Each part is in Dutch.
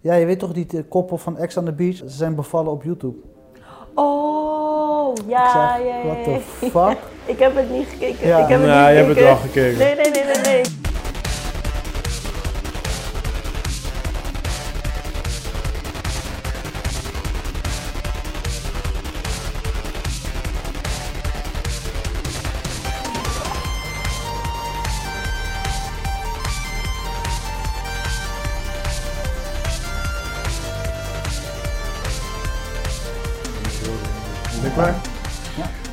Ja, je weet toch die eh, koppel van Ex on the Beach? Ze zijn bevallen op YouTube. Oh, ja, ik ja, zeg, ja. ja. what the fuck? Ik heb het niet gekeken. Ja. Ik heb het Nou, niet je hebt het gekeken. wel gekeken. Nee, nee, nee, nee, nee. Ben je klaar?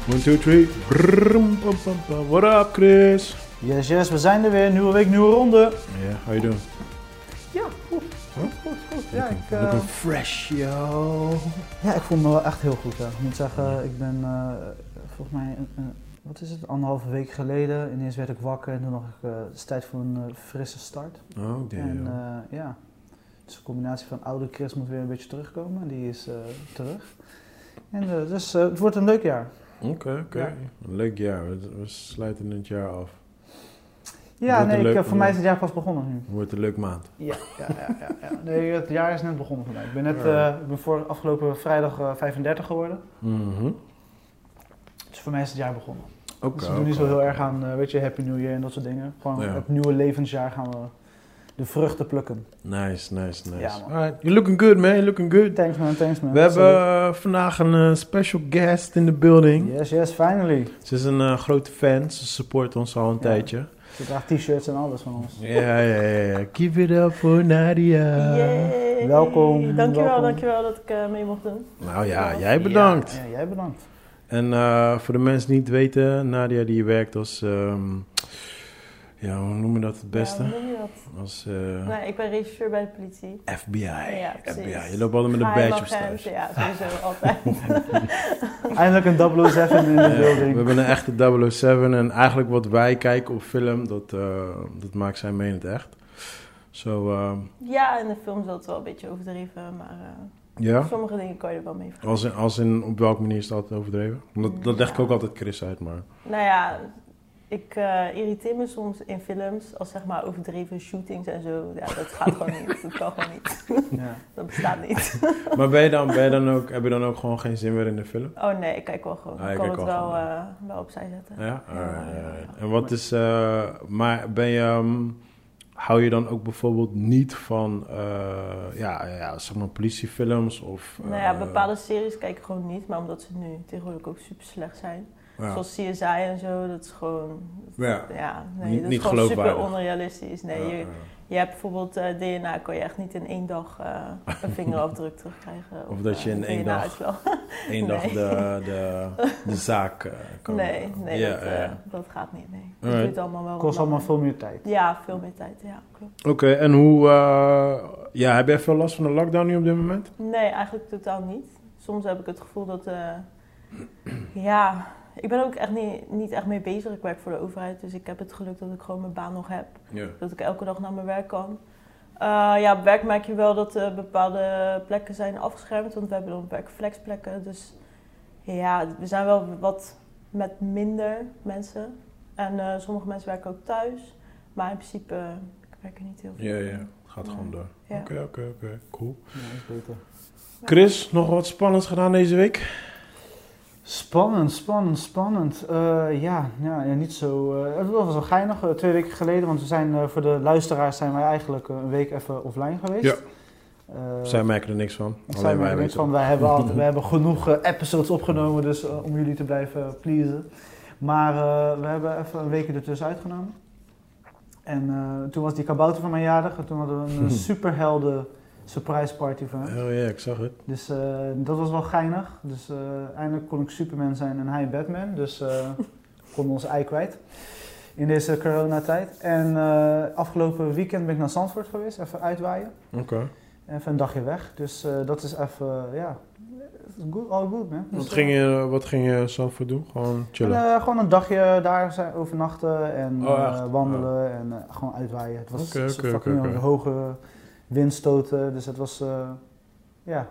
Ja. 1, 2, 3. Brum, pam, pam, pam. What up, Chris? Yes, yes, we zijn er weer. Nieuwe week, nieuwe ronde. Ja, how you doing? Ja, goed. Goed, goed, goed. Ja, ik, eh, Looking fresh, yo. Ja, ik voel me wel echt heel goed. Hè. Ik moet zeggen, ik ben eh, volgens mij, een- een- wat is het, anderhalve week geleden. Ineens werd ik wakker en toen dacht ik, eh, het is tijd voor een eh, frisse start. Oh, En damn. eh, ja, dus de combinatie van oude Chris moet weer een beetje terugkomen. en Die is eh, terug. En eh, dus eh, het wordt een leuk jaar. Oké, oké. Leuk jaar. We we sluiten het jaar af. Ja, Wordt nee, een ik, leuk- eh, voor mij is het jaar pas begonnen nu. Het wordt een leuk maand. Ja, ja, ja, ja, ja. Nee, het jaar is net begonnen voor mij. Ik ben net, Ja. eh, ik ben voor afgelopen vrijdag eh, 35 geworden. Mhm. Dus voor mij is het jaar begonnen. Oké. dus we doen niet zo heel erg aan, eh, weet je, Happy New Year en dat soort dingen. Gewoon Ja. het nieuwe levensjaar gaan we de vruchten plukken. Nice, nice, nice. Ja, man. Alright, you're looking good, man. You're looking good. Thanks man, thanks man. We hebben eh, vandaag een eh, special guest in de building. Yes, yes, finally. Ze is een eh, grote fan. Ze support ons al een Ja. tijdje. Ze draagt t-shirts en alles van ons. Ja, ja, ja. ja. Give it up voor Nadia. yay. Eh, welkom, Dankjewel, welkom. dankjewel dat ik eh, mee mocht doen. Nou ja, jij bedankt. Ja, jij bedankt. En eh, voor de mensen die het weten, Nadia die werkt als... ehm, ja, hoe noemen we dat het beste? Ja, hoe noem je dat? Als eh, Nee, ik ben regisseur bij de politie. FBI. Ja, precies. FBI. Je loopt altijd met een Geheim badge op agent, stage. Ja, sowieso, altijd. Eindelijk een 007 in de Ja, Eh, we building. hebben een echte 007 en eigenlijk wat wij kijken op film, dat, eh, dat maakt zij mee in het echt. Zo, eh, Ja, in de film is dat wel een beetje overdreven, maar eh, ja. sommige dingen kan je er wel mee vragen. Als in, als in op welke manier is dat overdreven? Omdat, dat leg ik ook altijd Chris uit, maar... Nou ja, ik eh, irriteer me soms in films als zeg maar overdreven shootings en zo. Ja, dat gaat gewoon niet. Dat kan gewoon niet. Ja. Dat bestaat niet. Maar ben je dan, ben je dan ook, heb je dan ook gewoon geen zin meer in de film? Oh nee, ik kijk wel gewoon. Ah, je ik kan kijkt het wel wel, gewoon, eh, wel opzij zetten. Ja? Ja, ja, Alright, ja. alright. En wat is... eh, maar ben je... ehm, hou je dan ook bijvoorbeeld niet van... eh, ja, ja, zeg maar politiefilms of... Nou ja, eh, bepaalde series kijk ik gewoon niet, maar omdat ze nu tegenwoordig ook super slecht zijn. ja. Zoals CSI en zo, dat is gewoon. Ja. Ja, nee, Niet- dat is niet gewoon super geloofwaardig. onrealistisch. Nee, Ja, je, ja. je hebt bijvoorbeeld eh, DNA, kan je echt niet in één dag eh, een vingerafdruk terugkrijgen. Of dat je eh, in één DNA dag- is wel- Eén dag Nee. de, de, de zaak eh, kan... Nee, nee Ja, dat, eh, ja. dat gaat niet. Nee. Dat Alright. duurt allemaal wel. wat Kost allemaal langer. veel meer tijd. Ja, veel meer tijd. Ja, klopt. Oké, en hoe... eh, ja, heb jij veel last van de lockdown nu op dit moment? Nee, eigenlijk totaal niet. Soms heb ik het gevoel dat. eh, ja, ik ben ook echt niet, niet echt mee bezig. Ik werk voor de overheid, dus ik heb het geluk dat ik gewoon mijn baan nog heb. Ja. Dat ik elke dag naar mijn werk kan. Eh, ja, op werk merk je wel dat eh, bepaalde plekken zijn afgeschermd. Want we hebben dan werkflexplekken. Dus ja, we zijn wel wat met minder mensen. En eh, sommige mensen werken ook thuis. Maar in principe, eh, ik werk er niet heel veel. Ja, ja. Gaat gewoon door. Ja. Oké, oké, oké. Cool. Ja, dat is beter. Chris, nog wat spannends gedaan deze week? Spannend, spannend, spannend. Eh, ja, ja, ja, niet zo. eh, het was wel geinig, eh, twee weken geleden, want we zijn eh, voor de luisteraars zijn wij eigenlijk eh, een week even offline geweest. Ja. Eh, Zij merken er niks van. ik zei Alleen maar wij niks weten. van, wij hebben, altijd, wij hebben genoeg eh, episodes opgenomen, dus eh, om jullie te blijven pleasen. Maar eh, we hebben even een weekje ertussen uitgenomen. En eh, toen was die kabouter van mijn jarig en toen hadden we een eh, superhelden surprise party van hem. Oh ja, ik zag het. Dus eh, dat was wel geinig. Dus eh, eindelijk kon ik Superman zijn en hij Batman. Dus eh kon ons ei kwijt in deze coronatijd. En eh, afgelopen weekend ben ik naar Zandvoort geweest, even uitwaaien. Oké. Even een dagje weg. Dus eh, dat is even, eh, ja, it's good, all good man. Dus, Wat ging je, wat ging je zo voor doen? Gewoon eh, chillen. eh, gewoon een dagje daar zijn overnachten en Oh, echt? eh, wandelen en eh, gewoon uitwaaien. Het was Oké, het was oké, fucking oké, oké. hoge windstoten, dus het was, eh, ja,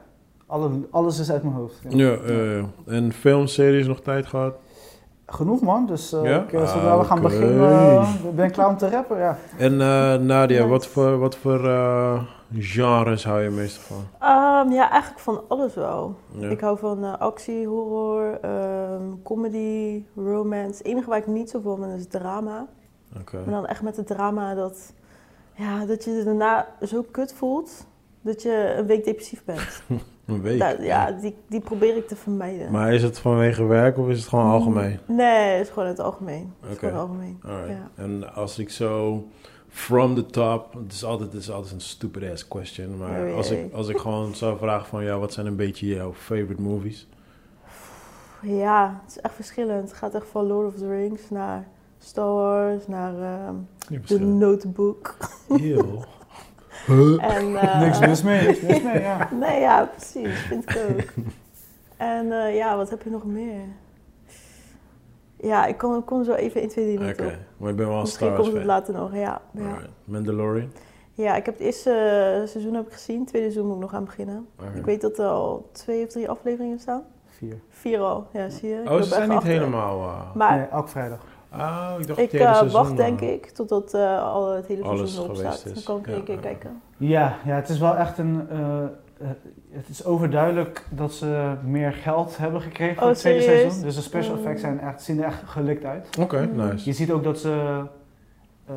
alle, alles is uit mijn hoofd. eh, Ja, eh, en filmseries nog tijd gehad? Eh, Genoeg man, dus eh, Ja? ik, eh, zodra Ah, we gaan oké. beginnen, eh, ben ik klaar om te rappen. Ja. En eh, Nadia, Nice. wat voor, wat voor eh, genres hou je meestal van? Ehm, ja, eigenlijk van alles wel. Ja. Ik hou van eh, actie, horror, ehm, comedy, romance. Het enige waar ik niet zoveel van ben is drama. Oké. Maar dan echt met het drama dat, ja, dat je je daarna zo kut voelt dat je een week depressief bent. Een week. Nou, ja, die, die probeer ik te vermijden. Maar is het vanwege werk of is het Mm. gewoon algemeen? Nee, het is gewoon in het algemeen. Het is Oké. gewoon in het algemeen. Alright. Ja. En als ik zo from the top, het is altijd, het is altijd een stupid ass question, maar Oh, als, jee. ik, als ik gewoon zou vragen van ja, wat zijn een beetje jouw favorite movies? Ja, het is echt verschillend. Het gaat echt van Lord of the Rings naar Star Wars, naar ehm, Niet The verschillend. Notebook. Eeuw. Huh? En, eh, Niks mis mee, niks mis mee, ja. Nee, ja, precies. Vind ik ook. En eh, ja, wat heb je nog meer? Ja, ik kom, kom zo even in 2, 3 Oké, niet op. maar ik ben wel een Misschien Star komt Wars het fan. later nog, ja. Ja, Alright. Mandalorian? ja ik heb het eerste eh, seizoen heb ik gezien. tweede seizoen moet ik nog aan beginnen. Oké. Ik weet dat er al twee of drie afleveringen staan. Vier. Vier al, ja, zie je. Ik Oh, loop ze zijn echt niet achter. helemaal... eh, Maar nee, elke vrijdag. Ah, ik dacht ik het hele eh, seizoen, wacht denk eh, ik totdat eh, al het hele alles seizoen erop geweest staat. Dan is. kan ik Ja, één keer ja. kijken. Ja, ja, het is wel echt een... eh, eh, het is overduidelijk dat ze meer geld hebben gekregen voor Oh, het tweede serieus? seizoen. Dus de special Oh. effects zijn echt, zien er echt gelikt uit. Oké, nice. Je ziet ook dat ze eh,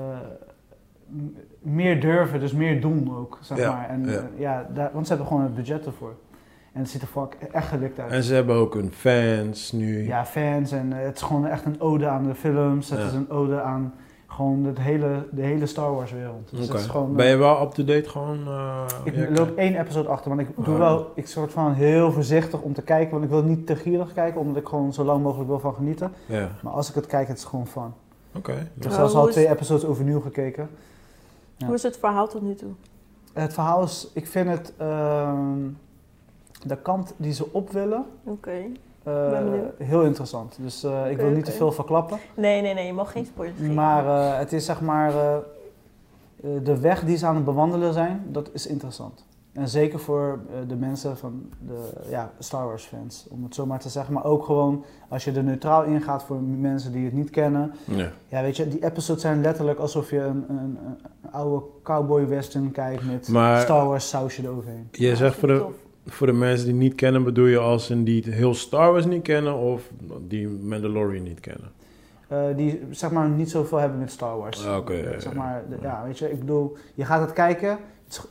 m- meer durven, dus meer doen ook, zeg Ja, maar. En, ja. eh, ja, daar, want ze hebben gewoon het budget ervoor. En het ziet er fuck echt gelikt uit. En ze hebben ook hun fans nu. Ja, fans en eh, het is gewoon echt een ode aan de films. Het Ja. is een ode aan gewoon het hele, de hele Star Wars wereld. Dus Oké. het is gewoon, eh, Ben je wel up-to-date gewoon? eh, ik ja, loop één episode achter, want ik doe Oh. wel, ik soort van heel voorzichtig om te kijken, want ik wil niet te gierig kijken, omdat ik gewoon zo lang mogelijk wil van genieten. Ja, Maar als ik het kijk, het is gewoon fun. oké. Ik heb Ja. zelfs hoe al is- twee episodes overnieuw gekeken. Ja. Hoe is het verhaal tot nu toe? Het verhaal is, ik vind het, ehm, de kant die ze op willen, Oké. eh, Ben benieuwd. heel interessant. Dus eh, ik Oké, wil niet oké. te veel verklappen. Nee, nee, nee, je mag geen spoilers geven. Maar eh, het is zeg maar, eh, eh, de weg die ze aan het bewandelen zijn, dat is interessant. En zeker voor eh, de mensen van de ja, Star Wars fans, om het zo maar te zeggen. Maar ook gewoon als je er neutraal in gaat voor mensen die het niet kennen. Ja. Ja, weet je, die episodes zijn letterlijk alsof je een, een, een oude cowboy western kijkt met Maar- Star Wars sausje eroverheen. Jij zegt voor de, Tof. voor de mensen die niet kennen, bedoel je als in die het heel Star Wars niet kennen of die Mandalorian niet kennen? Eh, die zeg maar niet zoveel hebben met Star Wars. Ah, oké, ja, ja, zeg ja. maar, de- ja, weet je, ik bedoel, je gaat het kijken, het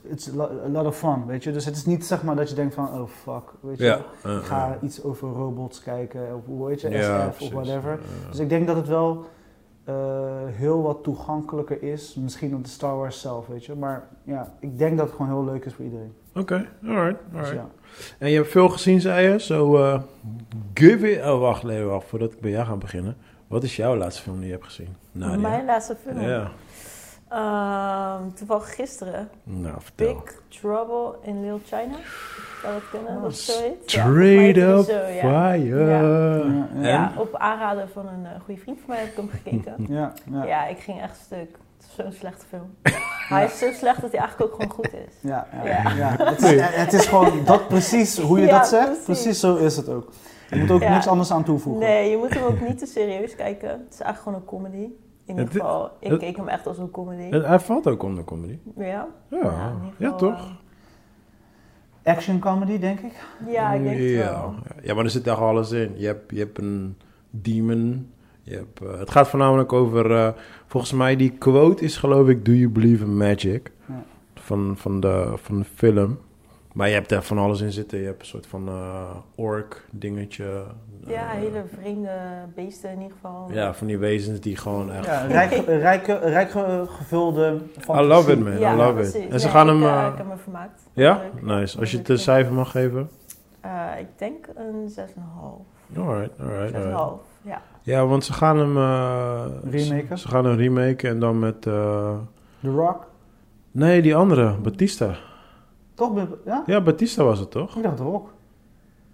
is- het is lo- a lot of fun, weet je. Dus het is niet zeg maar dat je denkt van, oh fuck, weet je. eh, Ik eh. ga iets over robots kijken, of hoe heet je, Ja, SF of precies. whatever. Eh, Dus ik denk dat het wel eh, heel wat toegankelijker is, misschien dan de Star Wars zelf, weet je. Maar ja, ik denk dat het gewoon heel leuk is voor iedereen. Oké, alright, Dus alright. ja. En je hebt veel gezien, zei je, zo eh, give it... Oh, wacht, nee, wacht, voordat ik bij jou ga beginnen. Wat is jouw laatste film Nou, die je hebt gezien? Nadia? Mijn laatste film. Ja, Ehm, toevallig gisteren. nou, vertel. Big Trouble in Little China. Zou dat kunnen? Oh, of zoiets? Ja, Straight volgens up mij is die zo, ja. fire. Ja, ja. Ja, op aanraden van een eh, goede vriend van mij heb ik hem gekeken. Ja, ja. ja, ja. ik ging echt stuk. Het is zo'n slechte film. Hij is zo slecht dat hij eigenlijk ook gewoon goed is. Ja, Ja. Het, is, het is gewoon dat precies hoe je Ja, dat zegt. precies. Precies. zo is het ook. Je moet ook Ja. niks anders aan toevoegen. Nee, je moet hem ook niet te serieus kijken. Het is eigenlijk gewoon een comedy. In ieder Het- geval, ik het- keek hem echt als een comedy. En Hij valt ook onder comedy. ja. Ja, Nou, in ieder ja geval, toch? Action comedy, denk ik. eh, ja, ik denk het ja. wel. Ja, maar er zit echt alles in. Je hebt, je hebt een demon. Je hebt, eh, het gaat voornamelijk over... eh, volgens mij die quote is geloof ik... Do you believe in magic? Ja. Van, van, de, van de film. Maar je hebt daar van alles in zitten. Je hebt een soort van eh, ork dingetje. Ja, Eh, hele vreemde beesten in ieder geval. Ja, van die wezens die gewoon echt... Ja, rijk, rijk, rijk ge- gevulde I fantasie. love it, man. Ja, I love it. precies. En ze Ja, gaan ik, hem... eh, eh, ik heb hem vermaakt. ja? Leuk. Nice. Als je het een Leuk. cijfer mag geven. Eh, ik denk een 6,5. Alright, alright, alright. 6,5, ja. Ja, want ze gaan hem... eh, Remaken? Ze gaan een remake en dan met... eh, The Rock. nee, die andere, Batista. Toch? ben- Ja? Ja, Batista was het toch? Ik dacht The Rock.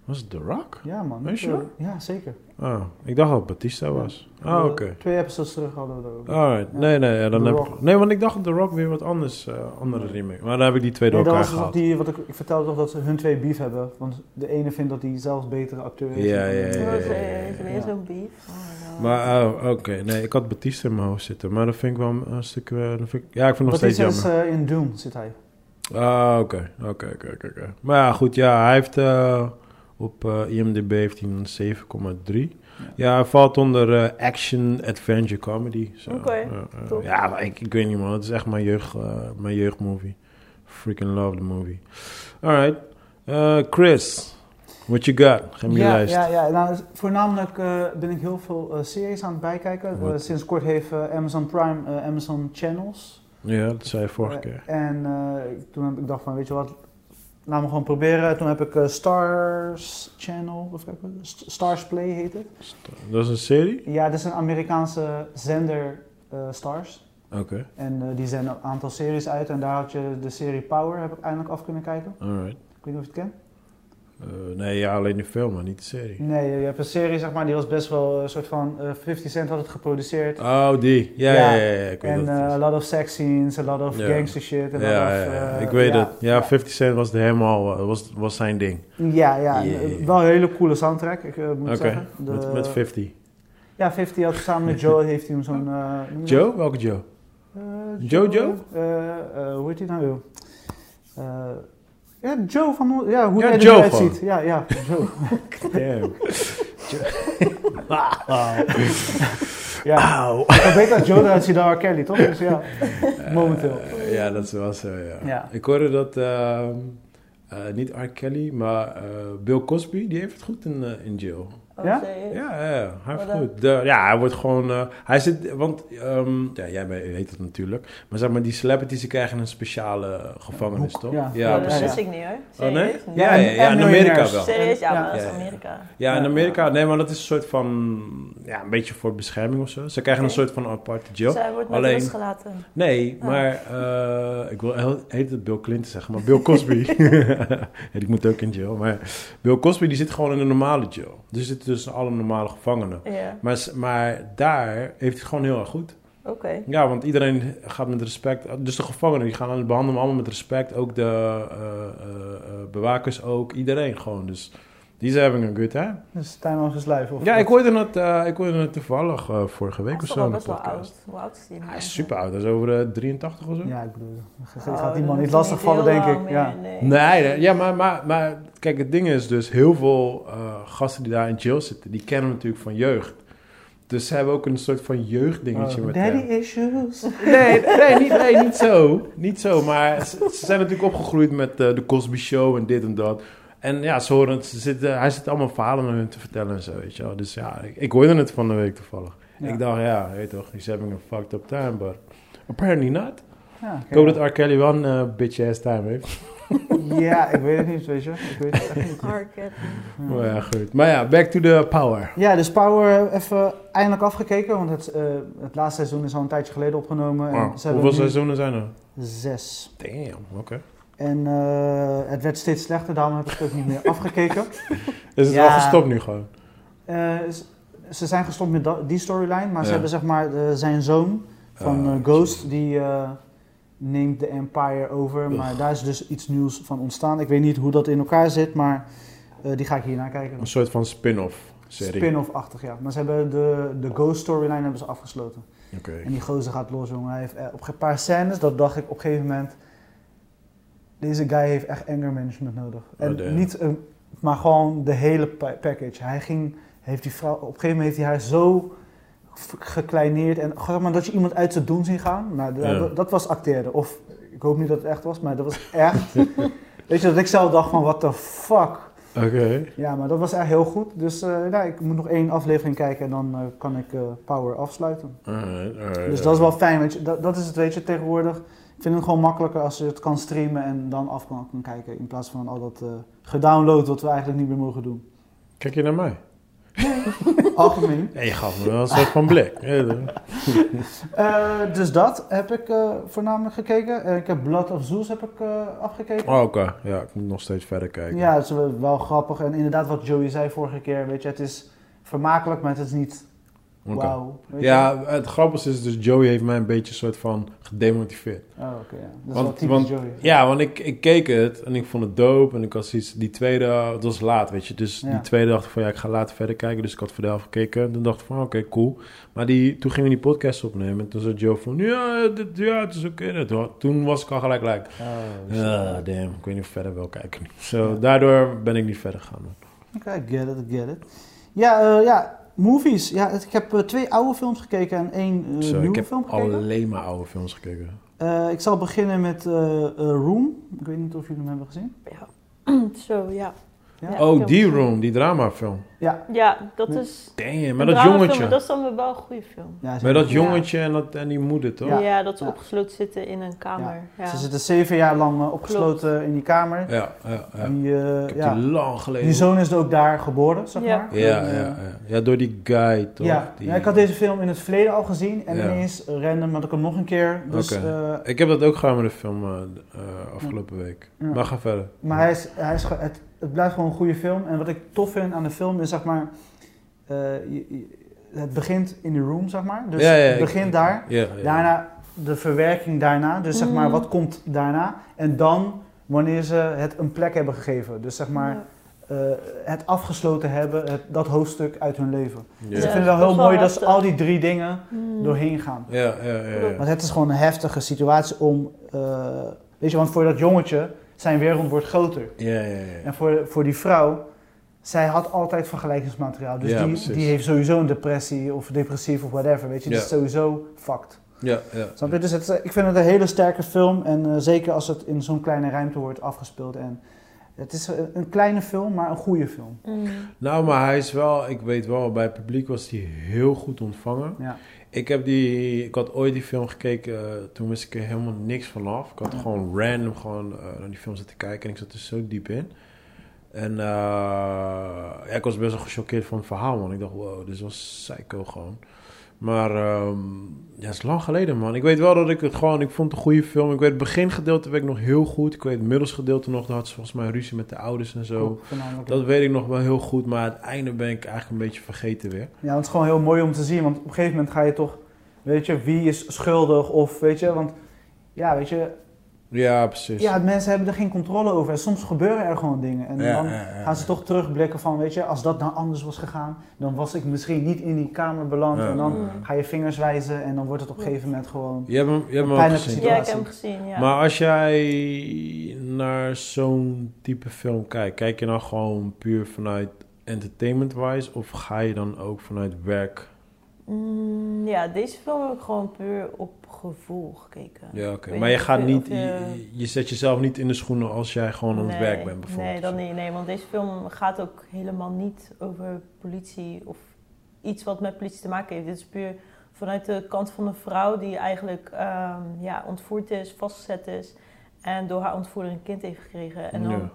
Was het The Rock? Ja, man. Are you sure? Ja, zeker. Ah, ik dacht dat het Batista was. Ah, oké. Ah, Twee episodes terug hadden we erover. Alright. Ja. Nee, nee, ja, dan The heb Rock. ik... Nee, want ik dacht dat The Rock weer wat anders, eh, andere remake. Maar dan heb ik die twee door Nee, dat elkaar was toch gehaald. die, wat ik, ik vertelde toch dat ze hun twee beef hebben. Want de ene vindt dat hij zelfs betere acteur is. Ja, ja, Oh, ja, is ja, ja, er- ja. is er Ja. weer zo'n beef? Oh, no. Maar, oh, oké. Nee, ik had Batista in mijn hoofd zitten. Maar dat vind ik wel een stuk... eh, dat vind ik- Ja, ik vind het nog Dat steeds is jammer. dus eh, in Doom zit hij. Ah, oké. Oké, oké, oké, oké. Maar ja, goed, ja, hij heeft eh, op eh, IMDb heeft hij een 7,3. Ja. Ja. hij valt onder eh, action, adventure, comedy. Zo. Oké, Eh, eh, tof. ja, maar ik, ik weet niet man, het is echt mijn, jeugd, eh, mijn jeugdmovie. Freaking love the movie. Alright, Eh, Chris, what you got? Geef me je ja, lijst. ja, ja. Nou, dus voornamelijk eh, ben ik heel veel eh, series aan het bijkijken. Wat? Eh, sinds kort heeft eh, Amazon Prime eh, Amazon Channels. Ja, dat zei je vorige Eh, keer. En eh, ik- toen heb ik dacht van, weet je wat, laat me gewoon proberen. Toen heb ik eh, Stars Channel, of kijken, St- Stars Play heet het. Dat is een serie? Ja, dat is een Amerikaanse zender eh, Stars. Oké, En eh, die zenden een aantal series uit. En daar had je de serie Power, heb ik eindelijk af kunnen kijken. alright. Ik weet niet of je het kent. Eh, nee, ja, alleen de film, maar niet de serie. Nee, je hebt een serie, zeg maar, die was best wel een soort van... eh, 50 Cent had het geproduceerd. Oh, die. Ja, Ja, ja, ja, ja, ik weet En dat het eh, is. a lot of sex scenes, a lot of Ja. gangster shit. a lot Ja, of, ja, ja. eh, ik weet ja, het. Ja, 50 Cent was de helemaal, eh, was, was zijn ding. Ja, ja. Yeah. En, eh, Wel een hele coole soundtrack, ik eh, moet Oké, zeggen. De- met, met 50. Ja, 50 had samen met Joe heeft hij hem zo'n... eh, noem je dat? Joe? Welke Joe? Eh, Joe, Joe? eh, eh, hoe heet hij nou, joh? Eh, ja, Joe van... Noord- Ja, hoe Ja, hij er Joe nu uitziet. gewoon. Ja, ja, Joe. Damn. Ah. ja. Auw. Ik weet beter dat Joe eruit ziet dan R. Kelly, toch? Dus ja, momenteel. Eh, ja, dat is wel zo, ja. Ja. Ik hoorde dat, ehm, eh, niet R. Kelly, maar eh, Bill Cosby, die heeft het goed in, eh, in jail. Oh, Ja? serieus? Ja, ja, ja, Oh, hij Wat heeft dan? goed. De- ja, hij wordt gewoon. eh, hij zit. Want. ehm, ja, jij bent- weet het natuurlijk. Maar zeg maar, die celebrities die krijgen een speciale eh, gevangenis, Hoek, toch? ja. Ja, Ja, dat precies. wist ik niet hoor. Oh, nee? Serieus? Ja, ja, En- ja, en in Amerika miljonairs. wel. Serieus? Ja, maar dat Ja, is ja, ja. Amerika. Ja, in Ja. Amerika. Nee, maar dat is een soort van... Ja, een beetje voor bescherming of zo. Ze krijgen een Oké. soort van aparte jail. Zij wordt met Alleen- rust gelaten. Nee, Ah. maar... eh, ik wil heel- heet het Bill Clinton zeggen, maar Bill Cosby. ik moet ook in jail. Maar Bill Cosby die zit gewoon in een normale jail. Dus zit tussen alle normale gevangenen. Ja, Maar, s- maar daar heeft hij het gewoon heel erg goed. oké. Ja, want iedereen gaat met respect. Dus de gevangenen die gaan behandelen hem allemaal met respect. Ook de eh, eh, eh, bewakers ook. Iedereen gewoon. Dus die zijn having a good time. Dus Time of His Life. Of Ja, ik hoorde het, eh, ik hoorde het toevallig eh, vorige Hij week is toch of zo wel in de best wel podcast. oud. Hoe oud is hij? nu Hij is eigenlijk? super oud, hij is over de 83 of zo. Ja, ik bedoel, je Hm? Oh, gaat die dan man niet hoeft hij lastig vallen, heel denk lang ik. meer, Ja. nee. Nee, nee, ja, maar, maar, maar kijk, het ding is dus, heel veel eh, gasten die daar in jail zitten, die kennen hem natuurlijk van jeugd. Dus ze hebben ook een soort van jeugddingetje met Oh. Daddy hem. issues. Nee, nee, niet, nee, niet zo. Niet zo, maar ze, ze zijn natuurlijk opgegroeid met eh, de Cosby Show en dit en dat. En ja, ze horen, het, ze zitten, hij zit allemaal verhalen aan hun te vertellen en zo, weet je wel. Dus ja, ik, ik hoorde het van de week toevallig. Ja. Ik dacht, ja, weet toch, he's having a fucked up time, but apparently not. Ja, Ik hoop kijk. dat R. Kelly wel een eh, bitch ass time heeft. Ja, ik weet het niet, weet je. Ik weet het echt niet. Harken. Ja. Maar Oh ja, goed. Maar ja, back to the power. Ja, dus Power even eindelijk afgekeken, want het, eh, het laatste seizoen is al een tijdje geleden opgenomen. En Wow. ze Hoeveel hebben nu seizoenen zijn er? Zes. Damn, oké. En eh, het werd steeds slechter, daarom heb ik het ook niet meer afgekeken. Is het Ja. al gestopt nu gewoon? Eh, ze- ze zijn gestopt met da- die storyline, maar ze Ja. hebben zeg maar eh, zijn zoon van Ah, eh, Ghost, die eh, neemt de Empire over. Maar daar is dus iets nieuws van ontstaan. Ik weet niet hoe dat in elkaar zit, maar eh, die ga ik hierna kijken. Een soort van spin-off serie. Spin-off-achtig, ja. Maar ze hebben de, de Ghost storyline hebben ze afgesloten. Oké. En die gozer gaat los, jongen. Hij heeft eh, op een paar scènes, dat dacht ik op een gegeven moment... Deze guy heeft echt anger management nodig. En Oh, damn. niet een, maar gewoon de hele pa- package. Hij ging, heeft die vrouw, op een gegeven moment heeft hij haar zo f- gekleineerd. En gewoon maar dat je iemand uit zijn doen zien gaan. Nou, d- Ja. dat, dat was acteren. Of, ik hoop niet dat het echt was, maar dat was echt... Weet je, dat ik zelf dacht van, what the fuck? Oké. Ja, maar dat was echt heel goed. Dus eh, nou, ik moet nog één aflevering kijken en dan eh, kan ik eh, Power afsluiten. Alright, alright, Dus dat is wel fijn. Weet je. Dat, dat is het, weet je, tegenwoordig. Ik vind het gewoon makkelijker als je het kan streamen en dan af kan, kan kijken. In plaats van al dat eh gedownload wat we eigenlijk niet meer mogen doen. Kijk je naar mij? Algemeen. En je gaf me wel een soort van blik. Eh, dus dat heb ik eh, voornamelijk gekeken. Eh, ik heb Blood of Zeus heb ik, eh, afgekeken. Oh, Oké, ja, ik moet nog steeds verder kijken. Ja, het is wel- wel grappig. En inderdaad, wat Joey zei vorige keer, weet je, het is vermakelijk, maar het is niet Oké. wauw. weet je? Ja, het grappigste is dus, Joey heeft mij een beetje soort van gedemotiveerd. Oh, oké, ja. Dat is Want- wel typisch want- Joey. Ja, want ik, ik keek het en ik vond het dope. En ik had zoiets, die tweede, het was laat, weet je. Dus Ja. die tweede dacht ik van, ja, ik ga later verder kijken. Dus ik had voor de helft gekeken. En toen dacht ik van, oké, cool. Maar die, toen gingen we die podcast opnemen. En toen zei Joe van, ja, dit, ja het is oké. En toen- Toen was ik al gelijk, like, Oh, ah, damn, ik weet niet of ik verder wil kijken. Zo, daardoor ben ik niet verder gegaan. man. Oké, I get it, I get it. Ja, eh, ja movies. Ja, het- ik heb eh, twee oude films gekeken en één eh, Zo, ik nieuwe heb film gekeken. alleen maar oude films gekeken. Eh, ik zal beginnen met eh, eh, Room. Ik weet niet of jullie hem hebben gezien. Ja. Zo, ja. Ja? Ja. oh, ik die heb- room, die dramafilm. Ja. Ja, dat Ja. is... Damn, maar een dat dramafilm, jongetje. maar Dat is dan wel een goede film. ja Met dat jong- jongetje en, dat, en die moeder, toch? Ja, Ja. dat ze Ja. opgesloten zitten in een kamer. Ja. Ze zitten zeven jaar lang eh, opgesloten in die kamer. ja, ja. ja. Die, eh, Ik heb ja. die lang geleden. die zoon is ook daar geboren, zeg Ja. maar. Ja, En, eh, ja, ja. ja, door die guy toch? Ja, Die- ja, ik had deze film in het verleden al gezien en Ja. ineens random had ik hem nog een keer. Dus, Oké. eh, Ik heb dat ook gedaan met een film eh, eh, afgelopen week. Ja. Maar ga verder. maar hij is, hij is, ge- het, het blijft gewoon een goede film. En wat ik tof vind aan de film is, zeg maar, eh, je- je- het begint in de room, zeg maar. Dus Ja, ja, het ik- begint daar, Ja, ja, ja. daarna de verwerking daarna. Dus zeg maar, Mhm. wat komt daarna? En dan wanneer ze het een plek hebben gegeven. Dus zeg maar, Ja. eh, het afgesloten hebben, het, dat hoofdstuk uit hun leven. Dus Ja. ik Ja. vind het wel dat heel is wel mooi dat ze heftig. al die drie dingen Hmm. doorheen gaan. Ja, ja, ja, ja. Want het is gewoon een heftige situatie om. eh, weet je, want voor dat jongetje, zijn wereld wordt groter. Ja, ja, ja. En voor, voor die vrouw, zij had altijd vergelijkingsmateriaal. Dus Ja, die, precies. die heeft sowieso een depressie of depressief of whatever. Weet je, die Ja. is sowieso fucked. Ja, ja. Snap je? Dus het, eh, ik vind het een hele sterke film. En eh, zeker als het in zo'n kleine ruimte wordt afgespeeld. En het is een, een kleine film, maar een goede film. Hmm. Nou, maar hij is wel, ik weet wel, bij het publiek was hij heel goed ontvangen. Ja. Ik, heb die, ik had ooit die film gekeken, eh, toen wist ik er helemaal niks vanaf. Ik had Ja. gewoon random gewoon, eh, naar die film zitten kijken en ik zat er zo diep in. En eh, ja, ik was best wel gechoqueerd van het verhaal, man. Ik dacht, wow, dit was psycho gewoon. Maar ehm, ja, het is lang geleden, man. Ik weet wel dat ik het gewoon... Ik vond het een goede film. Ik weet het begingedeelte weet ik nog heel goed. Ik weet het middelsgedeelte nog. Daar had ze volgens mij ruzie met de ouders en zo. Voornamelijk. Dat weet ik nog wel heel goed, maar het einde ben ik eigenlijk een beetje vergeten weer. Ja, het is gewoon heel mooi om te zien, want op een gegeven moment ga je toch, weet je, wie is schuldig of weet je, want ja, weet je, Ja, precies. ja, mensen hebben er geen controle over en soms gebeuren er gewoon dingen en Ja, dan ja, ja. gaan ze toch terugblikken van, weet je, als dat nou anders was gegaan, dan was ik misschien niet in die kamer beland Ja, en dan ja. ga je vingers wijzen en dan wordt het op een gegeven moment gewoon, Je hebt hem, je hebt hem ook Pijnlijke gezien. Ja, ik heb hem gezien, ja. Maar als jij naar zo'n type film kijkt, kijk je dan gewoon puur vanuit entertainment-wise of ga je dan ook vanuit werk? Hmm, ja, deze film heb ik gewoon puur op gevoel gekeken. Ja, oké. weet Maar je niet gaat of niet, je- je, je zet jezelf niet in de schoenen als jij gewoon aan het Nee, werk bent bijvoorbeeld. Nee, dat niet. Nee, want deze film gaat ook helemaal niet over politie of iets wat met politie te maken heeft. Dit is puur vanuit de kant van een vrouw die eigenlijk ehm, ja, ontvoerd is, vastgezet is en door haar ontvoerder een kind heeft gekregen. En dan Ja. ja.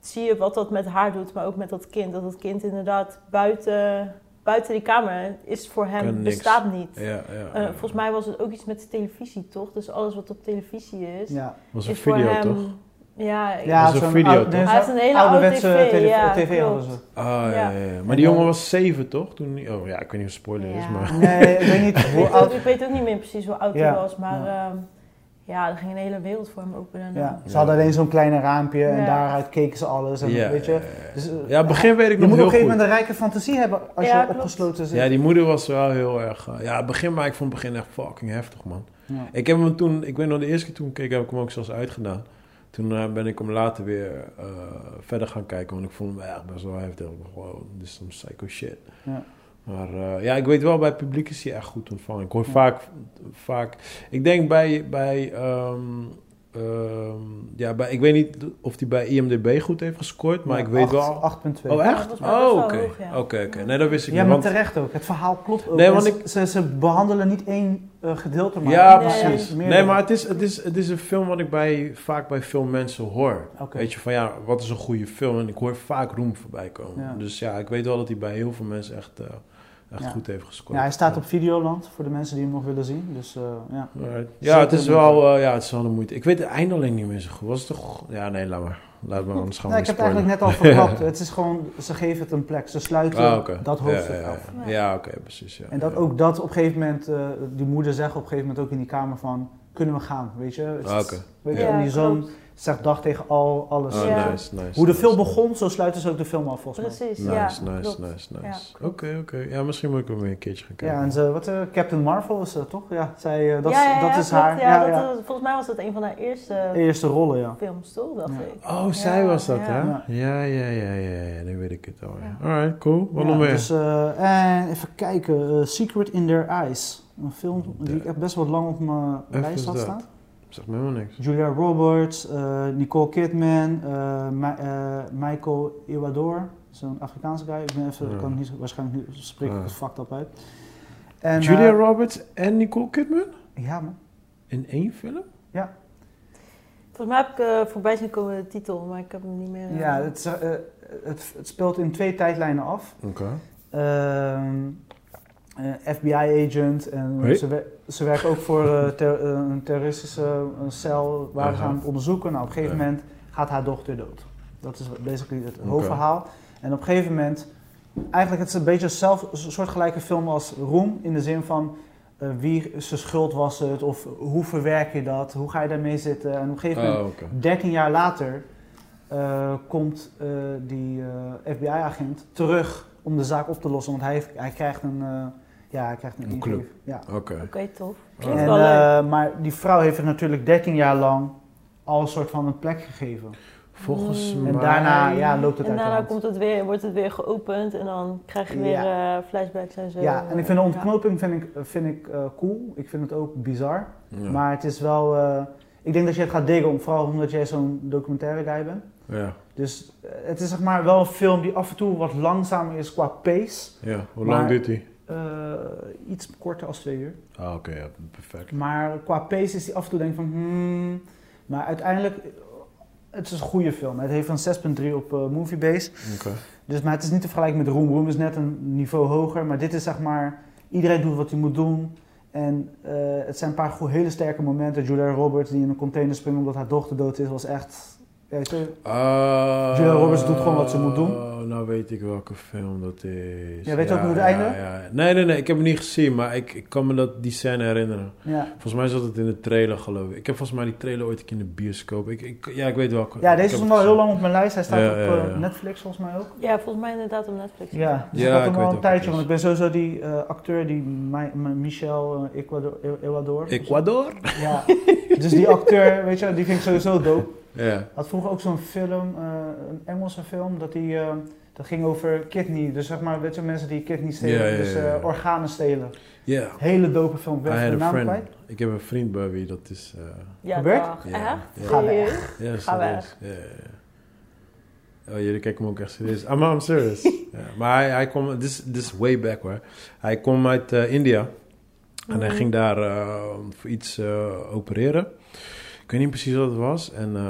zie je wat dat met haar doet, maar ook met dat kind. Dat dat kind inderdaad buiten, buiten die kamer is voor Kan hem, niks. bestaat niet. Ja, ja, ja. Eh, volgens mij was het ook iets met de televisie, toch? Dus alles wat op televisie is, ja. was een is voor video hem... toch? Ja, ik- ja Dat is een video, oud- toch? nee, Hij heeft een hele oude tv, tele- ja, tv hadden klopt. ze. Ah, ja, Ja. ja, ja. Maar die jongen was zeven toch? Toen, die- oh ja, ik weet niet of het spoiler is, Ja. maar. Nee, ik weet niet Ik hoe weet, ook, oud. ik weet ook niet meer precies hoe oud Ja, hij was, maar ja. ja. ja, er ging een hele wereld voor hem open. En, ehm, Ja, ze Ja. hadden alleen zo'n kleine raampje en Ja. daaruit keken ze alles en ja, weet je. ja, ja. Dus, eh, ja, het begin weet ik Je nog moet op heel een gegeven goed. moment een rijke fantasie hebben als Ja, je klopt. opgesloten zit. Ja, die moeder was wel heel erg... eh, ja, het begin, maar ik vond het begin echt fucking heftig, man. Ja. Ik heb hem toen... Ik weet nog, de eerste keer toen ik keek, heb ik hem ook zelfs uitgedaan. Toen eh, ben ik hem later weer eh, verder gaan kijken, want ik vond hem echt best wel heftig. Ik dacht, wow, dit is some psycho shit. Ja. Maar eh, ja, ik weet wel, bij het publiek is hij echt goed ontvangen. Ik hoor Ja. vaak, vaak... Ik denk bij, bij ehm, ehm, ja, bij, ik weet niet of hij bij IMDB goed heeft gescoord, maar Ja, ik weet acht- wel... 8.2. Oh, Ja, echt? dat was wel best oh, wel oké. hoog, ja. Oké, oké. Nee, dat wist ik Ja, maar niet. want- terecht ook. Het verhaal klopt ook. Nee, En want ze, ze, ze behandelen niet één eh, gedeelte, maar... Ja, maar precies. juist meerdere. Nee, maar het is, het, is, het is een film wat ik bij, vaak bij veel mensen hoor. Oké. Weet je, van ja, wat is een goede film? En ik hoor vaak Roem voorbij komen. Ja. Dus ja, ik weet wel dat hij bij heel veel mensen echt, eh, echt Ja. goed heeft gescoord. Ja, hij staat op Videoland, voor de mensen die hem nog willen zien. Dus eh, ja. Alright. Ja, Zeker het is de moeite. wel, eh, ja, het is wel een moeite. Ik weet het einde alleen niet meer zo goed. Was het toch... Ja, nee, laat maar. Laat maar, anders gaan we Nee, ik weer heb het eigenlijk spoilen. net al verklapt. het is gewoon, ze geven het een plek. Ze sluiten Ah, oké. eh, dat hoofdstuk Ja, ja, af. ja. Ja, oké, precies. Ja, En dat ja. ook dat op een gegeven moment, eh, die moeder zegt op een gegeven moment ook in die kamer van, kunnen we gaan, weet je? Het is- Ah, oké. weet je Ja. en die zoon klopt. zegt dag tegen al, alles. Ah, Ja. nice, nice. Hoe de nice. film begon, zo sluiten ze ook de film af volgens mij. Precies, Nice, ja. nice, klopt. nice, Ja, nice. Oké, klopt. oké. Ja, misschien moet ik hem weer een keertje gaan kijken. Ja, en ze, wat, eh, Captain Marvel is dat toch? Ja, zij, eh, dat, Ja, is- ja, dat ja, is klopt. haar Ja, ja, dat eh, ja. was- volgens mij was dat een van haar eerste eerste rollen, ja. films, toch? Dacht Ja. ik. Oh, zij Ja, was dat, ja. hè? Ja. Ja, ja, ja, ja, ja. Nu weet ik het al. Ja. Ja. Alright, cool. Wat Ja, nog meer? Dus, eh, en even kijken, eh, Secret in Their Eyes. Een film die ik echt best wel lang op mijn Even lijst had dat. staan. Zegt me helemaal niks. Julia Roberts, eh, Nicole Kidman, eh, Ma- eh, Michael Iwador, zo'n Afrikaanse guy. Ik ben even, Ja. kan het niet, waarschijnlijk niet, spreek ik Ja. het fucked up uit. En, Julia eh, Roberts en Nicole Kidman? Ja man. In één film? Volgens mij heb ik eh, voorbij zien komen de titel, maar ik heb hem niet meer... eh, Ja, het, is, eh, het, het speelt in twee tijdlijnen af. Oké. Ehm, eh, FBI-agent en Hey. ze, wer- ze werken ook voor eh, ter- eh, een terroristische eh, cel waar ze Aha. aan het onderzoeken. Nou, op een gegeven Ja. moment gaat haar dochter dood. Dat is basically het Oké. hoofdverhaal. En op een gegeven moment, eigenlijk het is een beetje zelf, een soortgelijke film als Roem in de zin van eh, wie zijn schuld was het of hoe verwerk je dat, hoe ga je daarmee zitten. En op een gegeven moment Oh, oké. 13 jaar later eh, komt eh, die eh, FBI-agent terug om de zaak op te lossen. Want hij, heeft- hij krijgt een. eh, ja, hij krijgt een, Een club. ingeven- Ja. Oké. eh, Oké, tof. Oh. Klinkt En, wel leuk. eh, maar die vrouw heeft het natuurlijk 13 jaar lang al een soort van een plek gegeven. Volgens Mm. mij... En daarna ja, loopt het En uit de daarna hand. komt het weer, wordt het weer geopend en dan krijg je weer eh, flashbacks en zo. Ja, en ik vind de eh, Ja. ontknoping vind ik, vind ik eh, cool. Ik vind het ook bizar. Ja. Maar het is wel. eh, ik denk dat je het gaat diggen, om- vooral omdat jij zo'n documentaire guy bent. ja. Dus eh, het is zeg maar wel een film die af en toe wat langzamer is qua pace. ja. Hoe Maar- lang duurt die? Eh, iets korter als twee uur. Ah, oké. ja, perfect. Maar qua pace is die af en toe denk ik van hmm. Maar uiteindelijk, eh, het is een goede film. Het heeft een 6.3 op eh, Moviebase. Oké. Dus, maar het is niet te vergelijken met Room. Room is net een niveau hoger. Maar dit is zeg maar, iedereen doet wat hij moet doen. En eh, het zijn een paar goe- hele sterke momenten. Julia Roberts die in een container springt omdat haar dochter dood is, was echt... Weet je, Ah, Julia Roberts doet gewoon wat ze moet doen. Nou weet ik welke film dat is. Ja, weet je ook hoe het ja, einde? ja. Nee, nee, nee. Ik heb hem niet gezien, maar ik, ik kan me dat, die scène herinneren. ja. Volgens mij zat het in de trailer, geloof ik. Ik heb volgens mij die trailer ooit een keer in de bioscoop. Ik, ik, ja, ik weet wel. ja, deze is nog wel heel lang op mijn lijst. Hij staat Ja, op ja, ja. eh, Netflix volgens mij ook. Ja, volgens mij inderdaad op Netflix. Ja, dus Ja, ik had hem ik weet al ook een wat het is. tijdje, want ik ben sowieso die eh, acteur die Mi- Mi- Michel eh, Ecuador, Ecuador. Ecuador? Ja. dus die acteur, weet je, die vind ik sowieso dope. Ja. Had vroeger ook zo'n film, eh, een Engelse film, dat die eh, dat ging over kidney. Dus zeg maar, weet je, mensen die kidney stelen, Ja, ja, ja, dus eh, ja. organen stelen. Ja. Hele dope film, ik I ben even had de a naam kwijt. friend. Ik heb een vriend bij wie dat is. eh, Ja, Gebeurt? dag. Ja. Echt? Ja. Ga weg. Ja, Ga serieus. Ja, ja, ja. Oh, jullie kijken me ook echt serieus. I'm, I'm serious. ja, maar hij, hij kwam, this, this way back hoor. Hij kwam uit eh, India. En hij Mhm. ging daar eh, voor iets eh, opereren. Ik weet niet precies wat het was. En eh,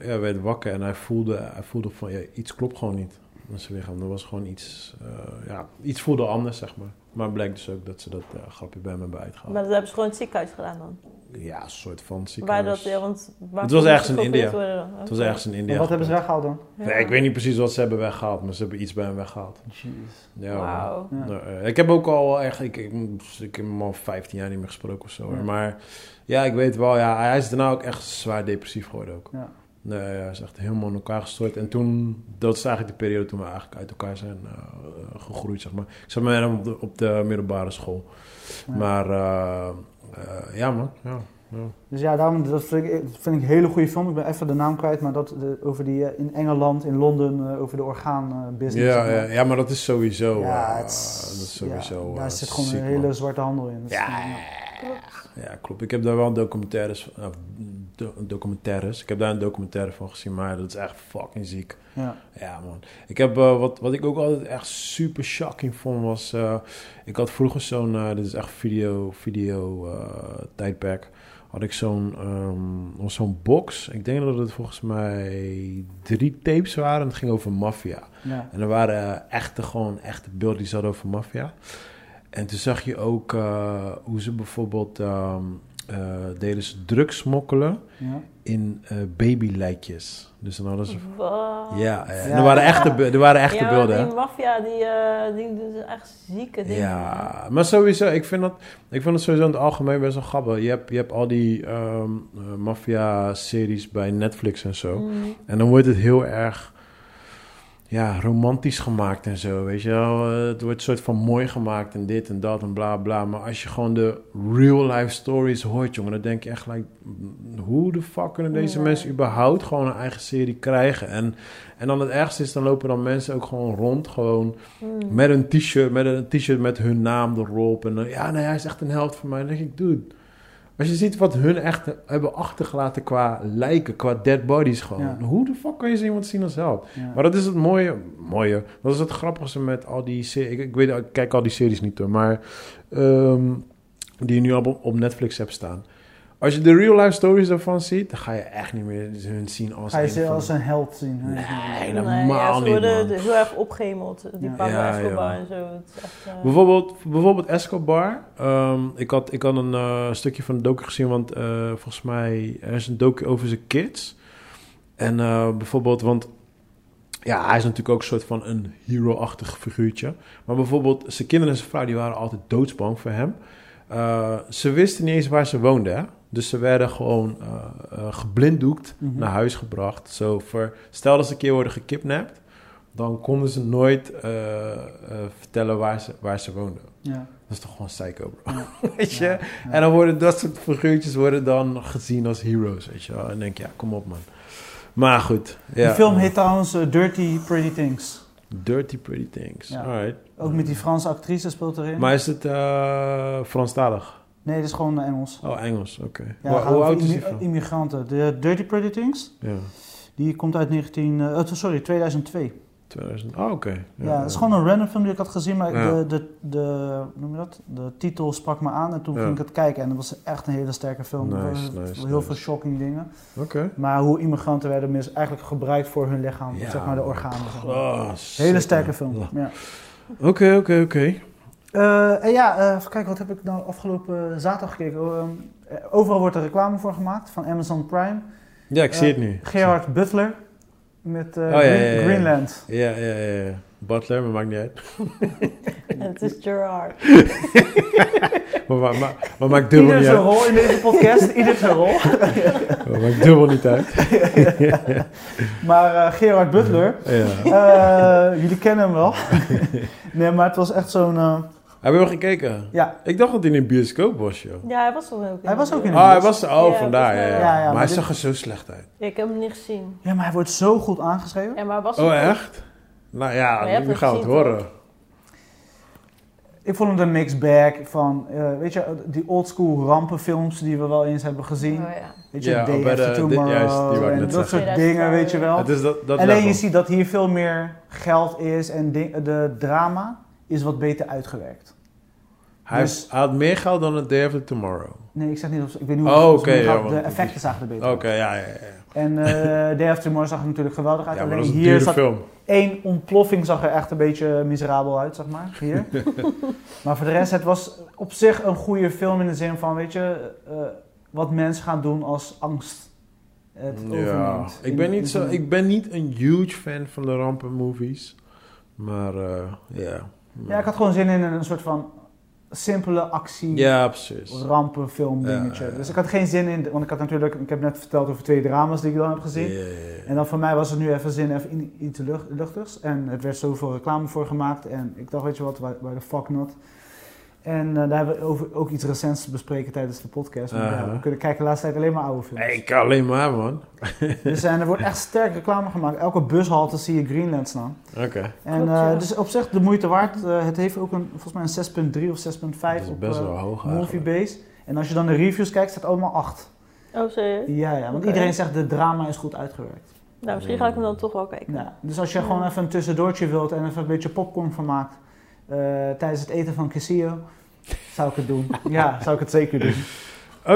ja, hij werd wakker en hij voelde, hij voelde van, ja, iets klopt gewoon niet met zijn lichaam. Er was gewoon iets, eh, ja, iets voelde anders, zeg maar. Maar het blijkt dus ook dat ze dat eh, grapje bij me hebben uitgehaald. Maar dat hebben ze gewoon in het ziekenhuis gedaan dan. Ja, een soort van Waar ziekenhuis. dat, ja, want waar Het was ergens in geopereerd India. worden dan? Het was Oké. ergens in India. En wat hebben ze gebeurd. weggehaald dan? Ja. Nee, ik weet niet precies wat ze hebben weggehaald, maar ze hebben iets bij hem weggehaald. Jeez. Ja, Wauw. Ja. Nou, eh, ik heb ook al echt, ik, ik, ik heb hem al 15 jaar niet meer gesproken of zo. hoor. Ja. Maar ja, ik weet wel, ja, hij is daarna ook echt zwaar depressief geworden ook. Ja. Nee, hij is echt helemaal in elkaar gestort. En toen, dat is eigenlijk de periode toen we eigenlijk uit elkaar zijn eh, eh, gegroeid, zeg maar. Ik zat met hem op de, op de middelbare school. Ja. Maar eh, eh, ja man, ja. ja. Dus ja, daarom dat vind, ik, dat vind ik een hele goede film. Ik ben even de naam kwijt, maar dat de- over die eh, in Engeland, in Londen, eh, over de orgaanbusiness. Ja, ja, ja, maar dat is sowieso, Ja, eh, het is- dat is sowieso ja, eh, daar zit gewoon ziek, een man. hele zwarte handel in. Dat is Ja, gewoon, ja. klopt. Ja, klopt. Ik heb daar wel documentaires, van- of, do- documentaires. Ik heb daar een documentaire van gezien, maar dat is echt fucking ziek. Ja. Ja, man. Ik heb, eh, wat, wat ik ook altijd echt super shocking vond, was... eh, ik had vroeger zo'n, eh, dit is echt video, video eh, tijdperk... Had ik zo'n ehm, was zo'n box. Ik denk dat het volgens mij drie tapes waren. Het ging over maffia. Ja. En er waren eh, echte, gewoon echte beelden die ze hadden over maffia. En toen zag je ook eh, hoe ze bijvoorbeeld ehm, eh, deden ze drugs smokkelen Ja. in eh, babylijkjes. Dus dan hadden ze... Wat? Ja, eh, Ja. er waren echte, be- er waren echte Oh. ja, maar beelden. hè? Die maffia, die, eh, die doen ze echt zieke dingen. Ja, maar sowieso, ik vind, dat, ik vind dat sowieso in het algemeen best wel grappig. Je hebt, je hebt al die ehm eh, maffia-series bij Netflix en zo. Mm. En dan wordt het heel erg ja, romantisch gemaakt en zo. Weet je wel, Eh, het wordt een soort van mooi gemaakt en dit en dat en bla bla. Maar als je gewoon de real life stories hoort, jongen, dan denk je echt gelijk: mm, hoe de fuck kunnen deze Ja. mensen überhaupt gewoon een eigen serie krijgen? En, en dan het ergste is, dan lopen dan mensen ook gewoon rond, gewoon Mm. met een t-shirt, met een t-shirt met hun naam erop. En dan, ja, nee, hij is echt een held voor mij. Dan denk ik, dude. Als je ziet wat hun echt hebben achtergelaten qua lijken, qua dead bodies gewoon. Ja. Hoe de fuck kan je zo iemand zien als held? Ja. Maar dat is het mooie, mooie. Dat is het grappigste met al die series. Ik, ik weet, ik kijk al die series niet hoor, maar ehm, die je nu op, op Netflix hebt staan. Als je de real life stories daarvan ziet, dan ga je echt niet meer hun zien als Ga je een ze van- als een held zien? hè? Nee, Nee, ja, helemaal ze niet. worden man. heel erg opgehemeld. Die Ja. Pablo Ja, Escobar ja. en zo. Het is echt, eh, Bijvoorbeeld, bijvoorbeeld Escobar. Ehm, ik, had, ik had een eh, stukje van de docu gezien, want eh, volgens mij er is een docu over zijn kids. En eh, bijvoorbeeld, want ja, hij is natuurlijk ook een soort van een hero-achtig figuurtje. Maar bijvoorbeeld, zijn kinderen en zijn vrouw die waren altijd doodsbang voor hem. Eh, ze wisten niet eens waar ze woonden, hè? Dus ze werden gewoon eh, eh, geblinddoekt Mhm. naar huis gebracht. Zo voor, stel dat ze een keer worden gekidnapt, dan konden ze nooit eh, eh, vertellen waar ze, waar ze woonden. Ja. Dat is toch gewoon psycho, bro. weet je? Ja, ja. En dan worden dat soort figuurtjes worden dan gezien als heroes, weet je wel. En dan denk je, ja, kom op, man. Maar goed. Ja. Die film heet trouwens eh, Dirty Pretty Things. Dirty Pretty Things. Ja. Alright. Ook met die Franse actrice speelt erin. Maar is het eh Franstalig? Nee, dat is gewoon eh, Engels. Oh, Engels, oké. Ja, Hoe- gaat hoe over oud is immi- die film? Immigranten. De Dirty Pretty Things, Ja, die komt uit 19, eh, eh, sorry, 2002. 2000. Oh, oké. Ja, het is gewoon een random film die ik had gezien, maar Ja. de, de, de, hoe noem je dat? de titel sprak me aan en toen Ja. ging ik het kijken. En dat was echt een hele sterke film. Nice, Eh, nice, heel nice. veel shocking dingen. Oké. Maar hoe immigranten werden mis, eigenlijk gebruikt voor hun lichaam, Ja, zeg maar de man. organen. zeg maar. Oh, hele sick, sterke man. film. Ja. Ja. Oké, oké, oké. Eh, en ja, eh, even kijken, wat heb ik nou afgelopen zaterdag gekeken? Oh, ehm, eh, overal wordt er reclame voor gemaakt van Amazon Prime. Ja, ik Eh, zie het nu. Gerard Butler met eh, Oh, ja, Green- ja, ja, ja. Greenland. Ja, ja, ja. ja. Butler, maar maakt niet uit. en het is Gerard. Maar, maar, maar, maar maakt Ieder dubbel niet zijn uit. rol in deze podcast, ieder zijn rol. Maar maakt dubbel niet uit. Maar eh, Gerard Butler, Ja. eh, jullie kennen hem wel. nee, maar het was echt zo'n... eh, Heb je wel gekeken? ja, Ik dacht dat hij in een bioscoop was, joh. Ja, hij was toch ook in Hij was ook in- Ah, hij was er. Oh, Ja, vandaar. Ja, volgens ja. mij wel. Ja, ja, maar maar hij dit- zag er zo slecht uit. Ja, ik heb hem niet gezien. ja, maar hij wordt zo goed aangeschreven. Ja, maar hij was Oh, ook- echt? Nou Maar je ja, hebt nu het gaan we het gezien, horen. Ik vond het een mixed bag van, eh, weet je, die oldschool rampenfilms die we wel eens hebben gezien. Oh, ja. Weet je, Ja, Day oh, bij After de- de- Tomorrow juist, die wou ik en net dat soort zeggen. dingen, weet je wel. Het is dat, dat Alleen je level. ziet dat hier veel meer geld is en ding- de drama is wat beter uitgewerkt. Hij, dus- hij had meer geld dan het Day After Tomorrow. Nee, ik zeg niet of ik weet niet hoe Oh, het volgens oké, mij ja, gaat. want Oh. de het effecten is- zagen er beter. Oké, uit. ja, ja, ja. En eh Day After Tomorrow zag er natuurlijk geweldig uit. Ja, maar alleen dat is een hier dure zat film. één ontploffing zag er echt een beetje miserabel uit, zeg maar. Hier. maar voor de rest, het was op zich een goede film in de zin van, weet je, eh, wat mensen gaan doen als angst het Ja. overneemt. Ik In- ben, in niet zo, zo'n- ik ben niet een huge fan van de rampenmovies. Maar, eh, ja. Ja, ik had gewoon zin in een soort van simpele actie. Ja, precies. rampenfilm dingetje. Ja, ja. Dus ik had geen zin in, want ik had natuurlijk, ik heb net verteld over twee drama's die ik dan heb gezien. Ja, ja, ja. En dan voor mij was het nu even zin even in- iets lucht- luchtigs. En het werd zoveel reclame voor gemaakt. En ik dacht, weet je wat, waar waar de fuck not. En eh, daar hebben we over, ook iets recents te bespreken tijdens de podcast. Want, ja, Aha. we kunnen kijken de laatste tijd alleen maar oude films. Uh-huh. Hey, ik kan alleen maar, man. Dus, en er wordt echt sterk reclame gemaakt. Elke bushalte zie je Greenland staan. Oké. En Klopt, ja. eh, dus op zich de moeite waard. Eh, het heeft ook een, volgens mij een 6.3 of 6.5 Dat is op best eh, wel hoog eigenlijk. Moviebase. En als je dan de reviews kijkt, staat allemaal 8. Oh, serieus? Ja, ja, want Oké. iedereen zegt de drama is goed uitgewerkt. Nou, misschien ga ik hem dan toch wel kijken. Nou, Ja. Dus als je Ja. gewoon even een tussendoortje wilt en even een beetje popcorn van maakt eh, tijdens het eten van quesillo, zou ik het doen. ja, zou ik het zeker doen.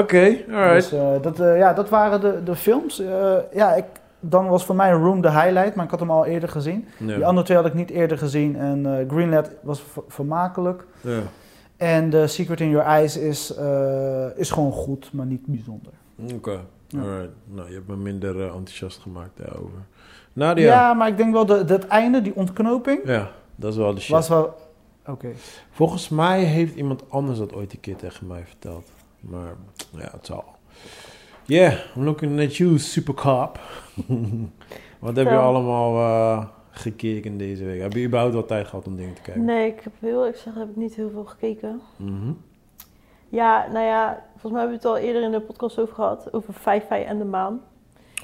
Oké, alright. Dus eh, dat, eh, ja, dat waren de, de films. Eh, ja, ik, dan was voor mij Room de highlight, maar ik had hem al eerder gezien. Ja. Dus Die andere twee had ik niet eerder gezien. En eh Greenlight was ver- vermakelijk. Ja. En The Secret in Your Eyes is, eh, is gewoon goed, maar niet bijzonder. Oké, Ja. alright. Nou, je hebt me minder eh, enthousiast gemaakt daarover. Nadia. Ja. Ja, maar ik denk wel dat dat einde, die ontknoping, dat is wel de shit. was wel... Oké. Volgens mij heeft iemand anders dat ooit een keer tegen mij verteld. Maar ja, het zal. Yeah, I'm looking at you, supercop. Wat heb je Vertel. allemaal eh, gekeken deze week? Heb je überhaupt wel tijd gehad om dingen te kijken? Nee, ik heb heel, ik zeg, heb ik niet heel veel gekeken. Mhm. Ja, nou ja, volgens mij hebben we het al eerder in de podcast over gehad. Over Vijfij en de Maan.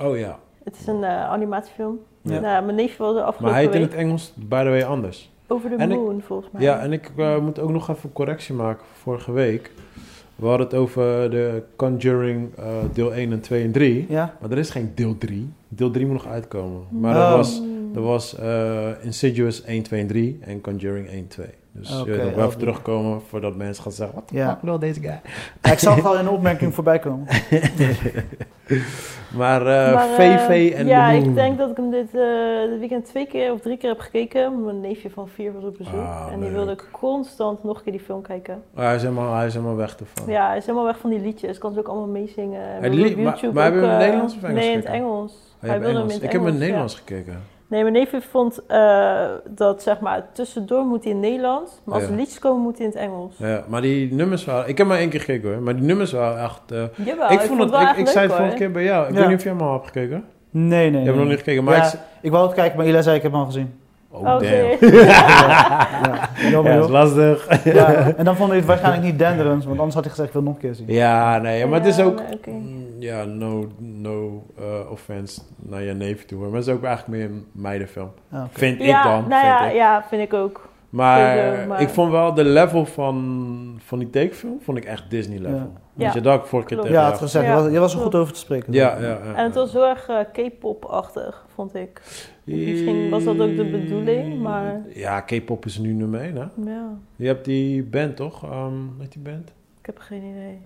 Oh ja, Het is een eh, animatiefilm. Ja. Nou, mijn neefje was er maar afgelopen hij heet in week het Engels, by the way, anders. over de en ik- moon, volgens mij. Ja, en ik eh, moet ook nog even een correctie maken van vorige week. We hadden het over de Conjuring eh, deel 1 en 2 en 3. Ja? Maar er is geen deel 3. Deel 3 moet nog uitkomen. Maar Oh. Nou. dat was, dat was eh, Insidious 1, 2 en 3 en Conjuring 1, 2. Dus je Oké, weet nog wel oh, even terugkomen voordat mensen gaan zeggen... Wat de Ja. fuck wil deze guy? Ja, ik zag het al in de opmerking voorbij komen. Maar, eh Maar, eh, VV en Ja, de ik Moon. denk dat ik hem dit eh, dit weekend twee keer of drie keer heb gekeken. Mijn neefje van vier was op bezoek. Ah, en die leuk. wilde constant nog een keer die film kijken. Oh, hij, is helemaal, hij is helemaal weg ervan. Ja, hij is helemaal weg van die liedjes. Kan ze ook allemaal meezingen. Hij die wilde lied- op Oh. maar- YouTube maar ook, hebben we hem in eh, Nederlands of Engels Nee, in het gekeken? Engels. Hij heeft wilde hem Engels. in het ik heb hem in Engels, ja. Nederlands gekeken. Nee, mijn neefje vond eh, dat zeg maar tussendoor moet hij in het Nederlands, maar als Ja. er liedjes komen moet hij in het Engels. Ja, maar die nummers waren... Ik heb maar één keer gekeken hoor. Maar die nummers waren echt... eh, Jawel, ik vond het, wel ik, echt ik zei leuk, het vorige hoor. keer bij jou. Ik Ja. weet niet of jij hem al hebt gekeken. Je Nee, nee. hebt hem nee. nog niet gekeken, maar Ja, ik... ik, z- wou het kijken, maar Ila zei ik heb hem al gezien. Oh, Oh, damn. serieus? Ja, jammer, Ja, joh. dat is lastig. ja. En dan vond hij het waarschijnlijk niet denderend, want anders had ik gezegd ik wil het nog een keer zien. Ja, nee, maar het is Ja, ook... maar oké. Mm, Ja, no, no eh, offense naar je neef toe. hoor. Maar het is ook eigenlijk meer een meidenfilm. Ah, oké. Vind ja, ik dan. nou vind ja, ik. ja, vind ik ook. Maar, vind ik ook, maar- ik vond wel de level van, van die tekenfilm vond ik echt Disney level. Ja. Weet Ja. je, dat had ik vorige keer Klopt. tegen Ja, jou had gezegd. Ja. Je, was, je was er goed over te spreken. Ja, ja, ja, En het was heel erg eh, K-pop-achtig, vond ik. misschien was dat ook de bedoeling, maar- Ja, K-pop is nu nummer 1, hè? Ja, Je hebt die band, toch? Ehm heet die band? ik heb geen idee.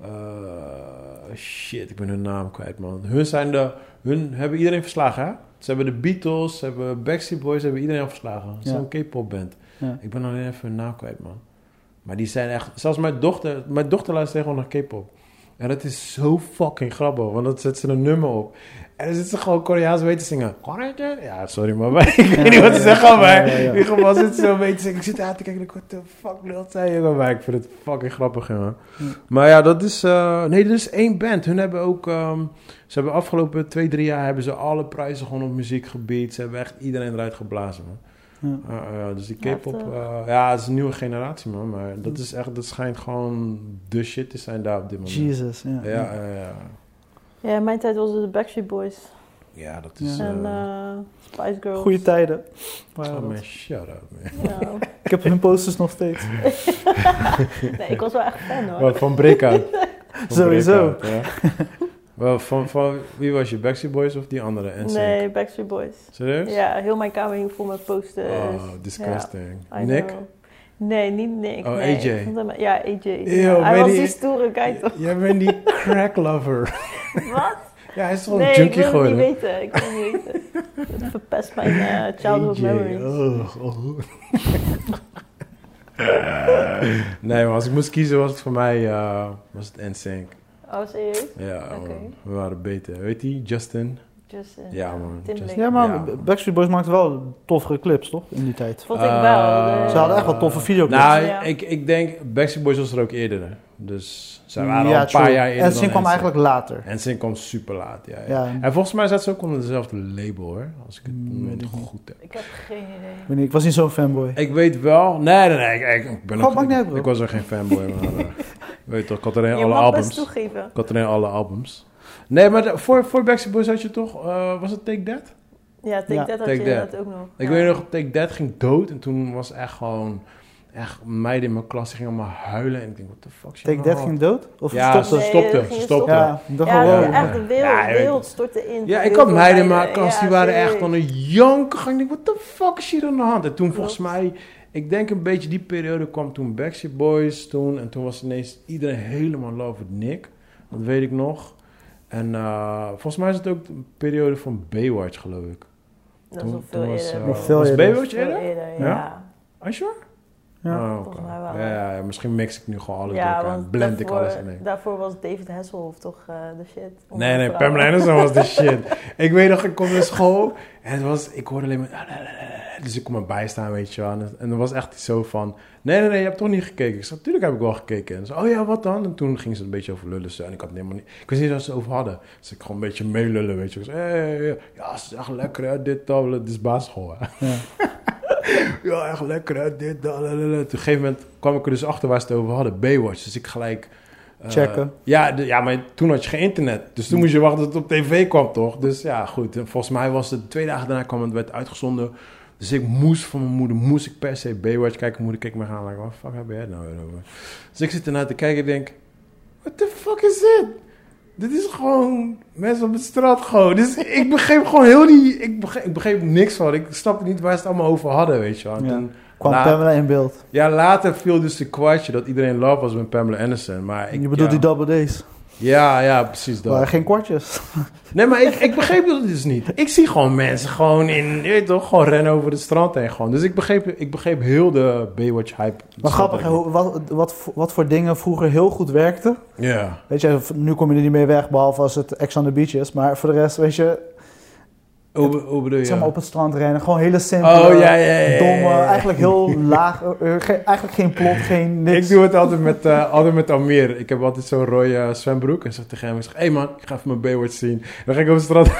Eh, shit, ik ben hun naam kwijt, man. Hun zijn de... Hun hebben iedereen verslagen, hè? Ze hebben de Beatles, ze hebben Backstreet Boys, ze hebben iedereen al verslagen. Ja. Zo'n K-pop band. Ja. Ik ben alleen even hun naam kwijt, man. Maar die zijn echt... Zelfs mijn dochter... Mijn dochter luistert gewoon naar K-pop. En dat is zo fucking grappig, want dan zet ze een nummer op. En dan zit ze gewoon Koreaans mee te zingen. Koreaans? Ja, sorry, maar wij- ik weet niet wat ze ja, zeggen, ja, maar ja, ja. in ieder geval zit ze zo een beetje te zingen. Ik zit aan te kijken, ik, what the fuck lult zij, jongen? Maar ik vind het fucking grappig, jongen. Maar ja, dat is. eh, nee, dat is één band. Hun hebben ook. ehm, ze hebben afgelopen twee, drie jaar. hebben ze alle prijzen gewoon op muziekgebied. Ze hebben echt iedereen eruit geblazen, man. Ja. Eh, eh, dus die Heftig. K-pop. eh, ja, het is een nieuwe generatie, man. Maar dat is echt. Dat schijnt gewoon de shit te zijn daar op dit moment. Jesus, ja. Ja, ja, ja. Ja, in mijn tijd was het de Backstreet Boys Ja, dat is. Ja. eh, en eh, Spice Girls. Goeie tijden. oh, Waren dat. man, shut up, man. Ja. Ik heb hun posters nog steeds. Nee, ik was wel echt fan hoor. Wat, van Breakout? Van Sowieso. Breakout, ja. Wel, van, van, wie was je? Backstreet Boys of die andere? NSYNC? Nee, Backstreet Boys. Serieus? Ja, heel mijn kamer hing vol met posters. Oh, Ja. disgusting. I Nick? know. Nee, niet Nick. Oh, nee. AJ. Ik vond hem- Ja, AJ. Eeuw, hij weet was je- die stoere guy toch? J- Jij bent die crack lover. Wat? ja, hij is gewoon Nee, een ik junkie wil het niet geworden. weten. Ik wil het niet weten. Dat verpest mijn eh, childhood AJ, memories. oh, oh. nee, maar als ik moest kiezen was het voor mij eh, was het NSYNC. Oh, serieus? Ja, Oké. man. We waren beter. Weet je, Justin? Justin. Ja, man. Timberlake. Justin. Ja, maar Ja, man. Backstreet Boys maakte wel toffere clips, toch? In die tijd. Vond ik wel. Eh, de- Ze hadden echt wel toffe videoclips. Nou, Ja. ik, ik denk, Backstreet Boys was er ook eerder. hè. Dus ze waren al Ja, een paar true. jaar eerder En Sing dan kwam NSYNC. eigenlijk later. NSYNC kwam super laat, ja, ja. Ja. En volgens mij zat ze ook onder dezelfde label, hoor. Als ik het Mm, weet ik goed heb. Ik heb geen idee. Ik, weet niet, ik was niet zo'n fanboy. Ik weet wel. Nee, nee, nee. Ik, ik- ik ben Gewoon ook, Oh, maakt niet uit, ik, bro. ik was er geen fanboy. Maar, eh, weet toch, ik had alleen Je alle mag best albums. toegeven. Ik had alleen alle albums. Nee, maar de- voor, voor Backstreet Boys had je toch... eh, was het Take That? Ja, Take Ja. That had Take je That. inderdaad ook nog. Ik Ja. weet nog, Take That ging dood. En toen was echt gewoon... echt meiden in mijn klas die gingen allemaal huilen. En ik denk, wat de fuck is Take nou That aan? ging dood? Of Ja, stopte? ze Nee, stopte. ging ze je stopte. stoppen. Ja, dan Ja, gewoon. echt de wereld, Ja, de wereld stortte in. Ja, voor ik heel had veel meiden in mijn klas, Ja, die waren echt serieus. aan een janken. gang. Ik denk, wat de fuck is hier aan de hand? En toen Klopt. volgens mij, ik denk een beetje die periode kwam toen Backstreet Boys toen. En toen was ineens iedereen helemaal in love with Nick. Dat weet ik nog. En eh, volgens mij is het ook een periode van Baywatch, geloof ik. Dat Toen- was al toen veel was, eerder. eh, Nog veel was eerder. Baywatch Veel eerder? eerder, ja. Ja? Are you sure? Ja. Oh, oké. Volgens mij wel. Ja, ja, ja, misschien mix ik nu gewoon alles Ja, door elkaar. want Blend ik daarvoor, alles in één. daarvoor was David Hasselhoff toch eh, de shit. Om Nee, nee, vrouwen. Pamela Anderson was de shit. ik weet nog, ik kom naar school en het was, ik hoorde alleen maar... Dus ik kon me bijstaan, weet je wel. En het- En dan was echt zo van... Nee, nee, nee, je hebt toch niet gekeken. Ik zei, tuurlijk heb ik wel gekeken. En ze, oh ja, wat dan? En toen ging ze een beetje over lullen. zo. En ik had helemaal niet... Ik wist niet waar ze het over hadden. Dus ik gewoon een beetje meelullen, weet je. Ik zei, hey, hey, hey. ja, ze is echt lekker, hè, dit, dat, dit is basisschool, hè. Ja. Ja. echt lekker, hè, dit, dat, dat, dat. Toen op een gegeven moment kwam ik er dus achter waar ze het over hadden. Baywatch. Dus ik gelijk... eh, Checken. ja, de- ja, maar toen had je geen internet. Dus toen moest je wachten tot het op tv kwam, toch? Dus ja, goed. En volgens mij was het twee dagen daarna kwam het werd uitgezonden. Dus ik moest van mijn moeder, moest ik per se Baywatch kijken. Moeder keek me aan, like, wat fuck heb jij het nou weer over? Dus ik zit ernaar te kijken en denk, what the fuck is dit? Dit is gewoon mensen op het straat gewoon. Dus ik begreep gewoon heel die... Ik begreep, ik begreep niks van. Ik snapte niet waar ze het allemaal over hadden, weet je wel. En Ja. toen- Kwam Laat- Pamela in beeld. ja, later viel dus de kwartje dat iedereen love was met Pamela Anderson. Maar ik, je bedoelt ja, die double D's. Ja, ja, precies dat. Waren geen kwartjes. Nee, maar ik, ik begreep dat dus niet. Ik zie gewoon mensen gewoon in, je weet toch, gewoon rennen over de strand heen gewoon. Dus ik begreep, ik begreep heel de Baywatch hype. Maar grappig, hè, hoe- wat, wat, voor- wat voor dingen vroeger heel goed werkten. Ja. Weet je, nu kom je er niet meer weg, behalve als het Ex on the Beach is. Maar voor de rest, weet je, Hoe, be- hoe bedoel je? zeg maar op het strand rennen. Gewoon hele simpele, oh, ja, ja, ja, ja, ja. domme, eigenlijk heel laag. eh, eh, ge- eigenlijk geen plot, geen niks. Ik doe het altijd met, eh, altijd met Amir. Ik heb altijd zo'n rode eh, zwembroek. En zeg tegen hem, ik zeg, hé hey man, ik ga even mijn Baywatch zien. Dan ga ik op de strand. Ah.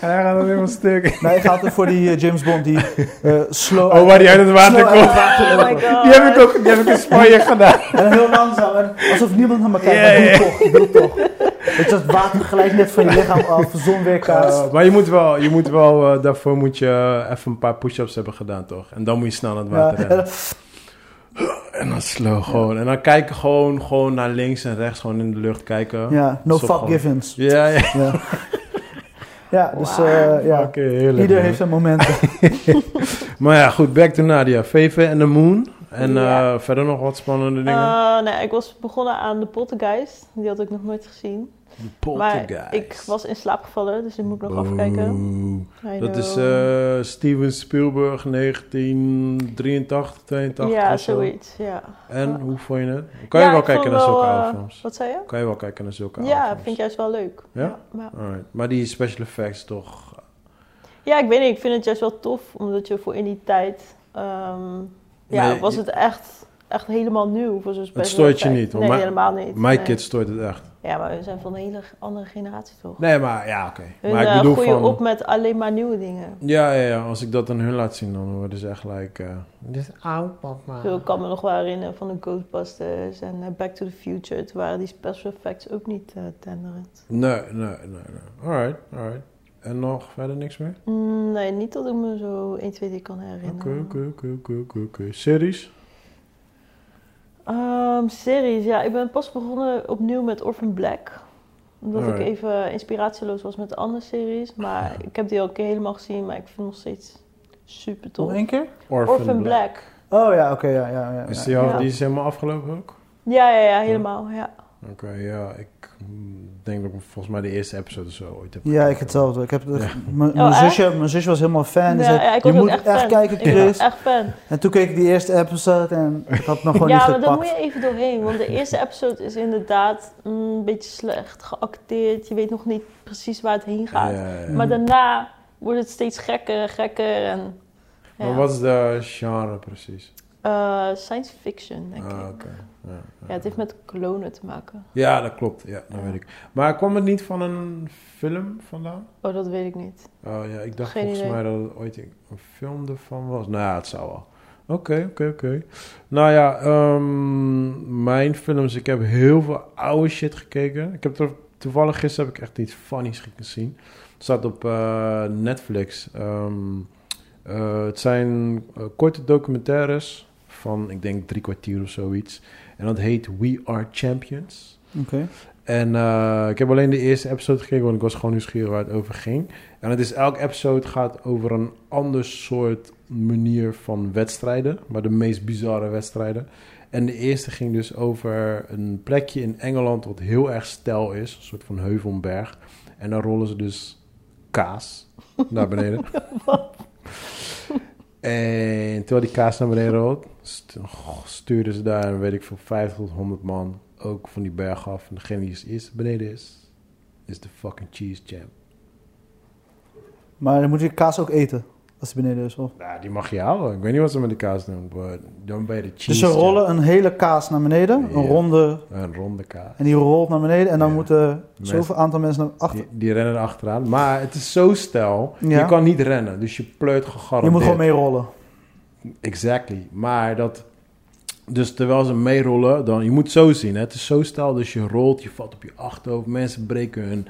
en hij gaat dan helemaal stuk. Nee, ik ga altijd voor die eh, James Bond, die eh, slow... Oh, waar die uit het water slow uit komt. het water Oh my lopen. god. Die heb ik ook die heb ik in Spanje gedaan. En heel langzaam, en alsof niemand naar me kijkt. Ja, ja, maar doe het toch, doe het toch. Weet je, dat water gelijk net van je lichaam af, zonweerkaars. Eh, maar je moet wel, je moet wel eh, daarvoor moet je eh, even een paar push-ups hebben gedaan, toch? En dan moet je snel aan het water Ja, rennen. En dan slow gewoon. En dan kijken gewoon, gewoon naar links en rechts, gewoon in de lucht kijken. ja, no Stop fuck gewoon. givens. ja. ja. Ja, ja dus eh, ja. Oké, heerlijk. Ieder man. heeft zijn momenten. Maar ja, goed, back to Nadia. Feven en The Moon. En eh, Ja. verder nog wat spannende dingen. Eh, nee, ik was begonnen aan de Poltergeist. Die had ik nog nooit gezien. De Maar ik was in slaap gevallen, dus die moet ik nog Boe. afkijken. I Dat know. is eh, Steven Spielberg, 1983, 82 Ja, of zo. zoiets. Ja. En hoe vond je het? Kan je Ja, wel ik kijken vond naar wel, zulke eh, oude films? Wat zei je? Kan je wel kijken naar zulke ja, oude vind ik films? juist wel leuk. Ja? maar, Alright. Maar die special effects toch... ja, ik weet niet. Ik vind het juist wel tof, omdat je voor in die tijd... ehm, ja, Nee, was je- het echt, echt helemaal nieuw voor zo'n special Het stoort je effect. niet, hoor. Nee, Mijn- helemaal niet. My nee. kids stoort het echt. Ja, maar we zijn van een hele andere generatie, toch? Nee, maar ja, oké. Hun Maar ik eh, bedoel groeien van... op met alleen maar nieuwe dingen. Ja, ja, ja. Als ik dat aan hun laat zien, dan worden ze echt like... eh, Dit is oud, papa. Zo, ik kan me nog wel herinneren van de Ghostbusters en eh, Back to the Future. Toen waren die special effects ook niet eh tenderend. Nee, nee, nee. nee. Alright, alright. En nog verder niks meer? Mm, nee, niet dat ik me zo 1, 2, 3 kan herinneren. Oké, oké, oké, oké, oké, oké. Series? Ehm, series, ja. Ik ben pas begonnen opnieuw met Orphan Black. Omdat ik Alright. even inspiratieloos was met de andere series. Maar ik heb die al een keer helemaal gezien, maar ik vind het nog steeds super tof. Nog één keer? Orphan, Orphan Black. Oh ja, oké, ja, ja, ja. Is ja. die, al, Ja. die is helemaal afgelopen ook? Ja, ja, ja, helemaal. Ja. Oké, ja. Ik mm, denk dat ik volgens mij de eerste episode of zo ooit heb Ja, ik gekeken. hetzelfde. Ik heb het- Ja. m- mijn, Oh, echt? zusje, mijn zusje was helemaal fan. Die Ja, zei, ja, ik dus je was ook moet echt echt, fan. kijken, Ik ben Chris. echt fan. En toen keek ik die eerste episode en ik had het nog gewoon ja, niet maar daar moet gepakt. je even doorheen. Want de eerste episode is inderdaad mm, een beetje slecht geacteerd. Je weet nog niet precies waar het heen gaat. Ja, ja, ja. Maar daarna wordt het steeds gekker en gekker. En, ja. Maar wat is de genre precies? Eh, science fiction, denk Ah, ik. oké. Ja, Ja, het heeft met klonen te maken. Ja, dat klopt. Ja, dat Ja. weet ik. Maar kwam het niet van een film vandaan? Oh, dat weet ik niet. Oh ja, ik dacht Geen volgens idee. mij dat het ooit een film ervan was. Nou ja, het zou wel. Oké, oké, oké. Nou ja, ehm, mijn films, ik heb heel veel oude shit gekeken. Ik heb er, toevallig gisteren heb ik echt iets funnies gezien. Het staat op eh, Netflix. Ehm, Eh, het zijn eh, korte documentaires van, ik denk, drie kwartier of zoiets. En dat heet We Are Champions. Oké. En eh, ik heb alleen de eerste episode gekeken, want ik was gewoon nieuwsgierig waar het over ging. En het is elk episode gaat over een ander soort manier van wedstrijden, maar de meest bizarre wedstrijden. En de eerste ging dus over een plekje in Engeland wat heel erg steil is, een soort van heuvelberg. En daar rollen ze dus kaas naar beneden. En terwijl die kaas naar beneden rolt, st- goh, stuurden ze daar, weet ik veel, 50 tot 100 man ook van die berg af. En degene die als eerste beneden is, is de fucking cheese champ. Maar dan moet je kaas ook eten als hij beneden is. Of? Nou, die mag je houden. Ik weet niet wat ze met die kaas doen, maar dan ben je de cheese Dus ze champ. rollen een hele kaas naar beneden, een Ja. ronde, Een ronde kaas. en die rolt naar beneden. En dan Ja. moeten Mensen- zoveel aantal mensen naar achter. Die, die rennen erachteraan. Maar het is zo stijl. Ja. Je kan niet rennen. Dus je pleurt gegarandeerd. Je moet gewoon mee rollen. Exactly. Maar dat... Dus terwijl ze meerollen, dan... Je moet zo zien, hè. Het is zo stijl. Dus je rolt, je valt op je achterhoofd. Mensen breken hun...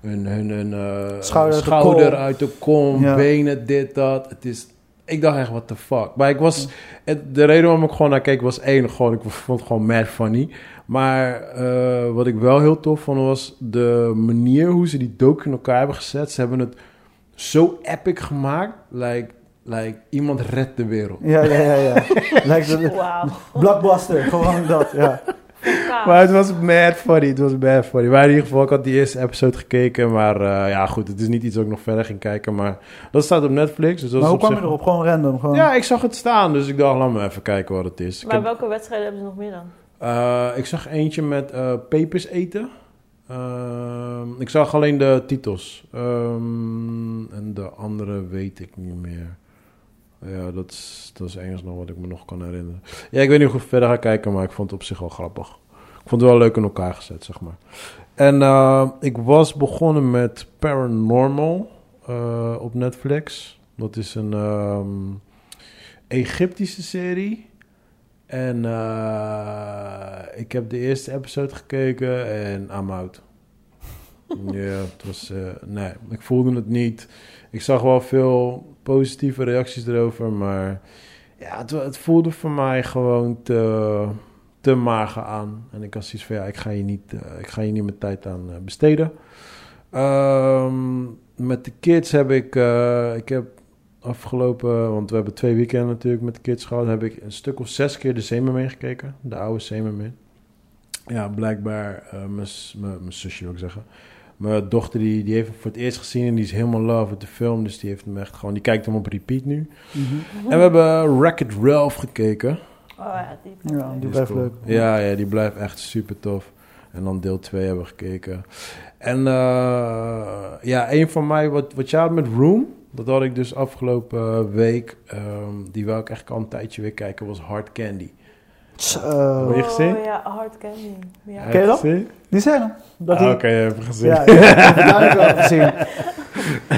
Hun, hun, hun eh, Schouder uit de schouder kom. uit de kom, Ja. benen, dit, dat. Het is... Ik dacht echt, what the fuck. Maar ik was... het- de reden waarom ik gewoon naar keek was één. Gewoon, ik vond het gewoon mad funny. Maar eh, wat ik wel heel tof vond was de manier hoe ze die docu in elkaar hebben gezet. Ze hebben het zo epic gemaakt. Like, like iemand redt de wereld. Ja, ja, ja. ja. Lijkt het, Wauw. blockbuster, gewoon dat. Ja. Ja. Maar het was mad funny, het was mad funny. Maar in ieder geval, ik had die eerste episode gekeken. Maar eh, ja, goed, het is niet iets dat ik nog verder ging kijken. Maar dat staat op Netflix. Dus dat Maar hoe is op kwam je zich- erop? Gewoon random. Gewoon. Ja, ik zag het staan, dus ik dacht, laat me even kijken wat het is. Dus Ik, Maar heb- welke wedstrijden hebben ze nog meer dan? eh, ik zag eentje met eh, pepers eten. Ehm, ik zag alleen de titels. Ehm, en de andere weet ik niet meer. Ja, dat is, dat is het enige nog wat ik me nog kan herinneren. Ja, ik weet niet hoe ik verder ga kijken, maar ik vond het op zich wel grappig. Ik vond het wel leuk in elkaar gezet, zeg maar. En eh, ik was begonnen met Paranormal eh, op Netflix. Dat is een ehm, Egyptische serie. En eh, ik heb de eerste episode gekeken en I'm out. Ja, het was... eh, nee, ik voelde het niet. Ik zag wel veel positieve reacties erover, maar... Ja, het, wa- het voelde voor mij gewoon te, te mager aan. En ik had zoiets van, ja, ik ga hier niet, eh, ik ga hier niet mijn tijd aan eh, besteden. Ehm, met de kids heb ik... eh, ik heb afgelopen, want we hebben twee weekenden natuurlijk met de kids gehad, heb ik een stuk of zes keer de Zemermin gekeken. De oude Zemermin. Ja, blijkbaar, eh, mijn s- mijn mijn zusje wil ik zeggen. Mijn dochter die, die heeft hem voor het eerst gezien en die is helemaal love met de film. Dus die heeft hem echt gewoon, die kijkt hem op repeat nu. Mhm. En we hebben Wreck-It Ralph gekeken. Oh ja, die. Ja, die is blijft cool. leuk. Ja, ja, die blijft echt super tof. En dan deel 2 hebben we gekeken. En eh, ja, een van mij, wat, wat jij had met Room, dat had ik dus afgelopen week, ehm, die wou ik eigenlijk al een tijdje weer kijken, was Hard Candy. Tss, eh, Heb je gezien? Oh ja, Hard Candy. Ja. Ken je dat? Gezien? die zijn hem. Dat Ah, die- Oké, heb ik gezien. Ja, ja, ik heb het duidelijk wel gezien.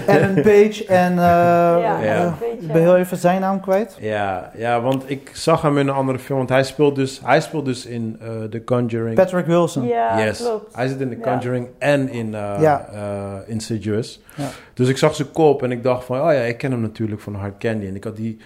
Ellen Page en... eh, Ja, eh, een beetje. ik ben heel even zijn naam kwijt. Ja, ja, want ik zag hem in een andere film. Want hij speelt dus, hij speelt dus in eh, The Conjuring. Patrick Wilson. Ja, yes. klopt. Hij zit in The Ja. Conjuring en in eh, Ja. eh, Insidious. Ja. Dus ik zag zijn kop en ik dacht van... Oh ja, ik ken hem natuurlijk van Hard Candy. En ik had die...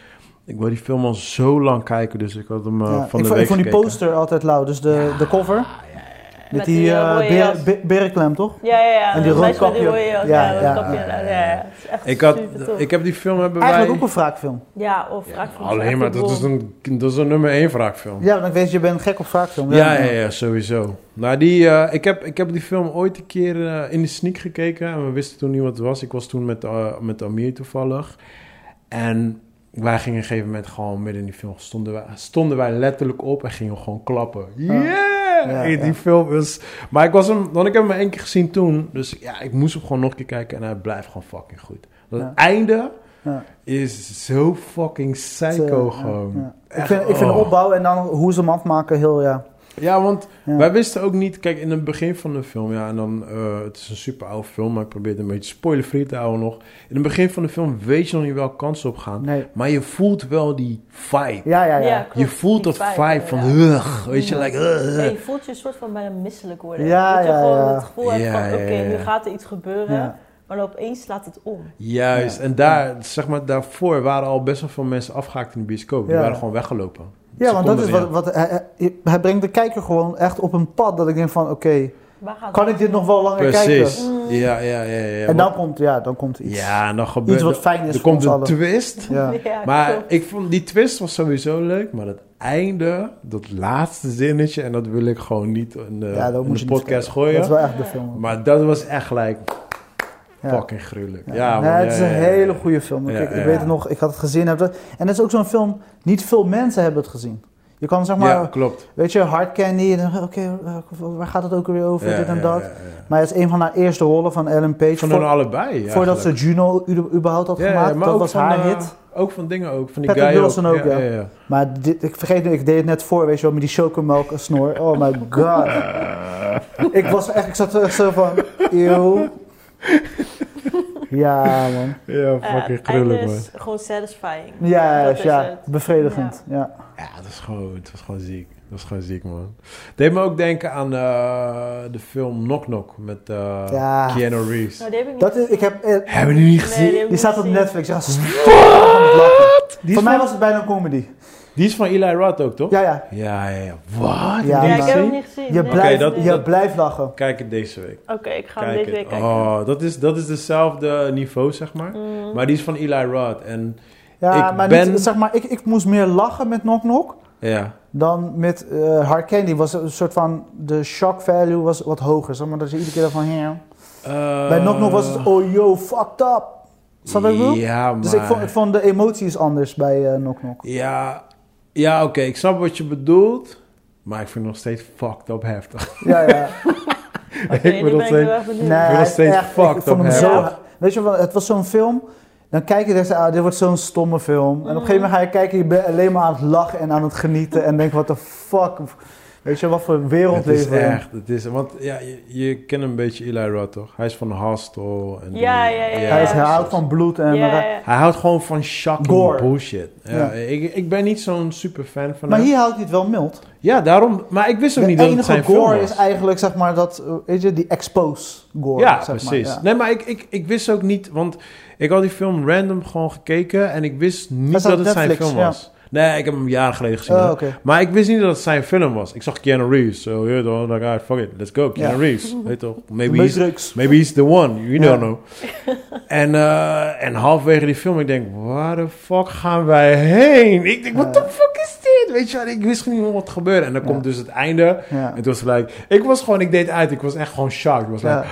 Ik wil die film al zo lang kijken, dus ik had hem eh, Ja, van ik, de vond- week ik vond die gekeken. poster altijd lauw. Dus de, de cover. Met Met die, die, eh, eh, mooie beer- jas. be- berenklem, toch? Ja, ja, ja. En die dat meisje met roodkapje. Die rode jas. Ja, Ja, ja. roodkapje. Ja, ja, ja. Het is echt Ik, had, super tof. ik heb die film hebben wij... Eigenlijk ook een wraakfilm. Ja, of Ja, vraag van alleen maar, dat is, een, dat is een nummer 1 wraakfilm. Ja, want ik weet, je bent gek op wraakfilm. Ja, ja, ja, sowieso. Nou, die, eh, ik, heb, ik heb die film ooit een keer eh, in de sneak gekeken. En we wisten toen niet wat het was. Ik was toen met, eh, met Amir toevallig. En wij gingen op een gegeven moment gewoon midden in die film. Stonden wij, stonden wij letterlijk op en gingen gewoon klappen. Yeah! Ja, Hey, die ja. film is... Maar ik was hem... Want ik heb hem één keer gezien toen. Dus ja, ik moest hem gewoon nog een keer kijken. En hij blijft gewoon fucking goed. Dat Ja. einde Ja. is zo fucking Het, eh, psycho ja, gewoon. ja. Ik Echt, vind, ik vind de oh. opbouw en dan hoe ze hem afmaken heel, ja. Ja, want Ja. wij wisten ook niet... Kijk, in het begin van de film... Ja, en dan... eh, het is een super oude film... Maar ik probeer het een beetje spoilervrij te houden nog. In het begin van de film weet je nog niet welke kans op gaan. Nee. Maar je voelt wel die vibe. Ja, ja, ja. Ja, Ja, klopt. je voelt Die dat vibe van... Ugh, weet je, like... Ja. ugh. Nee, je voelt je een soort van bijna misselijk worden. Ja, dat je ja, gewoon ja. het gevoel hebt Ja, van, ja, oké, ja. nu gaat er iets gebeuren. Ja. Maar dan opeens slaat het om. Juist, Ja. en daar, zeg maar, daarvoor waren al best wel veel mensen afgehaakt in de bioscoop. Die Ja. waren gewoon weggelopen. Ja, want dat is Seconden, wat, wat hij, hij- hij brengt de kijker gewoon echt op een pad dat ik denk van, oké, Waar gaat kan het ik dit om? nog wel langer kijken? Precies. Mm. Ja, ja, ja. ja. En want- dan komt, ja, dan komt iets, ja, en dan gebeurt iets wat fijn is Er voor komt ons een allen. twist. Oh, Ja. Ja, Maar klopt. ik vond die twist was sowieso leuk, maar het einde, dat laatste zinnetje, en dat wil ik gewoon niet in de, Ja, dat in moet de je niet podcast Dat is gooien. wel echt de film. Maar dat was echt gelijk Ja. fucking gruwelijk. Ja, Ja, man, nee, het is ja, een ja, ja. hele goede film. Ik, Ja, ik ja. weet het nog, ik had het gezien. heb dat- En het is ook zo'n film, niet veel mensen hebben het gezien. Je kan zeg maar, Ja, klopt. weet je, Hard Candy, en dan, oké, eh, waar gaat het ook weer over, Ja, dit en ja, dat. ja, ja. Maar het is een van haar eerste rollen van Ellen Page. Van Voor- hun allebei. ja, voordat ze eigenlijk. Juno u- überhaupt had Ja, ja, gemaakt, maar dat ook was van, haar eh, hit. Ook van dingen ook, van die Patrick guy Wilson ook, ja. ja, ja. Maar dit, ik vergeet het, ik deed het net voor, weet je wel, met die chocomelk snor. Oh my god. ik was echt, ik zat echt zo van, eeuw. Ja, man. Ja, Ja, fucking het einde gruwelijk, man. Eh, is gewoon satisfying. Ja, Dat is ja, het. bevredigend. Ja. Ja, dat is gewoon, het was gewoon ziek. Dat was gewoon ziek, man. Deed me ook denken aan eh, de film Knock Knock met eh, Ja. Keanu Reeves. Nou, die heb ik niet Dat is, ik heb, eh, Hebben jullie niet gezien? Nee, die heb die ik niet staat op gezien. Netflix. Ja, ze- Voor Die, is mij van, was het bijna een comedy. die is van Eli Roth ook, toch? Ja, ja. ja, ja. ja. Wat? Ja, Die Ja, heb ik je heb hem gezien? niet gezien. Je nee. blijft, dat- je blijft lachen. Kijk het deze week. Oké, ik ga hem Kijk deze het. week kijken. Oh, dat is, dat is hetzelfde niveau, zeg maar. Mm. Maar die is van Eli Roth. En Ja, Ik maar ben- niet, zeg maar, ik, ik moest meer lachen met Knock Knock ja, dan met eh Hard Candy. Was een soort van, de shock value was wat hoger. Zeg maar dat je iedere keer dan van, hè. eh, Bij Knock Knock was het, oh yo, fucked up. Snap je wat ik bedoel? Ja, maar... Dus ik vond, ik vond de emotie is anders bij eh Knock Knock. Ja, ja oké, ik snap wat je bedoelt. Maar ik vind het nog steeds fucked up heftig. Ja, ja. Oké, ik nu ben nog ben ik steeds... heel erg benieuwd. Nee, nog hij is steeds echt- fucked ik vond up, hem hè? zo, Ja. Weet je wel, het was zo'n film. Dan kijk je en denk je, ah, dit wordt zo'n stomme film. En op een gegeven moment ga je kijken, je bent alleen maar aan het lachen en aan het genieten. En denk, wat de fuck. Weet je, wat voor wereld Het is leven we in. echt, het is... Want ja, je, je kent een beetje Eli Roth, toch? Hij is van Hostel. En Ja, ja, ja, Hij, is, hij ja. houdt van bloed en... Ja, ja, ja. Hij houdt gewoon van shocking Gore. bullshit. Ja, Ja. Ik, ik ben niet zo'n super fan van Maar hem. hier houdt hij het wel mild. Ja, daarom... Maar ik wist ook De niet dat het enige zijn film gore was. is eigenlijk, zeg maar, dat, eh, weet je, die expose gore. ja, zeg maar, precies. ja. Nee, maar ik, ik, ik wist ook niet, want ik had die film random gewoon gekeken en ik wist niet staat dat op het zijn Netflix, film ja. was. Nee, ik heb hem jaren geleden gezien. Oh, hoor. oké. Maar ik wist niet dat het zijn film was. Ik zag Keanu Reeves. So, yeah, dan dacht ik, ah, fuck it, let's go. Keanu Ja. Reeves. Weet toch? Maybe Een beetje he's, drugs. maybe he's the one. You Ja. don't know. en, eh, en halverwege die film, ik denk, waar de fuck gaan wij heen? Ik denk, what Ja. the fuck is dit? Weet je wel, ik wist niet wat gebeurde. En dan Ja. komt dus het einde. Ja. En toen was het like, ik was gewoon, ik deed uit. Ik was echt gewoon shocked. Ik was like, Ja.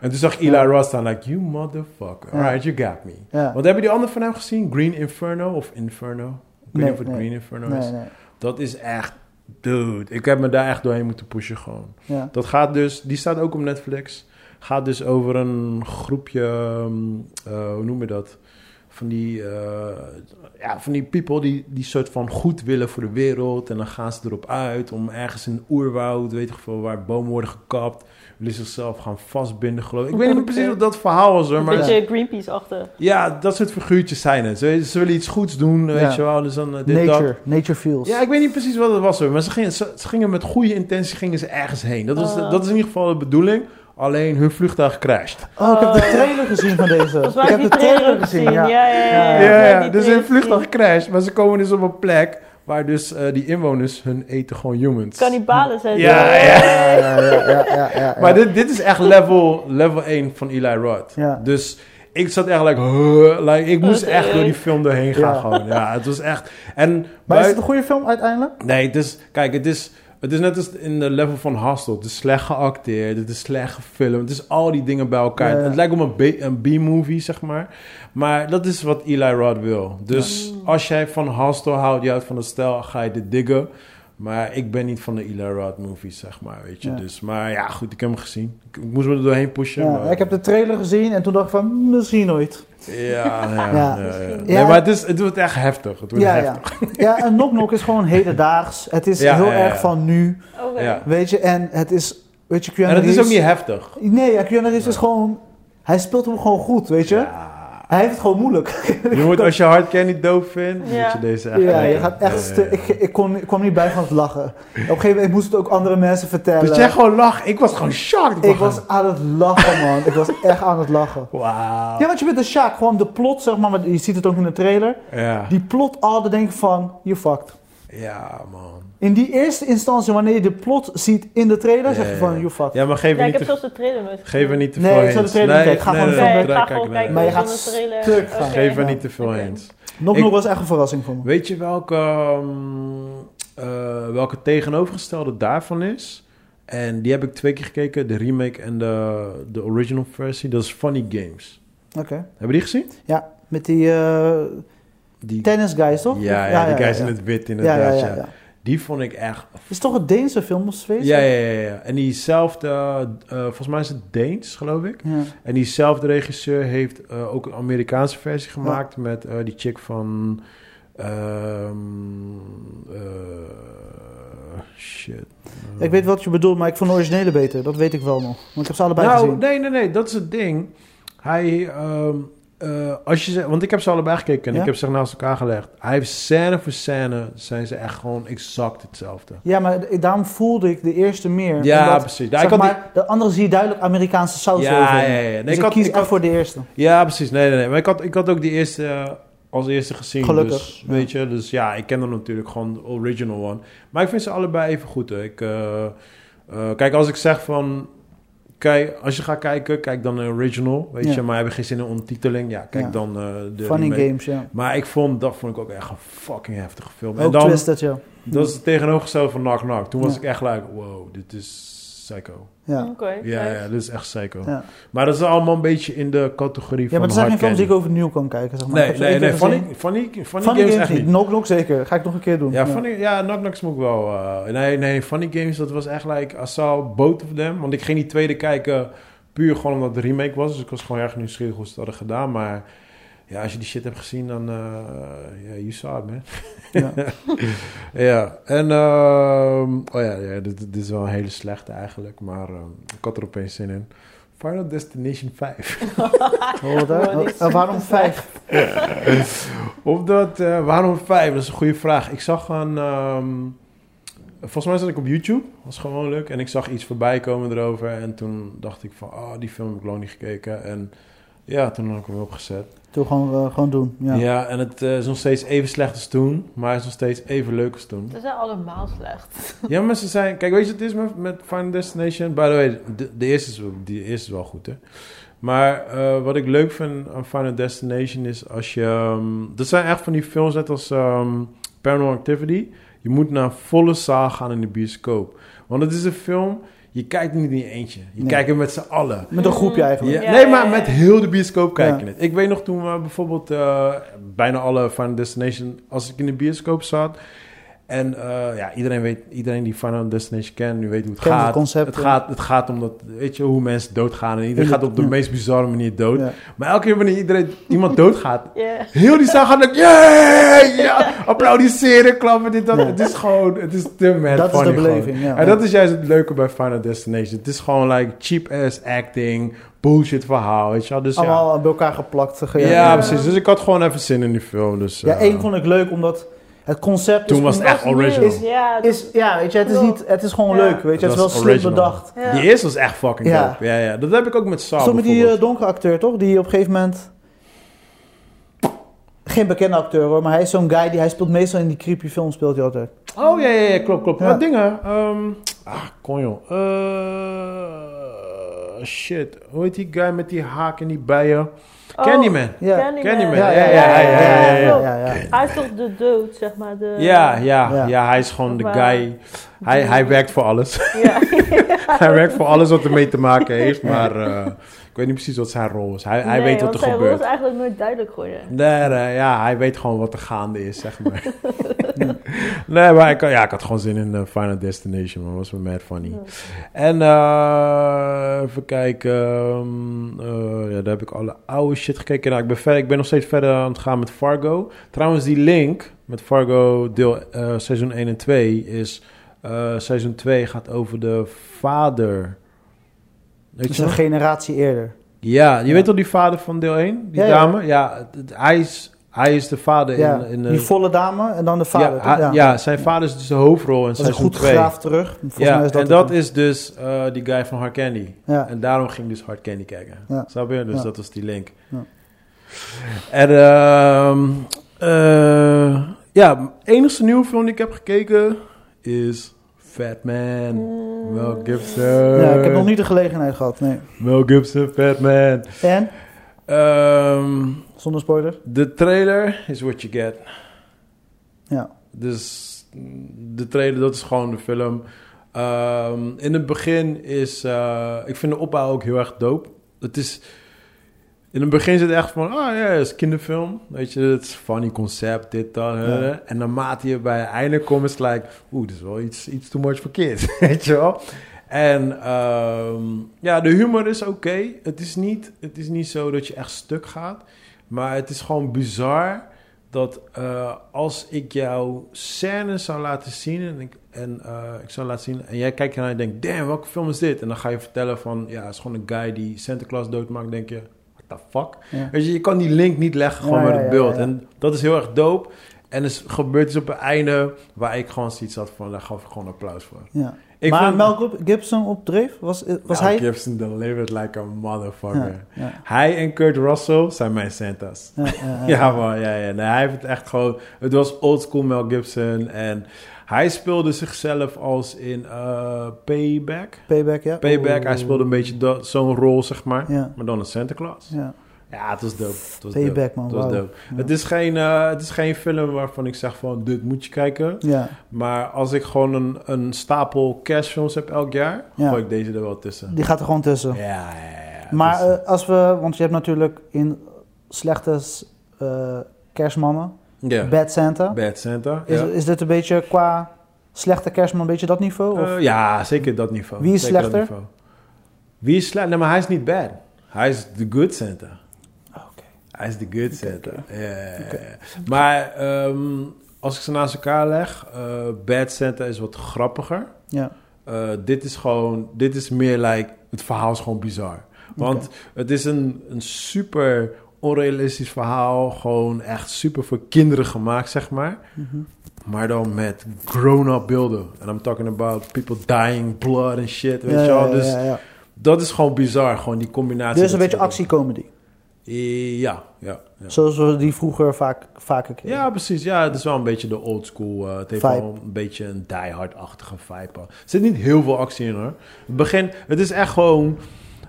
en toen zag ik Eli Roth staan, like, you motherfucker. Ja. Alright, you got me. Ja. Want hebben die andere van hem gezien? Green Inferno of Inferno? Ik weet Nee, niet of het nee. Green Inferno is. Nee, nee. Dat is echt, dude. Ik heb me daar echt doorheen moeten pushen gewoon. Ja. Dat gaat dus, die staat ook op Netflix. Gaat dus over een groepje, ehm, eh, hoe noem je dat? Van die, eh, ja, van die people die, die soort van goed willen voor de wereld. En dan gaan ze erop uit om ergens in een oerwoud, weet ik veel, waar bomen worden gekapt. Willen zichzelf gaan vastbinden, geloof ik. Ik weet niet meer precies wat dat verhaal was hoor. Een Maar beetje Greenpeace achter. ja, dat soort figuurtjes zijn het. Ze, ze willen iets goeds doen, weet Ja. je wel. Dus dan eh, dit, dat. Nature. Nature feels. Ja, ik weet niet precies wat het was hoor. Maar ze gingen, ze, ze gingen met goede intentie gingen ze ergens heen. Dat, was, Ah. dat is in ieder geval de bedoeling. Alleen hun vliegtuig crasht. Oh, ik heb Oh. de trailer gezien van deze. Volgens Ik mij heb heb de ik die trailer gezien. Ja, ja, ja. Ja, volgens mij heb ik die dus hun trailer vliegtuig gezien. crasht. Maar ze komen dus op een plek waar dus eh, die inwoners hun eten gewoon humans. Kannibalen zijn Ja, ze. ja. Ja, ja, ja, ja, ja, ja. Maar dit, dit is echt level, level 1 van Eli Roth. Ja. Dus ik zat echt like, huh, like, ik moest Wat echt door die erg. film doorheen gaan Oh, Ja. gewoon. Ja, het was echt... En Maar is buiten- het een goede film uiteindelijk? Nee, het is, kijk, het is, het is net als in de level van Hostel. Het is slecht geacteerd, het is slecht gefilmd, het is al die dingen bij elkaar. Ja. Het lijkt op een B- een B-movie, zeg maar. Maar dat is wat Eli Roth wil. Dus Mm. als jij van Hostel houdt, je houdt van de stijl, ga je dit diggen. Maar ik ben niet van de Eli Roth movies, zeg maar, weet je. Ja. Dus, maar ja, goed, ik heb hem gezien. Ik, ik moest me er doorheen pushen. Ja, maar- ik heb de trailer gezien en toen dacht ik van, misschien ooit. Ja, ja, Ja. ja, ja. Misschien. Nee, Ja. maar het, is, het wordt echt heftig. Het wordt Ja, heftig. ja. Ja, en Knock Knock is gewoon hedendaags. Het is Ja, heel ja, ja. erg van nu, Oké. Ja. weet je. En het is, weet je, Keanu En het is ook Reeves- niet heftig. Nee, ja, Keanu Reeves is gewoon... Hij speelt hem gewoon goed, weet je. Ja. Hij heeft het gewoon moeilijk. Je moet, als je hard candy doof vindt, dan Ja. moet je deze echt Ja, je lekker- gaat echt Ja, stu- ja, ja. Ik, ik, kon, ik kwam niet bij van het lachen. Op een gegeven moment ik moest het ook andere mensen vertellen. Dus jij gewoon lacht. Ik was gewoon shocked. ik was aan het lachen, man. ik was echt aan het lachen. Wauw. Ja, want je bent een Sjaak. Gewoon de plot, zeg maar. want Je ziet het ook in de trailer. Ja. Die plot al, dan denk ik van, je fucked. ja, man. In die eerste instantie, wanneer je de plot ziet in de trailer, zeg je Ja, van, ja. you fucked. Ja, maar geef Ja, er ik niet heb te zelfs de trailer nooit Geef er gezien. niet te Nee, veel ik zal de hints. trailer niet kijken. Ga gewoon Nee, Nee, ik ga gewoon kijken. Maar je zonder gaat trailer. stuk gaan. Oké. Geef er niet te veel Oké. hints. Nog Ik- nog was echt een verrassing voor me. Weet je welke, ehm, eh, welke tegenovergestelde daarvan is? En die heb ik twee keer gekeken. De remake en de, de original versie. Dat is Funny Games. Oké. Hebben we die gezien? Ja, met die eh Die, tennis guys, toch? ja, ja, die guys in het wit ja, inderdaad. ja, Ja, ja, ja. Die vond ik echt... Is het toch een Deense film of Zweedse? Ja, ja, ja, ja. En diezelfde... eh, eh, volgens mij is het Deens, geloof ik. Ja. En diezelfde regisseur heeft eh, ook een Amerikaanse versie gemaakt met eh, die chick van. ehm, eh, shit. Ik weet wat je bedoelt, maar ik vond de originele beter. Dat weet ik wel nog. Want ik heb ze allebei Nou, gezien. nee, nee, nee, dat is het ding. Hij, ehm, eh, als je, ze- want ik heb ze allebei gekeken en Ja? ik heb ze naast elkaar gelegd. Hij heeft scène voor scène, zijn ze echt gewoon exact hetzelfde. Ja, maar ik- daarom voelde ik de eerste meer. Ja, Omdat, precies. Ja, zeg ik had maar, De andere zie je duidelijk Amerikaanse saus Ja, over. ja, ja, ja. Nee, dus ik ik, had- kies ik echt had- voor de eerste. Ja, precies. Nee, nee, nee. Maar ik had, ik had ook die eerste eh, als eerste gezien. Gelukkig, Dus, ja. Weet je, dus ja, ik ken dan natuurlijk gewoon de original one. Maar ik vind ze allebei even goed. Hè. Ik, eh, eh, kijk, als ik zeg van... Kijk, als je gaat kijken, kijk dan de original, weet Ja. je. Maar hebben geen zin in ondertiteling, ja, kijk Ja. dan eh, de Funny remake. Games, ja. Maar ik vond, dat vond ik ook echt een fucking heftige film. en Ook dan, Twisted, ja. dat is het tegenovergestelde van Knock Knock. Toen was Ja. ik echt like, wow, dit is psycho. Ja, Oké, Ja, nice. ja, dit is echt psycho. ja. Maar dat is allemaal een beetje in de categorie ja van maar er zijn geen hard films die ik candy. overnieuw kan kijken, zeg maar. Ik Nee, heb ze nee, één keer nee. Funny, gezien. funny, funny, Funny Games echt niet. Knock Knock zeker. Ga ik nog een keer doen. Ja, funny, ja, Knock Knocks moet ik wel. eh, nee, nee, Funny Games, dat was echt like, I saw both of them. Want ik ging die tweede kijken puur gewoon omdat het een remake was. Dus ik was gewoon erg nieuwsgierig hoe ze dat hadden gedaan. Maar ja, als je die shit hebt gezien, dan, eh yeah, you saw it, man. Ja. Ja, en, ehm, oh ja, ja dit, dit is wel een hele slechte eigenlijk. Maar ehm, ik had er opeens zin in. Final Destination 5. Hoor daar? Hoor dit. Eh, waarom vijf? Omdat, eh, waarom vijf? Dat is een goede vraag. Ik zag een... ehm, volgens mij zat ik op YouTube, als gewoonlijk. En ik zag iets voorbij komen erover. En toen dacht ik van, oh, die film heb ik lang niet gekeken. En ja, toen had ik hem opgezet. Doe gewoon, eh, gewoon doen. Ja. Ja, en het eh, is nog steeds even slecht als toen. Maar hij is nog steeds even leuk als toen. Ze zijn allemaal slecht. Ja, maar ze zijn... Kijk, weet je wat het is met, met Final Destination? By the way, de, de eerste, is, die eerste is wel goed, hè? Maar eh, wat ik leuk vind aan Final Destination is als je... ehm, dat zijn echt van die films net als ehm, Paranormal Activity. Je moet naar een volle zaal gaan in de bioscoop. Want het is een film... Je kijkt niet in je eentje. Je Nee. kijkt hem met z'n allen. Met een groepje eigenlijk. Ja, Ja, nee, ja, maar ja. met heel de bioscoop kijken Ja. het. Ik weet nog toen we bijvoorbeeld eh, bijna alle Final Destination, als ik in de bioscoop zat. En eh, ja, iedereen, weet, iedereen die Final Destination kent, nu weet hoe het Kent het gaat. concept, het, ja. gaat het gaat om dat, weet je, hoe mensen doodgaan. En iedereen Ja. gaat op de Ja. meest bizarre manier dood. Ja. Maar elke keer wanneer iedereen, iemand doodgaat, Ja. heel die zaal gaat dan, yeah, ja, applaudisseren, klappen, dit, dat. Ja. Het is gewoon, het is te mad Dat is funny de beleving, gewoon. ja. En dat is juist het leuke bij Final Destination. Het is gewoon like cheap ass acting, bullshit verhaal, weet je wel. Dus ja. Allemaal bij elkaar geplakt. ge- ja, ja. precies. Dus ik had gewoon even zin in die film. Dus, Ja, eh, één vond ik leuk omdat het concept Toen is, was het echt original. Is, Ja, dat- is, ja, weet je, het is, niet, het is gewoon Ja. leuk. Weet je, Dat het is wel was slim original. bedacht. ja. Die eerste was echt fucking Ja. dope. Ja, ja. Dat heb ik ook met Saw Stond met die bijvoorbeeld. eh, donkere acteur, toch? Die op een gegeven moment... Geen bekende acteur hoor, maar hij is zo'n guy die hij speelt meestal in die creepy film speelt hij altijd. Oh, ja, ja, ja, klopt, klopt. eh, Ja. Wat dingen? ehm, ah, kon joh. Eh, shit. Hoe heet die guy met die haak en die bijen? Oh, Candyman. Ja. Candyman. Candyman. Ja, ja, ja, ja, ja, ja, klopt. ja, ja. Oh, Hij is toch de dood, zeg maar. De, Ja, ja, Ja. ja, hij is gewoon de Wow. guy. Hij, hij werkt voor alles. Ja. hij werkt voor alles wat ermee te maken heeft. Maar eh, ik weet niet precies wat zijn rol is. Hij, hij Nee, weet wat want er zijn rol gebeurt. is eigenlijk nooit duidelijk geworden. Nee, nee, ja, hij weet gewoon wat er gaande is, zeg maar. nee, maar ik, ja, ik had gewoon zin in eh, Final Destination, man. Was me mad funny. En eh, even kijken. ehm, eh, ja, daar heb ik alle oude shit gekeken. Nou, ik, ben verder, ik ben nog steeds verder aan het gaan met Fargo. Trouwens, die link met Fargo deel, eh, seizoen 1 en 2 is... eh, seizoen 2 gaat over de vader. Weet Dus je een nog? generatie eerder. Ja, je Ja. weet toch die vader van deel 1? Die Ja, ja. dame? Ja, het- het- hij, is, hij is de vader Ja, in... in eh, die volle dame en dan de vader. ja, ha- toch? ja. zijn vader is dus de hoofdrol in Dat is seizoen goed 2. graaf terug. Volgens Ja, mij is dat en het dat hem. is dus eh, die guy van Hard Candy. Ja. En daarom ging ik dus Hard Candy kijken. Ja. Snap je? Dus Ja. dat was die link. Ja. En ehm, eh, ja, enigste nieuwe film die ik heb gekeken is Fat Man. Mm. Mel Gibson. Ja, ik heb nog niet de gelegenheid gehad, nee. Mel Gibson, Fat Man. En? Ehm, Zonder spoiler. de trailer is what you get. Ja. Dus mm, de trailer, dat is gewoon de film. Ehm, in het begin is... eh, ik vind de opbouw ook heel erg dope. Het is... In het begin zit het echt van... Ah ja, het is kinderfilm. Weet je, het is een funny concept, dit, dat. eh. Ja. En naarmate je bij het einde komt, is het like... Oeh, dit is wel iets, iets too much for kids. weet je wel? En ehm, ja, de humor is oké. Het, is niet, het is niet zo dat je echt stuk gaat. Maar het is gewoon bizar dat eh, als ik jou scènes zou laten zien en, ik, en eh, ik zou laten zien en jij kijkt ernaar en je denkt, damn, welke film is dit? En dan ga je vertellen van, ja, het is gewoon een guy die Santa Claus doodmaakt, denk je, what the fuck? Ja. Weet je, je kan die link niet leggen gewoon Ja, met ja, het ja, beeld. ja. En dat is heel erg dope. En het gebeurt iets op het einde waar ik gewoon zoiets had van, daar gaf ik gewoon applaus voor. Ja. Ik maar vind- Mel Gibson op dreef, was, was Mel hij... Gibson delivered like a motherfucker. ja, Hij en Kurt Russell zijn mijn Santa's. ja, ja, ja. Ja, man, ja, ja. Nee, hij heeft het echt gewoon... Het was oldschool Mel Gibson. En hij speelde zichzelf als in eh, Payback. Payback, ja. Payback, Oeh. hij speelde een beetje dat- zo'n rol, zeg maar. Ja, Maar dan een Santa Claus. ja. Ja, het was dope. Het was dope. Payback, man. Het was wauw. dope. Het, is geen, eh, het is geen film waarvan ik zeg van... Dit moet je kijken. Ja, Maar als ik gewoon een, een stapel cashfilms heb elk jaar... Ja. gooi ik deze er wel tussen. die gaat er gewoon tussen. Ja, ja, ja. ja. Maar Het is- eh, als we, want je hebt natuurlijk in slechte eh, kerstmannen, ja. eh, Bad Santa. Bad Santa. Is, ja. is dit een beetje qua slechte kerstman, een beetje dat niveau? Of? Eh, ja, zeker dat niveau. Wie is Zeker dat slechter? niveau. Wie is slechter? Nee, maar hij is niet bad. Hij is de good center. Oké. Hij is de good center. Ja, ja, ja. Maar ehm, als ik ze naast elkaar leg, eh, bad center is wat grappiger. Ja. Eh, dit is gewoon, dit is meer like, het verhaal is gewoon bizar. Want het is een, een super onrealistisch verhaal, gewoon echt super voor kinderen gemaakt, zeg maar. Mhm. Maar dan met grown-up beelden. En I'm talking about people dying, blood en shit, weet Ja, je ja, wel. ja, Dus ja, ja. dat is gewoon bizar, gewoon die combinatie. Dus een Dat beetje soort actiecomedy. dingen. Ja, ja, ja. Zoals we die vroeger vaak, vaker kregen. Ja, precies. Ja, het is wel een beetje de old school. eh, het heeft Vibe. wel een beetje een diehard-achtige vibe. Er zit niet heel veel actie in hoor. Het begin, het is echt gewoon.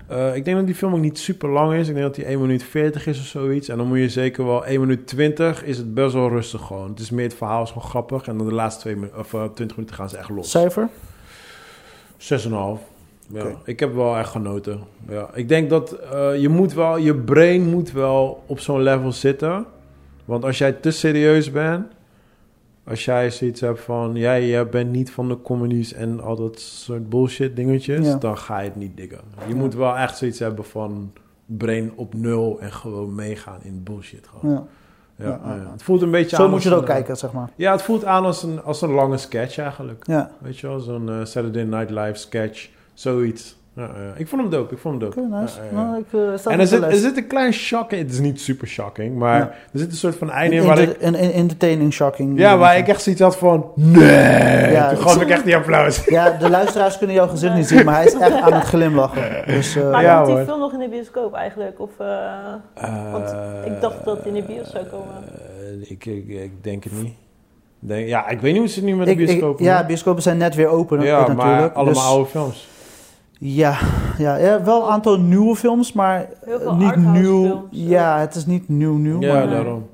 eh, ik denk dat die film ook niet super lang is. Ik denk dat die 1 minuut 40 is of zoiets. En dan moet je zeker wel 1 minuut 20 is het best wel rustig gewoon. Het is meer het verhaal is gewoon grappig. En dan de laatste twee minu- of, eh, 20 minuten gaan ze echt los. Cijfer? 6,5. Ja, Oké. ik heb wel echt genoten. Ja, ik denk dat eh, je moet wel, je brain moet wel op zo'n level zitten. Want als jij te serieus bent, als jij zoiets hebt van, jij, jij bent niet van de comedies en al dat soort bullshit dingetjes, Ja. dan ga je het niet dikken. Je Ja. moet wel echt zoiets hebben van brain op nul en gewoon meegaan in bullshit. Gewoon. Ja. Ja. Ja, ja, ja. ja. Het voelt een beetje Zo aan moet je als het ook een- kijken, zeg maar. Ja, het voelt aan als een, als een lange sketch eigenlijk. Ja. Weet je wel, zo'n eh, Saturday Night Live sketch, zoiets. Ja, ja. ik vond hem dope, ik vond hem Oké, dope. nice. Ja, ja, ja. Nou, ik, eh, staat op En er de zit, er lijst. zit een klein shocking, het is niet super shocking, maar Ja. er zit een soort van Een einde in waar ik... enter- Een een entertaining shocking. Ja, waar ik echt zoiets had van, nee! Ja, Toen ik- gaf ik echt die applaus. Ja, de luisteraars kunnen jouw gezicht niet zien, maar hij is echt aan het glimlachen. Dus, eh, Maar Ah, Ja, komt hoor. die film nog in de bioscoop eigenlijk? Of, eh, Want ik dacht dat het in de bios zou komen. Eh, ik, ik, ik denk het niet. Denk, ja, ik weet niet hoe ze het nu met de ik- ik- bioscoop ja, bioscopen zijn net weer open doen. eh, Ja, maar natuurlijk. allemaal dus- oude films. Ja, ja, ja, wel een aantal nieuwe films, maar Heel veel eh, niet arthouse nieuw. films, ja. ja, het is niet nieuw nieuw. Ja, maar, daarom.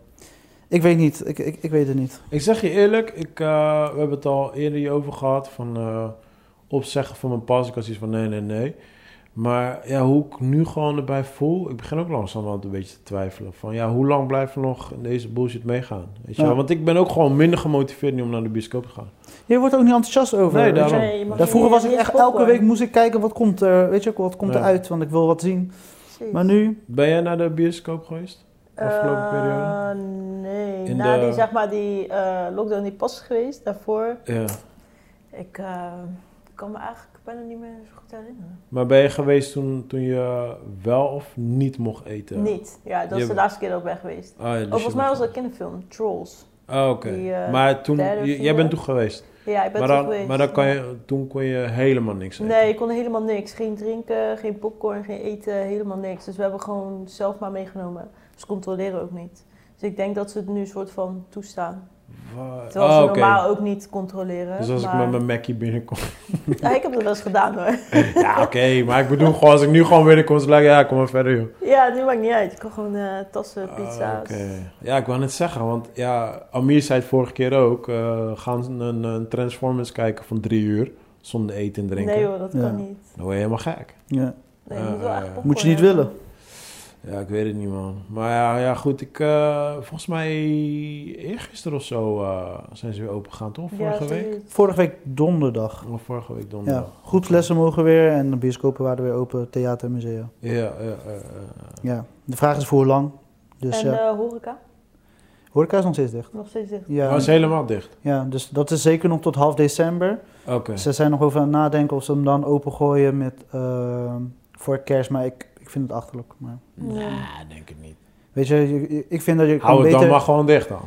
Ik weet niet, ik, ik, ik weet het niet. Ik zeg je eerlijk, ik, eh, we hebben het al eerder hier over gehad van eh, opzeggen van mijn pas. Ik had zoiets van nee, nee, nee. Maar ja, hoe ik nu gewoon erbij voel, ik begin ook langzamerhand een beetje te twijfelen. Van ja, hoe lang blijven we nog in deze bullshit meegaan? Weet je Ja. wel? Want ik ben ook gewoon minder gemotiveerd nu om naar de bioscoop te gaan. Je wordt er ook niet enthousiast over. Nee, weet je. daarom. je mag Ja, vroeger niet- was ik niet echt popcorn. elke week moest ik kijken wat komt er, weet je ook, wat komt Ja. eruit, want ik wil wat zien. Jeez. Maar nu, Ben jij naar de bioscoop geweest? afgelopen Eh, periode? Nee, In na de- die, zeg maar, die eh, lockdown die pas is geweest, daarvoor... Ja. Ik, eh, kan me eigenlijk bijna niet meer zo goed herinneren. Maar ben je geweest toen, toen je wel of niet mocht eten? Niet. Ja, dat Je- is de laatste keer dat ik ben geweest. Oh, ja, dus Oh, je volgens mij was mocht- dat kinderfilm, Trolls. Oh, oké. die, eh, maar toen, derde, j- jij vierde. bent toen geweest. Ja, ik ben Maar toch dan, geweest. maar dan kan je, toen kon je helemaal niks eten. Nee, ik kon helemaal niks. Geen drinken, geen popcorn, geen eten, helemaal niks. Dus we hebben gewoon zelf maar meegenomen. Ze controleren ook niet. Dus ik denk dat ze het nu soort van toestaan. Wa- Terwijl oh, ze oké. normaal ook niet controleren. Dus als maar... ik met mijn Mackie binnenkom. Ja, ik heb dat wel eens gedaan hoor. ja, oké. maar ik bedoel gewoon, als ik nu gewoon binnenkom, dan ja, kom maar verder, joh. Ja, nu maakt niet uit. Je kan gewoon eh, tassen, Ah, pizza's. Oké. Ja, ik wou net zeggen, want ja, Amir zei het vorige keer ook. eh, gaan ze een, een Transformers kijken van drie uur zonder eten en drinken? Nee hoor, dat Ja. kan niet. Dan word je helemaal gek. Ja. Nee, je moet wel Eh, echt eh, popcorn Moet je niet hebben. willen. Ja, ik weet het niet, man. Maar ja, ja goed, ik, eh, volgens mij eergisteren of zo eh, zijn ze weer opengegaan, toch? Ja, Vorige week? zoiets. Vorige week donderdag. Of vorige week Ja, donderdag. groepslessen mogen weer en de bioscopen waren weer open, theater en musea. Ja, ja, ja. ja, ja. Ja, de vraag is voor hoe lang. Dus en ja, eh, horeca, horeca is nog steeds dicht. nog steeds dicht. Ja, Maar het Oh, is helemaal dicht. ja, dus dat is zeker nog tot half december. Oké. Ze zijn nog over aan het nadenken of ze hem dan opengooien met, ehm, voor kerst, maar ik, ik vind het achterlijk. Maar, Nee, denk ik niet. weet je, je- ik vind dat je kan Hou het beter... dan maar gewoon dicht dan.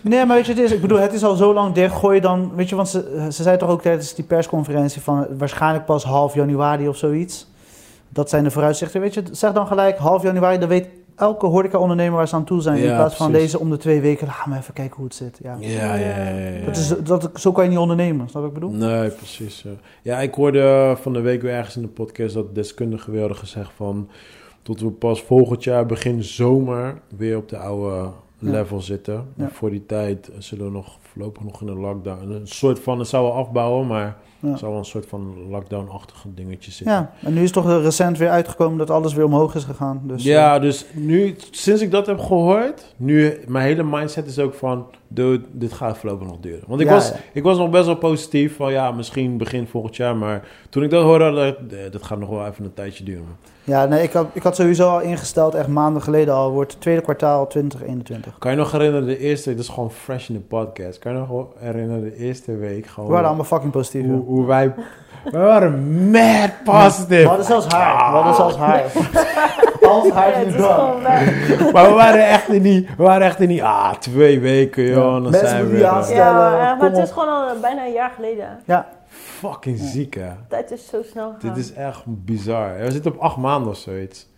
Nee, maar weet je, het is, ik bedoel, het is al zo lang dicht. Gooi je dan, weet je, want ze, ze zei toch ook tijdens die persconferentie van eh, waarschijnlijk pas half januari of zoiets. Dat zijn de vooruitzichten. Weet je, zeg dan gelijk half januari, dan weet elke horeca-ondernemer waar ze aan toe zijn. in Ja, plaats van precies. deze om de twee weken, laat me even kijken hoe het zit. Ja. Ja, ja, ja. ja, ja. Dat is, dat, zo kan je niet ondernemen, snap wat ik bedoel? Nee, precies. ja. Ja, ik hoorde eh, van de week weer ergens in de podcast dat deskundigen weer hadden gezegd van... tot we pas volgend jaar begin zomer weer op de oude Ja. level zitten. En Ja. Voor die tijd zullen we nog voorlopig nog in een lockdown... Een soort van, het zou wel afbouwen, maar Ja. het zou wel een soort van lockdown-achtige dingetje zitten. Ja, en nu is toch eh, recent weer uitgekomen dat alles weer omhoog is gegaan. Dus, eh, ja, dus nu, sinds ik dat heb gehoord, nu, mijn hele mindset is ook van, dude, dit gaat voorlopig nog duren. Want ik, Ja, was, ja. ik was nog best wel positief van, ja, misschien begin volgend jaar, maar toen ik dat hoorde, dacht ik, eh, dat gaat nog wel even een tijdje duren. ja nee, ik, had, ik had sowieso al ingesteld, echt maanden geleden al, wordt het tweede kwartaal 2021. Kan je nog herinneren de eerste week, dat is gewoon fresh in de podcast, kan je nog herinneren de eerste week We gewoon, waren allemaal fucking positief. joh. hoe, hoe wij, wij waren mad positive. We hadden zelfs Ah. haar. We hadden zelfs haar. Als Ja, haar het nu is dan. gewoon weg. Maar we waren echt in die, we waren echt in die, ah, twee weken, joh, Ja. en dan Mensen zijn we moeten weer, je eh, aanstellen. Ja, maar, eh, kom maar het is op. gewoon al eh, bijna een jaar geleden. fucking ziek, hè. De tijd is zo snel gegaan. Dit is echt bizar. We zitten op acht maanden of zoiets.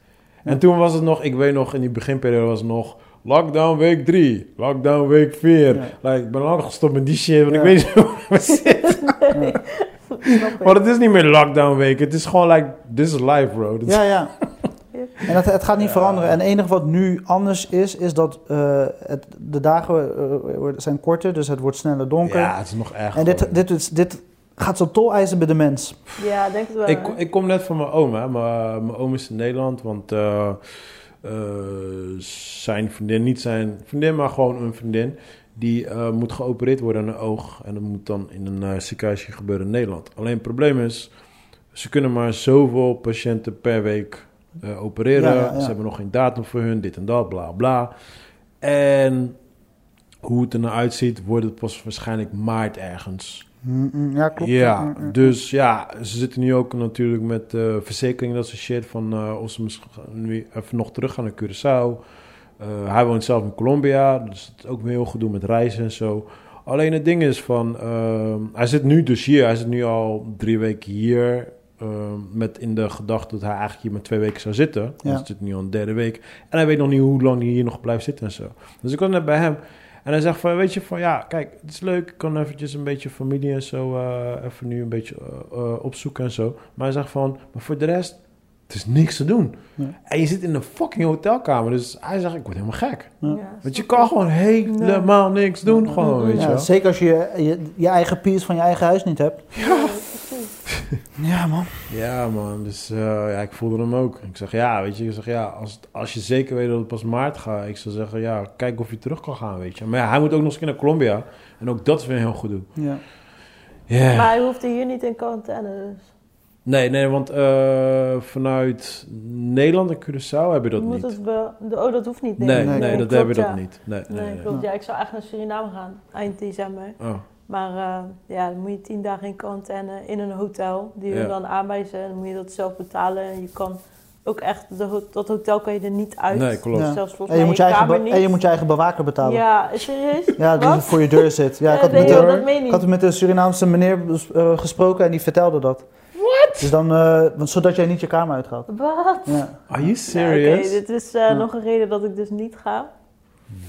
En toen was het nog, ik weet nog, in die beginperiode was het nog lockdown week 3, lockdown week 4. Ja. Like, ik ben lang gestopt met die shit, want ik Ja. weet niet hoe we zitten. Snap ik. Maar het is niet meer lockdown week. Het is gewoon like, this is life, bro. Dit is- Ja, ja. En dat, het gaat niet veranderen. En het enige wat nu anders is, is dat eh, het, de dagen eh, worden- zijn korter, dus het wordt sneller donker. Ja, het is nog echt. en dit, dit, is- dit gaat zo'n tol eisen bij de mens. Ja, denk het wel. Ik, hè? ik kom net van mijn oom, hè. Mijn, mijn oom is in Nederland, want eh, eh, zijn vriendin, niet zijn vriendin, maar gewoon een vriendin, die eh, moet geopereerd worden aan een oog. En dat moet dan in een eh, ziekenhuisje gebeuren in Nederland. Alleen het probleem is, ze kunnen maar zoveel patiënten per week eh, opereren. Ja, ja, ja. Ze hebben nog geen datum voor hun, dit en dat, bla bla. En hoe het er nou uitziet, wordt het pas waarschijnlijk maart ergens. Mm, mm, Ja, klopt. Ja, Mm, mm. dus ja, ze zitten nu ook natuurlijk met eh verzekeringen, dat soort shit. Van eh, of ze misschien nu even nog terug gaan naar Curaçao. Eh, hij woont zelf in Colombia, dus het is ook weer heel gedoe met reizen en zo. Alleen het ding is van, ehm, hij zit nu dus hier, hij zit nu al drie weken hier. ehm, met in de gedachte dat hij eigenlijk hier maar twee weken zou zitten. want Hij zit nu al een derde week. En hij weet nog niet hoe lang hij hier nog blijft zitten en zo. Dus ik was net bij hem. En hij zegt van, weet je, van ja, kijk, het is leuk. Ik kan eventjes een beetje familie en zo eh, even nu een beetje eh, eh, opzoeken en zo. Maar hij zegt van, maar voor de rest, het is niks te doen. Ja. En je zit in een fucking hotelkamer. Dus hij zegt, ik word helemaal gek. Ja. Ja, Want je snap kan ik. gewoon helemaal niks doen, Ja. gewoon, weet je Ja, wel. zeker als je, je je eigen piers van je eigen huis niet hebt. Ja, precies. Ja, man. Ja, man. Dus eh, ja, ik voelde hem ook. Ik zeg, ja, weet je. Ik zeg, ja, als, het- als je zeker weet dat het pas maart gaat... Ik zou zeggen, ja, kijk of je terug kan gaan, weet je. Maar ja, hij moet ook nog eens een keer naar Colombia. En ook dat is weer heel gedoe. Ja. Ja. Maar hij hoefde hier niet in quarantaine, dus Nee, nee, want eh, vanuit Nederland en Curaçao heb je dat moet niet. het wel- de- Oh, dat hoeft niet. Nee, nee, Nee, dat klopt, hebben we ja. dat niet. Nee, nee, Nee, nee. klopt. Ja, ik zou echt naar Suriname gaan eind december. Oh. Maar eh, ja, dan moet je tien dagen in quarantaine in een hotel. Die Ja. hun dan aanwijzen en dan moet je dat zelf betalen. En je kan ook echt, de ho- dat hotel kan je er niet uit. Nee, klopt. Ja. Zelfs volgens En je, mij moet je je eigen kamer be- niet. en je moet je eigen bewaker betalen. Ja, Ja, serieus? die Wat? voor je deur zit. Ja, ik had Eh, het met nee, een, joh, dat meen je ik niet. had het met een Surinaamse meneer bes- eh, gesproken en die vertelde dat. Wat? Dus dan, eh, want, zodat jij niet je kamer uitgaat. Wat? Ja. Are you Nou, serious? Oké, dit is eh, Ja. nog een reden dat ik dus niet ga.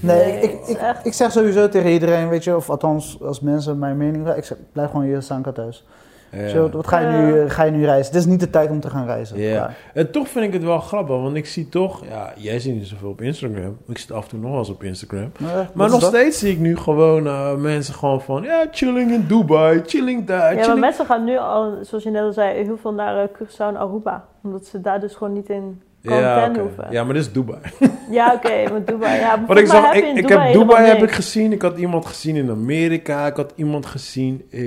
Nee, Nee, ik, ik, het is ik, echt- ik zeg sowieso tegen iedereen, weet je, of althans als mensen mijn mening vragen, ik zeg, blijf gewoon hier Sanka thuis. Ja. Zo, wat ga je, nu, eh, ga je nu reizen? Dit is niet de tijd om te gaan reizen. Ja. Klaar. En toch vind ik het wel grappig, want ik zie toch... Ja, jij ziet niet zoveel op Instagram. Ik zit af en toe nog wel eens op Instagram. Maar, eh, Maar wat is nog dat? steeds zie ik nu gewoon eh, mensen gewoon van... Ja, chilling in Dubai, chilling daar, ja, maar chilling... mensen gaan nu al, zoals je net al zei, heel veel naar eh, Curaçao en Aruba. Omdat ze daar dus gewoon niet in ja, quarantaine oké. hoeven. Ja, ja, maar dit is Dubai. oké, maar Dubai. Ja, Wat ik volgens mij zag, heb ik, je in ik Dubai heb Dubai helemaal heb ik niks. gezien. Ik had iemand gezien in Amerika. Ik had iemand gezien eh,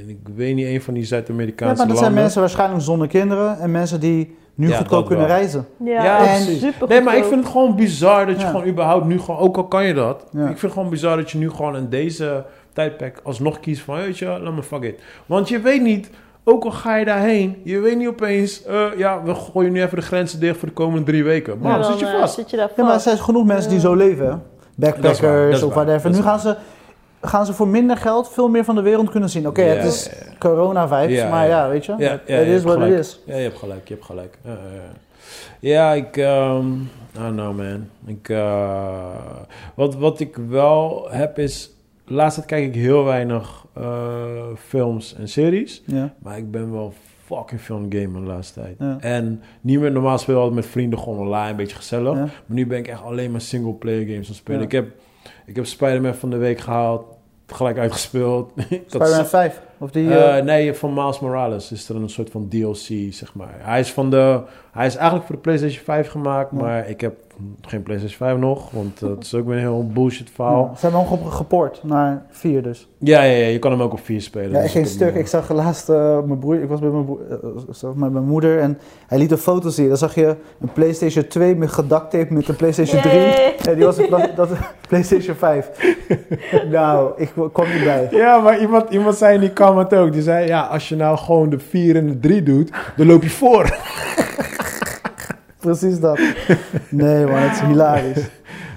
en ik weet niet, een van die Ja, maar Zuid-Amerikaanse dat zijn landen. mensen waarschijnlijk zonder kinderen en mensen die nu Ja, goedkoop dat kunnen wel. reizen. Ja, Ja, en precies. super Nee, maar ik vind het gewoon bizar dat je Ja. gewoon überhaupt nu gewoon, ook al kan je dat. Ja. Ik vind het gewoon bizar dat je nu gewoon in deze tijdperk alsnog kiest van, weet je, laat me fuck it. Want je weet niet, ook al ga je daarheen, je weet niet opeens, eh, ja, we gooien nu even de grenzen dicht voor de komende drie weken. Maar Ja, dan dan, zit je eh, vast. zit je daar vast. Ja, maar er zijn genoeg mensen die Ja. zo leven. hè? Dat is waar, dat is Backpackers of waar, whatever. dat Nu is gaan ze, gaan ze voor minder geld veel meer van de wereld kunnen zien. Oké, het Ja, is ja, ja. corona-vibes, Ja, maar ja. ja, weet je. Ja, Het ja, je is hebt wat het gelijk. is. Ja, je hebt gelijk, je hebt gelijk. Ja, ja, ja. ja, ik... ehm I don't know, man. Ik, eh, wat, wat ik wel heb is... Laatst kijk ik heel weinig eh, films en series. Ja. Maar ik ben wel fucking veel aan het gamen de laatste tijd. Ja. En niet meer normaal speel ik altijd met vrienden gewoon online, een beetje gezellig. Ja. Maar nu ben ik echt alleen maar single player games aan het spelen. Ja. Ik heb, ik heb Spider-Man van de week gehaald, gelijk uitgespeeld. Ik had Spider-Man 5. Of die, eh, eh, nee, van Miles Morales is er een soort van DLC, zeg maar. Hij is, van de, hij is eigenlijk voor de PlayStation 5 gemaakt, Ja. maar ik heb geen PlayStation 5 nog, want dat is ook weer een heel bullshit verhaal. ja, Ze hebben hem gepoord naar 4 dus. Ja, ja, ja, je kan hem ook op 4 spelen. Ja, dus geen ik heb stuk. hem- Ik zag laatst eh, mijn broer, ik was bij mijn, broer, eh, ik zat met mijn moeder en hij liet een foto zien. Dan zag je een PlayStation 2 met gedactape met een PlayStation 3. Yay. Ja, die was in pla- dat, PlayStation 5. nou, ik kwam niet bij. Ja, maar iemand, iemand zei in die comment ook, die zei, ja, als je nou gewoon de 4 en de 3 doet, dan loop je voor. Precies dat. Nee man, het is hilarisch.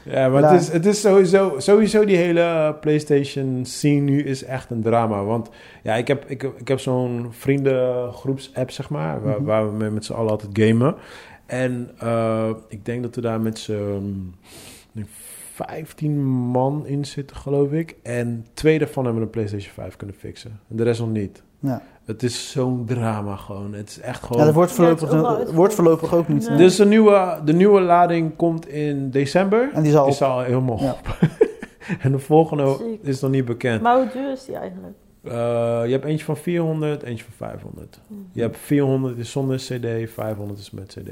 Nou. Ja, maar Ja. het is, het is sowieso, sowieso die hele eh, PlayStation scene nu is echt een drama. Want ja, ik heb, ik, ik heb zo'n vriendengroeps-app, zeg maar, waar, Mhm. waar we mee met z'n allen altijd gamen. En eh, ik denk dat we daar met z'n 15 man in zitten, geloof ik. En twee daarvan hebben een PlayStation 5 kunnen fixen. En de rest nog niet. Ja. Het is zo'n drama gewoon. Het is echt gewoon... Ja, dat wordt voorlopig, Ja, het is ook wel- wordt voorlopig ook niet. Nee. Dus, Dus de nieuwe, de nieuwe lading komt in december. en die zal Die op. is al helemaal Ja. op. en de volgende Ziek. is nog niet bekend. Maar hoe duur is die eigenlijk? Eh, je hebt eentje van 400, eentje van 500. Mhm. Je hebt 400 is zonder CD, 500 is met CD.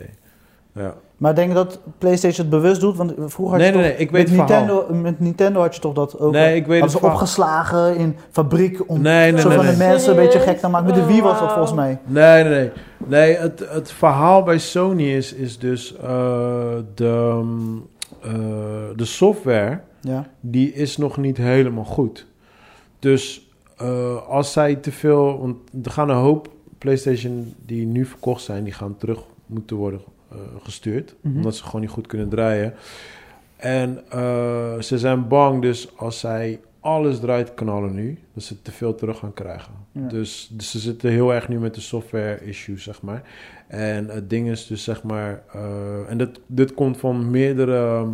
Ja. Maar denk je dat PlayStation het bewust doet? Want vroeger had Nee, je nee, toch- nee, ik weet met, het verhaal. Nintendo, met Nintendo had je toch dat ook? eh, Nee, ik weet Hadden het ze verhaal. opgeslagen in fabrieken om Nee, nee, nee. zo van nee. de mensen een beetje gek te maken. Met de Wii was dat Wauw. volgens mij. Nee, nee, nee. Nee, het, het verhaal bij Sony is, is dus eh, de, mm, eh, de software Ja. die is nog niet helemaal goed. Dus eh, als zij te veel, want er gaan een hoop PlayStation die nu verkocht zijn, die gaan terug moeten worden eh, gestuurd, Mhm. omdat ze gewoon niet goed kunnen draaien. En eh, ze zijn bang dus als zij alles draait knallen nu, dat ze te veel terug gaan krijgen. Ja. Dus, dus ze zitten heel erg nu met de software issues, zeg maar. En het ding is dus, zeg maar, eh, en dit, dit komt van meerdere ehm,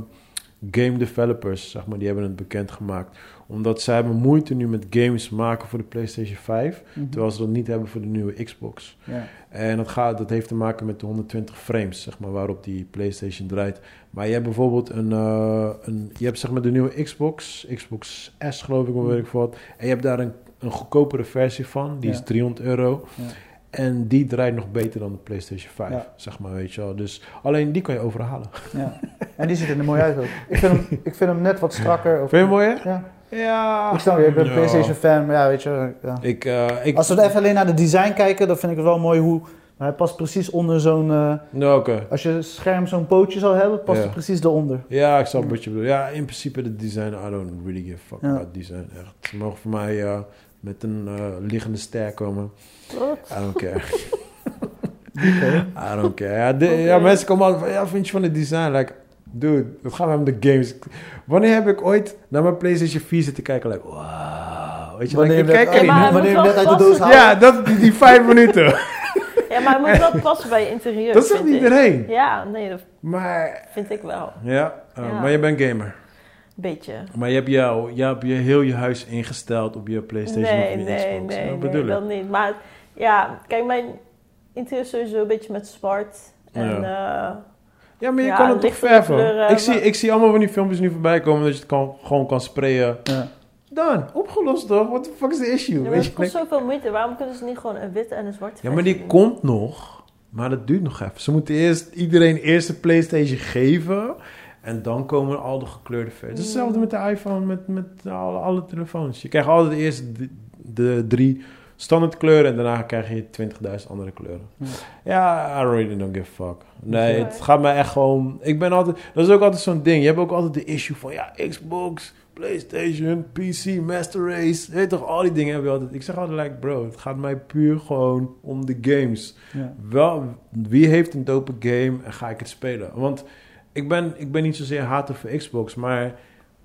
game developers, zeg maar, die hebben het bekendgemaakt. Omdat zij hebben moeite nu met games maken voor de PlayStation 5, terwijl ze dat niet hebben voor de nieuwe Xbox. Ja. En dat, gaat, dat heeft te maken met de 120 frames, zeg maar, waarop die PlayStation draait. Maar je hebt bijvoorbeeld een, eh, een je hebt zeg maar de nieuwe Xbox, Xbox S geloof ik, of weet ik veel wat. En je hebt daar een, een goedkopere versie van, die Ja. is 300 euro. Ja. En die draait nog beter dan de PlayStation 5, Ja. zeg maar, weet je wel. Dus alleen die kan je overhalen. Ja. En die ziet er mooi uit ook. Ik vind hem, ik vind hem net wat strakker. Of, Vind je hem mooi, hè? Ja. Ja. Ah, Ik snap je, ik ben een Ja. PlayStation fan, maar ja, weet je. Ja. Ik, eh, ik, Als we even alleen naar de design kijken, dan vind ik het wel mooi hoe Maar hij past precies onder zo'n... eh, Nou, oké. als je scherm zo'n pootje zou hebben, past Ja. hij precies daaronder. Ja, ik snap wat je bedoelt. Ja, in principe de design, I don't really give a fuck Ja. about design. Echt. Ze mogen voor mij eh, met een eh, liggende ster komen. I don't care. I don't care. Ja, de- ja, Oké. mensen komen altijd van, ja, vind je van het design? Like, dude, het gaat om de games. Wanneer heb ik ooit naar mijn PlayStation 4 zitten kijken? Like, wow. Weet je, Wanneer like, je ik kijk hem net- er Ja, niet. maar- wanneer je hem het net uit moet wel de doos passen. haalt. Ja, dat, die vijf minuten. Ja, maar het moet wel passen bij je interieur. Dat zegt vind ik. iedereen. Ja, nee, dat Maar, vind ik wel. ja, eh, Ja. maar je bent gamer. Beetje. Maar je hebt, jou, je hebt je heel je huis ingesteld op je PlayStation nee, of je nee, Xbox. nee, dat nee, Nou, bedoel ik. dat niet. Maar ja, kijk, mijn interieur is sowieso een beetje met zwart. En eh, Ja, maar je Ja, kan het toch lichtere verven? kleuren, ik, zie, maar- ik zie allemaal van die filmpjes nu voorbij komen dat je het kan, gewoon kan sprayen. Ja. Dan, opgelost toch? What the fuck is the issue? ja, maar Weet je, het kost zoveel moeite. Waarom kunnen ze niet gewoon een wit en een zwart ja, maar die versie doen? komt nog, maar dat duurt nog even. Ze moeten eerst iedereen eerst de PlayStation geven en dan komen al de gekleurde versies. Mm. Hetzelfde met de iPhone, met, met alle, alle telefoons. Je krijgt altijd eerst de, de drie standaard kleuren en daarna krijg je 20.000 andere kleuren. Ja. Ja, I really don't give a fuck. Nee, Ja. het gaat mij echt gewoon. Ik ben altijd. Dat is ook altijd zo'n ding. Je hebt ook altijd de issue van ja, Xbox, PlayStation, PC, Master Race. Weet toch, al die dingen heb je altijd. Ik zeg altijd, like, bro, het gaat mij puur gewoon om de games. Ja. Wel, wie heeft een dope game en ga ik het spelen? Want ik ben, ik ben niet zozeer hater voor Xbox, maar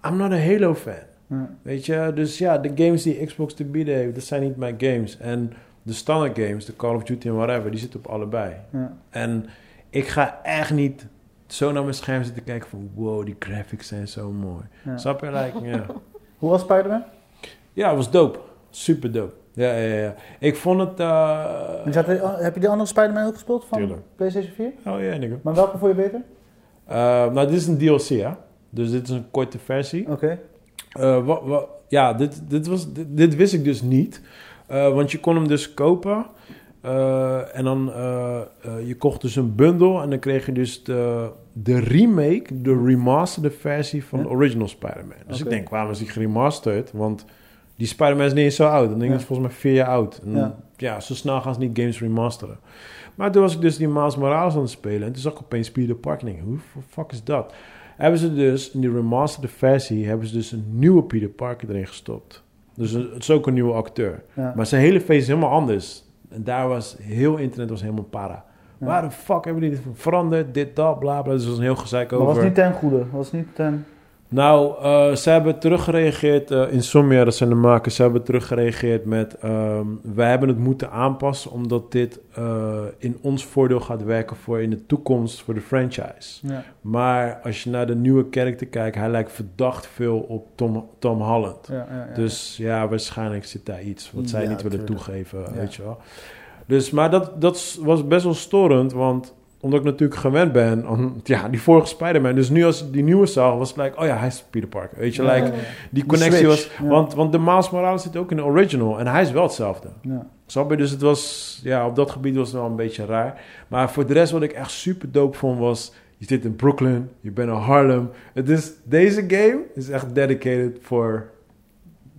I'm not a Halo fan. Ja. Weet je, dus ja, de games die Xbox te bieden heeft, dat zijn niet mijn games. En de standaard games, de Call of Duty en whatever, die zitten op allebei. Ja. En ik ga echt niet zo naar mijn scherm zitten kijken van... wow, die graphics zijn zo mooi. Ja. Snap je? Like, ja. Hoe was Spider-Man? ja, het was dope. Super dope. Ja, ja, ja. Ik vond het... eh En zat er- oh, heb je die andere Spider-Man ook gespeeld van Tuurlijk. PlayStation 4? Oh ja, nigga. Maar welke vond je beter? Eh, nou, dit is een DLC, hè? Dus dit is een korte versie. Oké. Eh, wa- wa- ja, dit, dit, was, dit, dit wist ik dus niet. Eh, want je kon hem dus kopen. eh, en dan, eh, eh, je kocht dus een bundle. En dan kreeg je dus de, de remake, de remasterde versie van de Ja. original Spider-Man. Dus ik Oké. denk, waarom is die geremasterd? Want die Spider-Man is niet eens zo oud. Dan denk ik, Ja. is volgens mij vier jaar oud. En Mm. ja. Ja. zo snel gaan ze niet games remasteren. Maar toen was ik dus die Miles Morales aan het spelen. En toen zag ik opeens Peter Parker. En ik denk, hoe the fuck is dat? Hebben ze dus in die remasterde versie... hebben ze dus een nieuwe Peter Parker erin gestopt. Dus een- het is ook een nieuwe acteur. Ja. Maar zijn hele face is helemaal anders. En daar was... heel internet was helemaal para. Ja. Waar de fuck hebben die dit veranderd? Dit, dat, bla, bla. Dus er was een heel gezeik Maar over. was niet ten goede. Was niet ten... Nou, eh, ze hebben teruggereageerd, eh Insomnia, dat zijn de makers, ze hebben teruggereageerd met... ehm, wij hebben het moeten aanpassen omdat dit eh, in ons voordeel gaat werken voor in de toekomst voor de franchise. Ja. Maar als je naar de nieuwe character kijkt, hij lijkt verdacht veel op Tom, Tom Holland. Ja, ja, ja. Dus ja, waarschijnlijk zit daar iets wat zij Ja, niet willen tuurlijk. toegeven, Ja. weet je wel. Dus, maar dat, dat was best wel storend, want omdat ik natuurlijk gewend ben aan ja, die vorige Spider-Man. Dus nu als ik die nieuwe zag, was het like, oh ja, hij is Peter Parker. Weet je, Ja. like, die connectie was... switch, ja. Want, want de Miles Morales zit ook in de original en hij is wel hetzelfde. Ja. Snap je? Dus het was, ja, op dat gebied was het wel een beetje raar. Maar voor de rest wat ik echt super dope vond was... Je zit in Brooklyn, je bent in Harlem. Het is, deze game is echt dedicated voor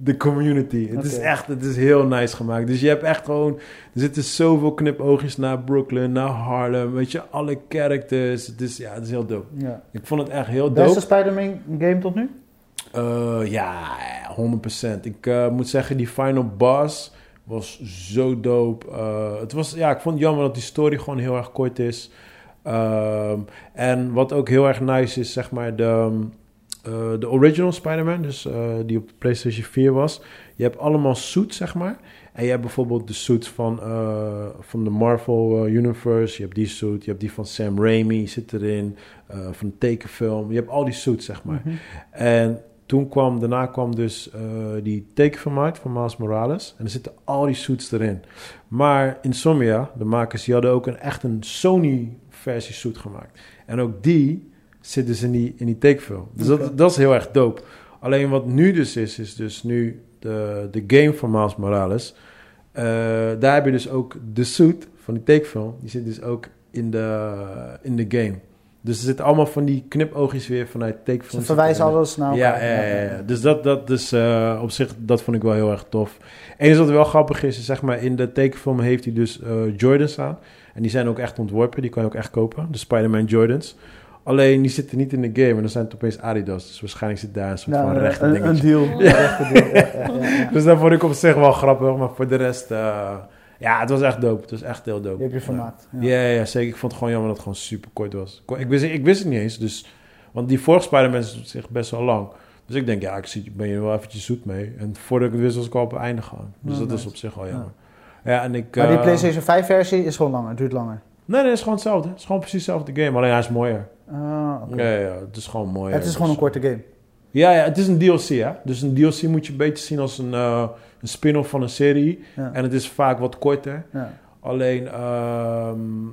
de community. Het is Oké. echt, het is heel nice gemaakt. Dus je hebt echt gewoon... Er zitten zoveel knipoogjes naar Brooklyn, naar Harlem. Weet je, alle characters. Het is, ja, het is heel dope. Ja. Ik vond het echt heel dope. Beste Spider-Man game tot nu? Eh, ja, 100%. Ik eh, moet zeggen, die final boss was zo dope. Eh, het was, ja, ik vond het jammer dat die story gewoon heel erg kort is. Ehm, en wat ook heel erg nice is, zeg maar, de, ehm, eh, de original Spider-Man, dus eh, die op de PlayStation 4 was. Je hebt allemaal suits, zeg maar. En je hebt bijvoorbeeld de suits van, eh, van de Marvel eh, Universe. Je hebt die suit. Je hebt die van Sam Raimi zit erin. eh, van de tekenfilm. Je hebt al die suits, zeg maar. Mhm. En toen kwam, daarna kwam dus eh, die tekenfilm uit van Miles Morales. En er zitten al die suits erin. Maar Insomnia, de makers, die hadden ook een, echt een Sony-versie suit gemaakt. En ook die zit dus in die, in die tekenfilm. Dus Oké. dat, dat is heel erg dope. Alleen wat nu dus is, is dus nu de, de game van Miles Morales. Eh, daar heb je dus ook de suit van die tekenfilm. Die zit dus ook in de, in de game. Dus er zitten allemaal van die knipoogjes weer vanuit de tekenfilm. Ze verwijzen alles. alles naar Ja, elkaar. ja, ja, ja. dus dat, dat is eh, op zich, dat vond ik wel heel erg tof. Eens wat wel grappig is, is zeg maar in de tekenfilm heeft hij dus eh Jordans aan. En En die zijn ook echt ontworpen, die kan je ook echt kopen. De Spider-Man Jordans. Alleen die zitten niet in de game en dan zijn het opeens Adidas. Dus waarschijnlijk zit daar een soort van Nou, rechte een, dingetje. een deal. Een rechte deal. Ja, ja, ja, ja. Dus dat vond ik op zich wel grappig, maar voor de rest... eh, ja, het was echt dope. Het was echt heel dope. Die heb je vermaakt. Ja. Ja, ja, zeker. Ik vond het gewoon jammer dat het gewoon super kort was. Ik wist, ik wist het niet eens. Dus, want die vorige Spider-Man is op zich best wel lang. Dus ik denk, ja, ik zie, ben je wel eventjes zoet mee. En voordat ik het wist, was ik al op het einde gegaan. Dus Ja, dat nice. is op zich wel jammer. Ja, en ik... Maar die eh, PlayStation 5 versie is gewoon langer, duurt langer. Nee, nee, het is gewoon hetzelfde. Het is gewoon precies hetzelfde game. Alleen hij is mooier. Ah, oké. Ja, ja, ja, het is gewoon mooier. het is gewoon Dus- een korte game. Ja, ja, het is een DLC, hè. Dus een DLC moet je een beetje zien als een, eh, een spin-off van een serie. Ja. En het is vaak wat korter. Ja. Alleen, ehm,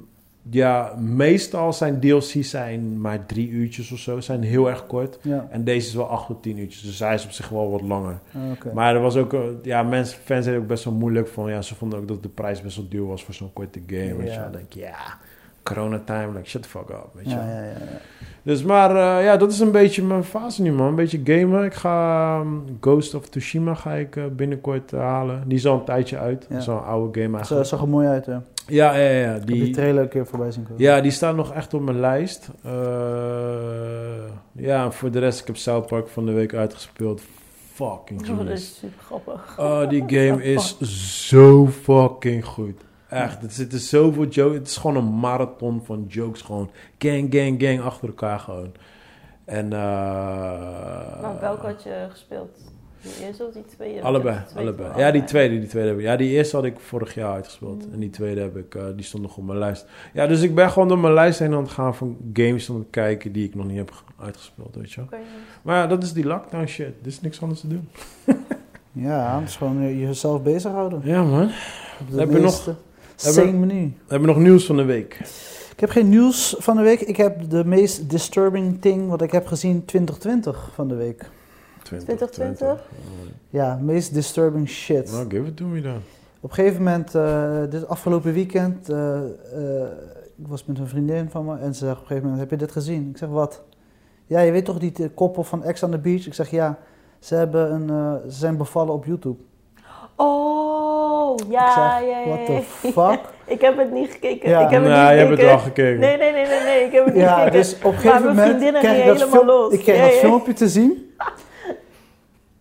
ja, meestal zijn DLC's zijn maar drie uurtjes of zo. Zijn heel erg kort. Ja. En deze is wel acht tot tien uurtjes. Dus hij is op zich wel wat langer. Ah, oké. Maar er was ook, eh, ja, mensen, fans zeiden ook best wel moeilijk van, ja, ze vonden ook dat de prijs best wel duur was voor zo'n korte game. Weet je Ja. wel. Dan denk je, ja, coronatime, like, shut the fuck up, weet je Ja, wel. ja, ja, ja. Dus maar eh, ja, dat is een beetje mijn fase nu, man. Een beetje gamen. Ik ga ehm, Ghost of Tsushima ga ik eh, binnenkort eh, halen. Die is al een tijdje uit. Ja. Zo'n oude game Zo- eigenlijk. zag er mooi uit, hè. Ik heb Ja, ja, ja. ja. Die, Die, trailer een keer voorbij zien komen. ja, die staat nog echt op mijn lijst. Eh, ja, en voor de rest, ik heb South Park van de week uitgespeeld. Fucking Oh, dat genius. is super grappig. Oh, die game is zo fucking goed. Echt, er zitten zoveel jokes. Het is gewoon een marathon van jokes. Gewoon gang, gang, gang achter elkaar gewoon. En eh maar Nou, welke had je gespeeld? Die eerste of die tweede? Allebei, Ik heb de tweede allebei. wel Ja, die tweede, die tweede heb ik. Ja, die eerste had ik vorig jaar uitgespeeld. Mm. En die tweede heb ik, eh, die stond nog op mijn lijst. Ja, dus ik ben gewoon door mijn lijst heen aan het gaan van games aan het kijken die ik nog niet heb ge- uitgespeeld, weet je wel. Oké. Maar ja, dat is die lockdown shit. Er is niks anders te doen. Ja, het is gewoon eh, jezelf bezighouden. Ja, man. Op de Heb je meeste sane menu. We hebben nog nieuws van de week. Ik heb geen nieuws van de week. Ik heb de meest disturbing thing wat ik heb gezien 2020 van de week. 2020? Ja, meest disturbing shit. Nou, give it to me dan. Op een gegeven moment, eh, dit afgelopen weekend, eh, eh, ik was met een vriendin van me en ze zegt op een gegeven moment, heb je dit gezien? Ik zeg, wat? Ja, je weet toch die eh, koppel van Ex on the Beach? Ik zeg, ja, ze, hebben een, eh, ze zijn bevallen op YouTube. Oh, ik ja, zeg, ja, ja. what the ja. fuck? Ik heb het niet gekeken. Ja. Ik heb het Nou, niet je hebt het gekeken. wel gekeken. Nee, nee, nee, nee, nee, ik heb het niet ja, gekeken. dus op een gegeven mijn moment vriendinnen kreeg ik gingen dat, helemaal los. Ik kreeg Ja, dat ja. filmpje te zien.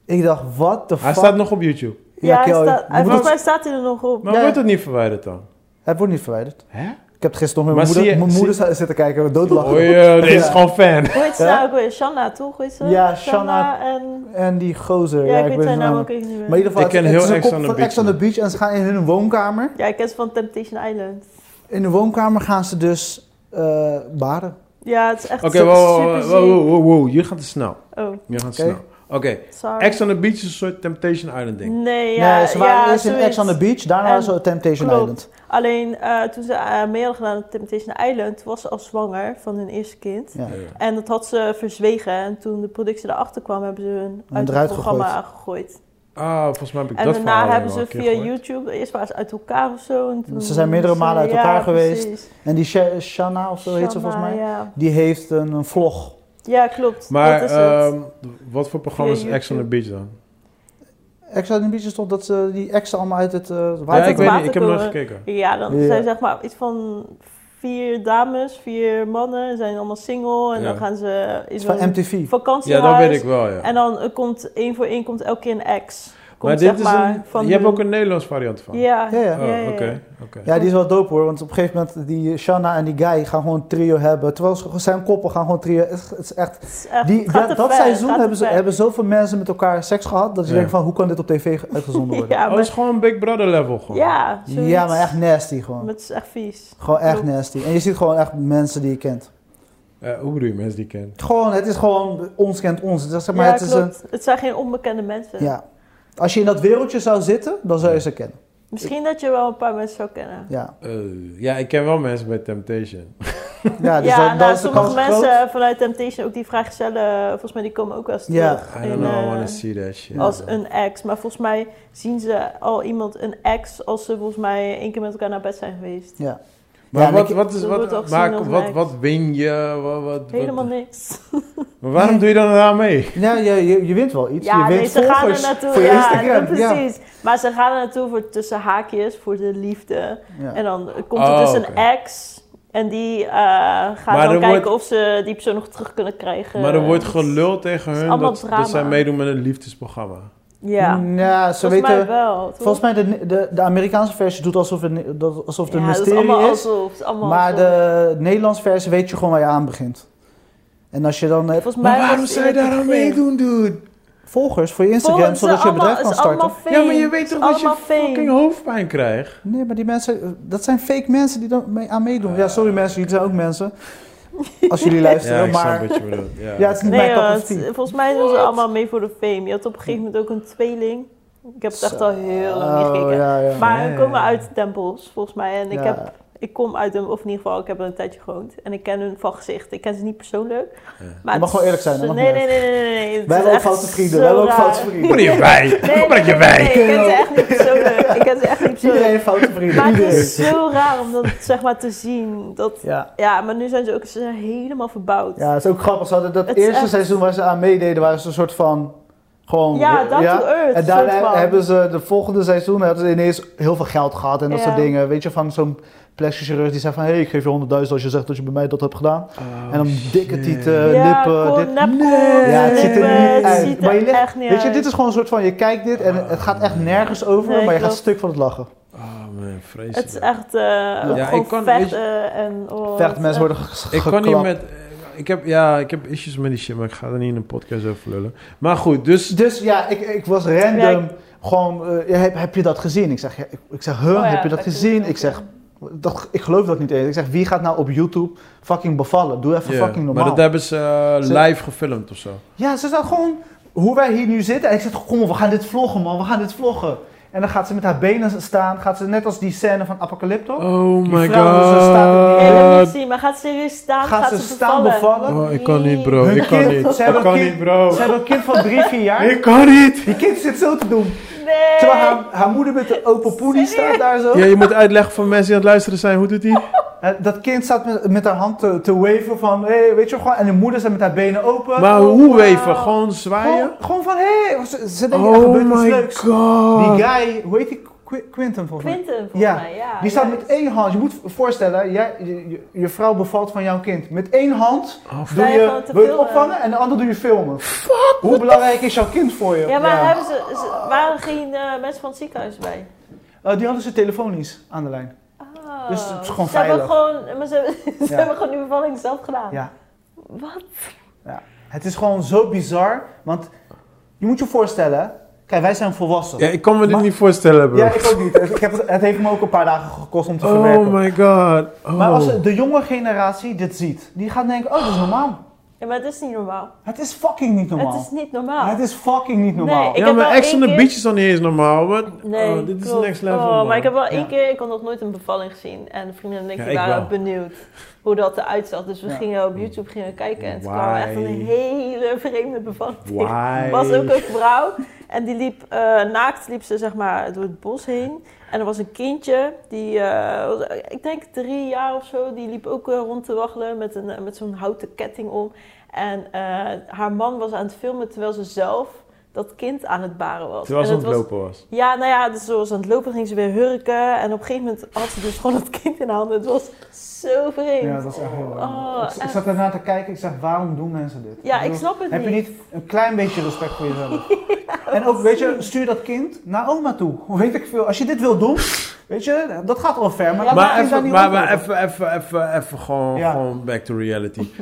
Ik dacht, what the Hij fuck? oh, staat nog op YouTube. ja, hij Kel, je staat, hij- moet volgens het- mij staat hij er nog op. Maar Ja. wordt het niet verwijderd dan? Hij wordt niet verwijderd. Hè? Ik heb het gisteren nog met Maar mijn moeder, zie je- mijn moeder zi- zitten kijken, doodlachen. Oh, joh, deze is Ja. gewoon fan. Hoe heet ze Ja? nou ook weer? Shanna, toch? Hoe heet ze? Ja, Shanna. en... En die gozer, Ja, ja, ik weet ben zijn zijn naam naam- ook even niet meer. Maar in ieder geval, Ik ken het, het heel is Ex een on kop the van Beach, Ex on the man. Beach en ze gaan in hun woonkamer. Ja, ik ken ze van Temptation Island. In de woonkamer gaan ze dus eh baren. Ja, het is echt Oké, super wow, wow, ziek. wow, wow, wow, wow, je gaat te snel. Oh, Je gaat te Oké. snel. Oké, sorry. Ex on the Beach is een soort Temptation Island ding. Nee, ja, nee, ze waren ja, eerst in zoiets. Ex on the Beach, daarna En- was het Temptation klopt. Island. Alleen eh, toen ze eh, mee hadden gedaan op Temptation Island, toen was ze al zwanger van hun eerste kind. Ja. Ja. En dat had ze verzwegen. En toen de productie erachter kwam, hebben ze hun uit het eruit programma gegooid. Ah, volgens mij heb ik En dat verhaal daarna hebben wel ze een keer via gehoord. YouTube, eerst waren ze uit elkaar of zo. En toen Ze zijn meerdere malen uit ja, elkaar geweest. precies. En die Sha- Shanna, of zo heet ze volgens Shanna, mij, Ja, die heeft een, een vlog. ja klopt. Maar dat is het. ehm, wat voor programma is Via Ex on the YouTube. Beach dan? Ex on the Beach is toch dat ze die exen allemaal uit het eh Ja, water ik weet komen? niet, ik heb nooit komen. gekeken. Ja, dan Ja. zijn zeg maar iets van vier dames, vier mannen, zijn allemaal single. En Ja. dan gaan ze in Het is van zo'n MTV. vakantiehuis. Ja, dat weet ik wel, ja. En dan eh, komt één voor één komt elke keer een ex. Komt, maar zeg dit is maar, een, van je hebt hun- ook een Nederlands variant van? Ja, Ja, ja. Oh, ja, ja, ja. oké, oké. Ja, die is wel dope hoor, want op een gegeven moment die Shanna en die guy gaan gewoon een trio hebben. Terwijl ze zijn koppel gaan gewoon trio. Het is- het is echt Het is echt- Die, het gaat dat te dat ver, het seizoen gaat te hebben, ze, ver. hebben zoveel mensen met elkaar seks gehad dat je Ja. denkt van hoe kan dit op tv ge- uitgezonden worden? Ja, Oh, het is maar, gewoon Big Brother level gewoon. ja, Ja, zoiets. maar echt nasty gewoon. Maar het is echt vies. Gewoon echt Klopt. nasty. En je ziet gewoon echt mensen die je kent. Eh, hoe bedoel je mensen die kennen? Gewoon, het is gewoon ons kent ons. Het is, zeg maar, ja, het is klopt. Het zijn geen onbekende mensen. een, ja. Als je in dat wereldje zou zitten, dan zou je ze kennen. Misschien dat je wel een paar mensen zou kennen. Ja, Eh, ja, ik ken wel mensen bij Temptation. ja dus ja, dat, nou, is de sommige kans mensen groot. vanuit Temptation, ook die vrijgezellen, volgens mij die komen ook wel eens Ja. terug. I don't in, know, I eh, wanna see that shit. Als een ex. Maar volgens mij zien ze al iemand een ex als ze volgens mij één keer met elkaar naar bed zijn geweest. Ja. Maar Ja, en wat, ik- wat, is, Dat wordt ook wat, maar, gezien als wat, niks. wat win je? Wat, wat, wat- Helemaal niks. Maar waarom doe je dan daar mee? Nou, je, je, je wint wel iets. Ja, je wint nee, ze gaan er volgers naartoe. voor je Ja, Instagram. dat- ja. precies. Maar ze gaan er naartoe voor tussen haakjes, voor de liefde. Ja. En dan komt Oh, er dus een oké. ex. En die eh, gaat Maar er dan kijken wordt- of ze die persoon nog terug kunnen krijgen. maar er wordt Dat eh, is- gelul tegen is hun allemaal dat, drama. dat zij meedoen met een liefdesprogramma. Ja, Nou, ze volgens mij weten... wel. toch? Volgens mij de, de, de Amerikaanse versie doet alsof het, ne- dat, alsof het een Ja, dat mysterie allemaal is. alsof, het is allemaal Maar alsof. de Nederlandse versie weet je gewoon waar je aan begint. En als je dan eh, Volgens mij Maar waarom was het zou je in het daar aan begin. meedoen, dude? volgers voor je Instagram, Volgens- zodat je allemaal- bedrijf kan is starten. allemaal fame. Ja, maar je weet toch Het dat is je allemaal fame. fucking hoofdpijn krijgt? Nee, maar die mensen, eh, dat zijn fake mensen die daar mee aan meedoen. ja, sorry mensen, jullie zijn ook mensen. Als jullie Ja, luisteren, ik snap maar wat je bedoelt. Ja, ja, het is niet Nee, mijn cup joh, of het- tea. volgens mij doen ze allemaal mee voor de fame. Je had op een gegeven moment ook een tweeling. Ik heb het echt al heel lang niet Oh, gekeken. ja, ja. Maar Ja, we ja, komen ja. uit tempels, volgens mij. En ik, Ja. heb, ik kom uit hem, of in ieder geval, ik heb er een tijdje gewoond. En ik ken hun van gezicht. Ik ken ze niet persoonlijk. Ja. Maar Je mag het gewoon eerlijk zijn, dat is- mag Nee, niet nee, nee, nee, nee. nee. Het Wij is hebben ook echt foute vrienden, zo wij hebben ook raar. foute Kom vrienden. maar je bij. Nee, Kom maar je nee, bij. nee, ik ken ze echt niet persoonlijk. Ik ken ze echt Iedereen niet persoonlijk. heeft foute vrienden. Maar het Iedereen. is zo raar om dat zeg maar te zien. Dat, Ja. ja, maar nu zijn ze ook ze zijn helemaal verbouwd. ja, het is ook grappig. Ze hadden dat Het is eerste echt- seizoen waar ze aan meededen, waren ze een soort van... Gewoon, Ja, down to earth, oh, En daarna soort van. hebben ze de volgende seizoen hebben ze ineens heel veel geld gehad en dat Ja. soort dingen. Weet je, van zo'n plastic chirurg die zei van... Hé, hey, ik geef je 100.000 als je zegt dat je bij mij dat hebt gedaan. Oh, en dan dikke tieten, ja, eh, lippen, kon, dit. nepkont, Nee. Ja, het ziet er lippen, niet het uit. ziet Maar je er ligt- echt niet Weet je, uit. dit is gewoon een soort van, je kijkt dit Ah, en het gaat echt nergens over, Nee, maar je gaat klopt. stuk van het lachen. Oh man, vreselijk. Het is echt eh gewoon ik kan- vechten en... Oh, Vecht, mensen het worden ges- Ik kan niet geklapt. met... eh, Ik heb, ja, ik heb issues met die shit, maar ik ga er niet in een podcast over lullen. Maar goed, dus... Dus ja, ik, ik was random, Ja, ik- gewoon, eh, ja, heb, heb je dat gezien? Ik zeg, ja, ik, ik zeg huh, Oh ja, heb je dat dat is gezien? ook, Ik zeg, ja. dat, ik geloof dat niet eens. Ik zeg, wie gaat nou op YouTube fucking bevallen? Echt even ja, fucking Maar normaal. dat hebben ze eh, Ze- live gefilmd of zo. Oh, Ja, ze zat gewoon hoe wij hier nu zitten. En ik zeg, kom op, we gaan dit vloggen, man. We gaan dit vloggen. En dan gaat ze met haar benen staan. Gaat ze net als die scène van Apocalypto. Oh my my god. Ik wil hem niet god. zien, maar gaat ze serieus staan? eh, gaat, ze, staan bevallen. Oh, ik kan niet bro, Hun ik kan kind- niet. ze hebben Ik kan kind- niet bro. Ze hebben een kind van drie, vier jaar. Ik kan niet. Die kind zit zo te doen. Nee! Terwijl haar, haar moeder met de open poenie staat daar zo. Ja, je moet uitleggen voor mensen die aan het luisteren zijn, hoe doet die? Eh, Dat kind staat met, met haar hand te, te waven van, hé, weet je wel, gewoon. En de moeder staat met haar benen open. Maar Oh, hoe wauw. weven? Gewoon zwaaien? gewoon, gewoon van, hé, ze, ze denken, er Oh gebeurt iets my leuks. god. Die guy, hoe heet die? Qu- Quinten volgens mij. Quinten, volgens Ja, mij, Ah, ja. Die staat met juist. één hand. Je moet je voorstellen, jij, je, je, je vrouw bevalt van jouw kind. Met één hand Oh, doe je je, gewoon te wil je het filmen. opvangen en de andere doe je filmen. Hoe belangrijk is jouw kind voor je? Ja, maar Hebben ze, ze- waren geen eh, mensen van het ziekenhuis bij? Eh, die hadden ze telefonisch aan de lijn. Oh. Dus het is gewoon ze hebben veilig. gewoon, maar ze, hebben- ze Ja. hebben gewoon die bevalling zelf gedaan. Ja. Wat? Het is gewoon zo bizar, want je moet je voorstellen, kijk, wij zijn volwassen. Ja, ik kan me dit Maar- niet voorstellen, bro. Ja, ik ook niet. Ik heb het, het heeft me ook een paar dagen gekost om te verwerken. Oh my god. Oh. Maar als de jonge generatie dit ziet, die gaat denken, oh, dat is normaal. Ja, maar het is niet normaal. Het is fucking niet normaal. Het is niet normaal. Het is fucking niet normaal. ik ja, heb maar wel Ex één on the keer- Beach is dan niet eens normaal. Wat? Nee, oh, dit klopt. is next level. Oh, man. maar ik heb wel één Ja. keer, ik had nog nooit een bevalling gezien. En vrienden en ik, Ja, die ik waren wel. benieuwd hoe dat eruit zag. Dus we Ja. gingen op YouTube gingen kijken. En toen Why? kwam echt een hele vreemde bevalling. tegen. Why? Er was ook een vrouw. En die liep eh, naakt liep ze zeg maar door het bos heen. En er was een kindje, die, eh, was, eh, ik denk drie jaar of zo, die liep ook eh, rond te waggelen met, een, eh, met zo'n houten ketting om. En eh, haar man was aan het filmen terwijl ze zelf dat kind aan het baren was. Terwijl ze En aan het het was- lopen was. ja, nou ja, dus zoals aan het lopen ging ze weer hurken. En op een gegeven moment had ze dus gewoon het kind in de handen. Het was zo vreemd. Ja, Ja, dat was echt heel Oh, raar. ik, ik echt. zat ernaar te kijken, ik zeg, waarom doen mensen dit? ik bedoel, snap het Heb niet. je niet een klein beetje respect voor jezelf? en ook, weet je, stuur dat kind naar oma toe. Hoe weet ik veel. Als je dit wil doen, weet je, dat gaat wel ver. Maar, Ja, dat Maar, kind daar even, niet maar, op maar letten. even, even, even, even gewoon, Ja. gewoon back to reality.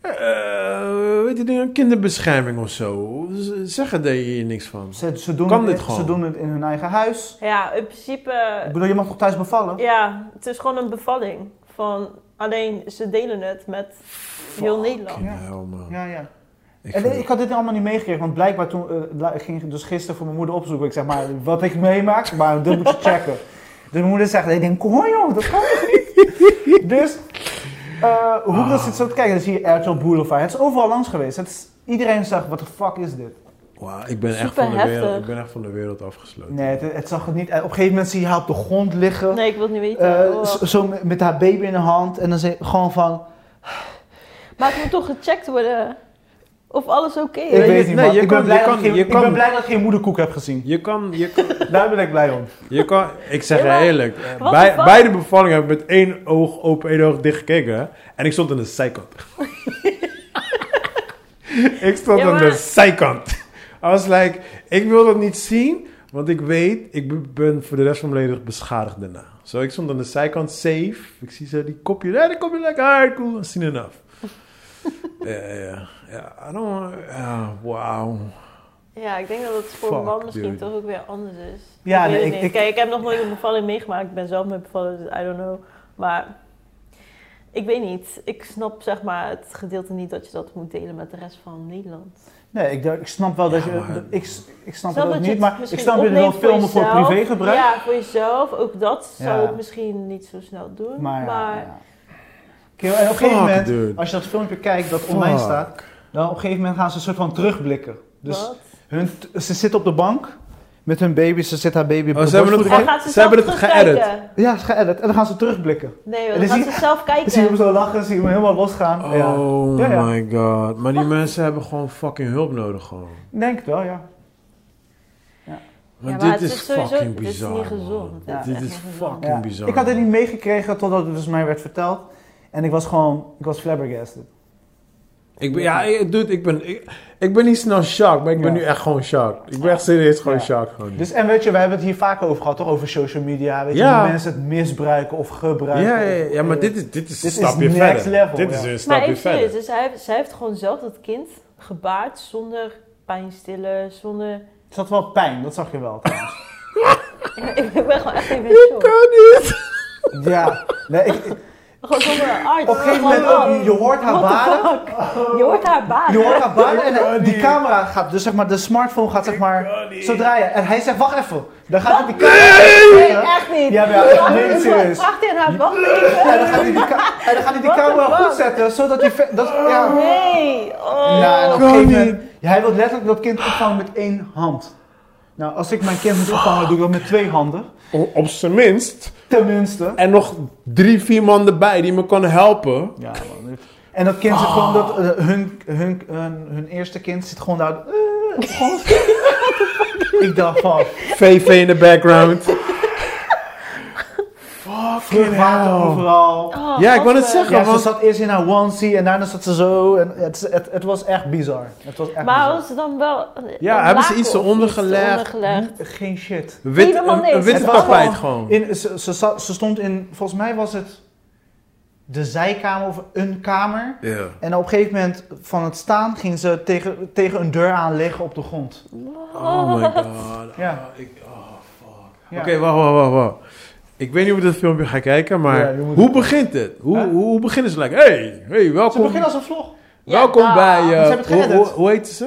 Eh, weet je dingen, kinderbescherming of zo. Z- Zeggen daar hier niks van. Ze, ze, doen Kan het, dit in- gewoon? ze doen het in hun eigen huis. in principe... Ik bedoel, je mag toch thuis bevallen? Ja, het is gewoon een bevalling. Van, alleen, ze delen het met heel Nederland. Fucking hell, man. Ja, ja. Ik en vind- ik had dit allemaal niet meegekregen, want blijkbaar toen eh, la- ik ging dus gisteren voor mijn moeder opzoeken. Ik zeg maar, wat ik meemaak, maar dat moet je checken. Dus mijn moeder zegt, ik denk, hoor joh, dat kan toch niet? dus, eh, hoe Ah. ik dat zit zo te kijken, dan zie je RTL Boulevard. Het is overal langs geweest. Het is, iedereen zag, wat de fuck is dit? Wauw, ik ben echt Super van de wereld, heftig. ik ben echt van de wereld afgesloten. Nee, het, het zag het niet. Op een gegeven moment zie je haar op de grond liggen. Nee, ik wil het niet weten. eh, Oh. zo, zo met- met haar baby in de hand. En dan zei gewoon van... Maar het moet toch gecheckt worden of alles oké Ik is. je- weet niet, nee, man. je Ik kan- ben blij je dat kan- ik je geen- ik kan- ben blij dat ik geen moederkoek heb gezien. Je kan, je kan, Daar ben ik blij om. je kan, ik zeg Ja, maar- je eerlijk, eh, What bij, the fuck? bij de bevalling heb ik met één oog open, één oog dicht gekeken. hè. En ik stond aan de zijkant. ik stond Ja, aan de maar- zijkant. I was like, ik wil dat niet zien, want ik weet, ik be- ben voor de rest van mijn leven beschadigd daarna. Zo, ik stond aan de zijkant, safe. Ik zie ze, die kopje, ja, die kopje lekker, alright, cool, seen enough. Ja, ja, ja, ja. I don't wanna- ja, wauw. Ja, ik denk dat het voor Fuck, een man misschien dude. toch ook weer anders is. Ja, ik weet nee, het ik- niet. ik- Kijk, ik heb nog nooit een bevalling meegemaakt. Ik ben zelf met bevallen, dus I don't know. Maar ik weet niet. Ik snap zeg maar het gedeelte niet dat je dat moet delen met de rest van Nederland. Nee, ik, ik snap wel dat Ja, je... maar- Ik, ik snap Snap dat dat je niet, het maar ik misschien snap dat je wel opneemt voor filmen voor jezelf. privégebruik. Ja, voor jezelf. Ook dat zou Ja. ik misschien niet zo snel doen. Maar, Maar, ja, ja. Kill, en op een gegeven Fuck, moment, dude. als je dat filmpje kijkt dat online Fuck. staat, dan op een gegeven moment gaan ze een soort van terugblikken. Dus wat? hun, ze zit op de bank met hun baby, ze zit haar baby op Oh, de ze hebben het Hij borstvoeding. gaat ge- ze, Ze hebben het geëdit. geëdit. Ja, ze geëdit en dan gaan ze terugblikken. Nee, En dan dan gaat zie- ze zelf Dan zie je hem kijken. zo lachen, zie je hem helemaal losgaan. Ja. Oh Ja, ja. my god. Maar die mensen hebben gewoon fucking hulp nodig gewoon. Denk het wel, ja. Maar, Ja, maar dit het is, is sowieso- fucking dit is bizar. niet man. gezond. Het is Dit echt is niet gezond. fucking ja. bizar. Ik had het man. niet meegekregen totdat het dus mij werd verteld. En ik was gewoon, ik was flabbergasted. Ik ben, ja, ik- dude, ik ben, ik, ik ben niet snel shocked, maar ik ben Ja. nu echt gewoon shocked. Ik ben echt serieus gewoon Ja. shocked. Gewoon. Dus, en weet je, we hebben het hier vaker over gehad, toch? Over social media, weet je, Ja. hoe mensen het misbruiken of ja, gebruiken. Eh, ja, ja, Of- ja, maar dit is, dit is een Dit is stapje next verder. level, dit ja. is een Maar stapje ik serieus, verder. dus hij, heeft- zij heeft gewoon zelf dat kind gebaard zonder pijnstiller, zonder... Het zat wel pijn, dat zag je wel trouwens. ik ben gewoon echt even in shock. Kan niet. ja, nee, ik, ik- Gewoon zonder een arts. op een gegeven moment, Gewoon, ook, je hoort haar baren. Oh, what the fuck? Je hoort haar baard. Je hoort haar baren en kan eh, die niet. camera gaat, dus zeg maar, de smartphone gaat zeg maar, kan niet. zo draaien. En hij zegt, wacht even. Dan gaat hij die Nee, camera... echt niet. Ja, maar ja, echt, Wacht, nee, wacht, serieus. Wacht in haar wacht. En dan gaat hij die, ka- en dan gaat hij die What the camera fuck? goed zetten, zodat hij... ver- Dat, ja. Nee. Oh. Nou, en op een Kan gegeven moment, ja, hij wil letterlijk dat kind opvangen met één hand. Nou, als ik mijn kind moet opvangen, doe ik dat met twee handen. O- Op zijn minst. Tenminste. En nog drie, vier man erbij die me kan helpen. Ja, man. dit- En dat kind zit gewoon, dat, eh, hun, hun, hun, hun eerste kind zit gewoon daar. eh, gewoon- ik dacht van, VV in de background. vlug fucking water hell. overal. Oh, Ja, ik wou net godver. zeggen. Ja, ze want- zat eerst in haar onesie en daarna zat ze zo. En het, het, het was echt bizar. Het was echt Maar bizar. hadden ze dan wel... een- Ja, een hebben ze laken iets of eronder gelegd? gelegd? Geen shit. Wit, Helemaal een, niks. een witte Het was tapijt gewoon- gewoon. In, ze, ze, zat- ze stond in, volgens mij was het de zijkamer of een kamer. Ja. En op een gegeven moment van het staan ging ze tegen, tegen een deur aan liggen op de grond. Oh my god. Ja. Ah, ik- oh, fuck. Ja. Oké, wacht, wacht, wacht, wacht. Ik weet niet hoe we dit filmpje gaan kijken, Ja, maar je moet- hoe begint het? Hoe, Hè? hoe, hoe beginnen ze? Like, hey, hey, Ze welkom, beginnen als een vlog. welkom Ja, bij... ze eh, hebben het hoe, geëdit. hoe, hoe heet ze?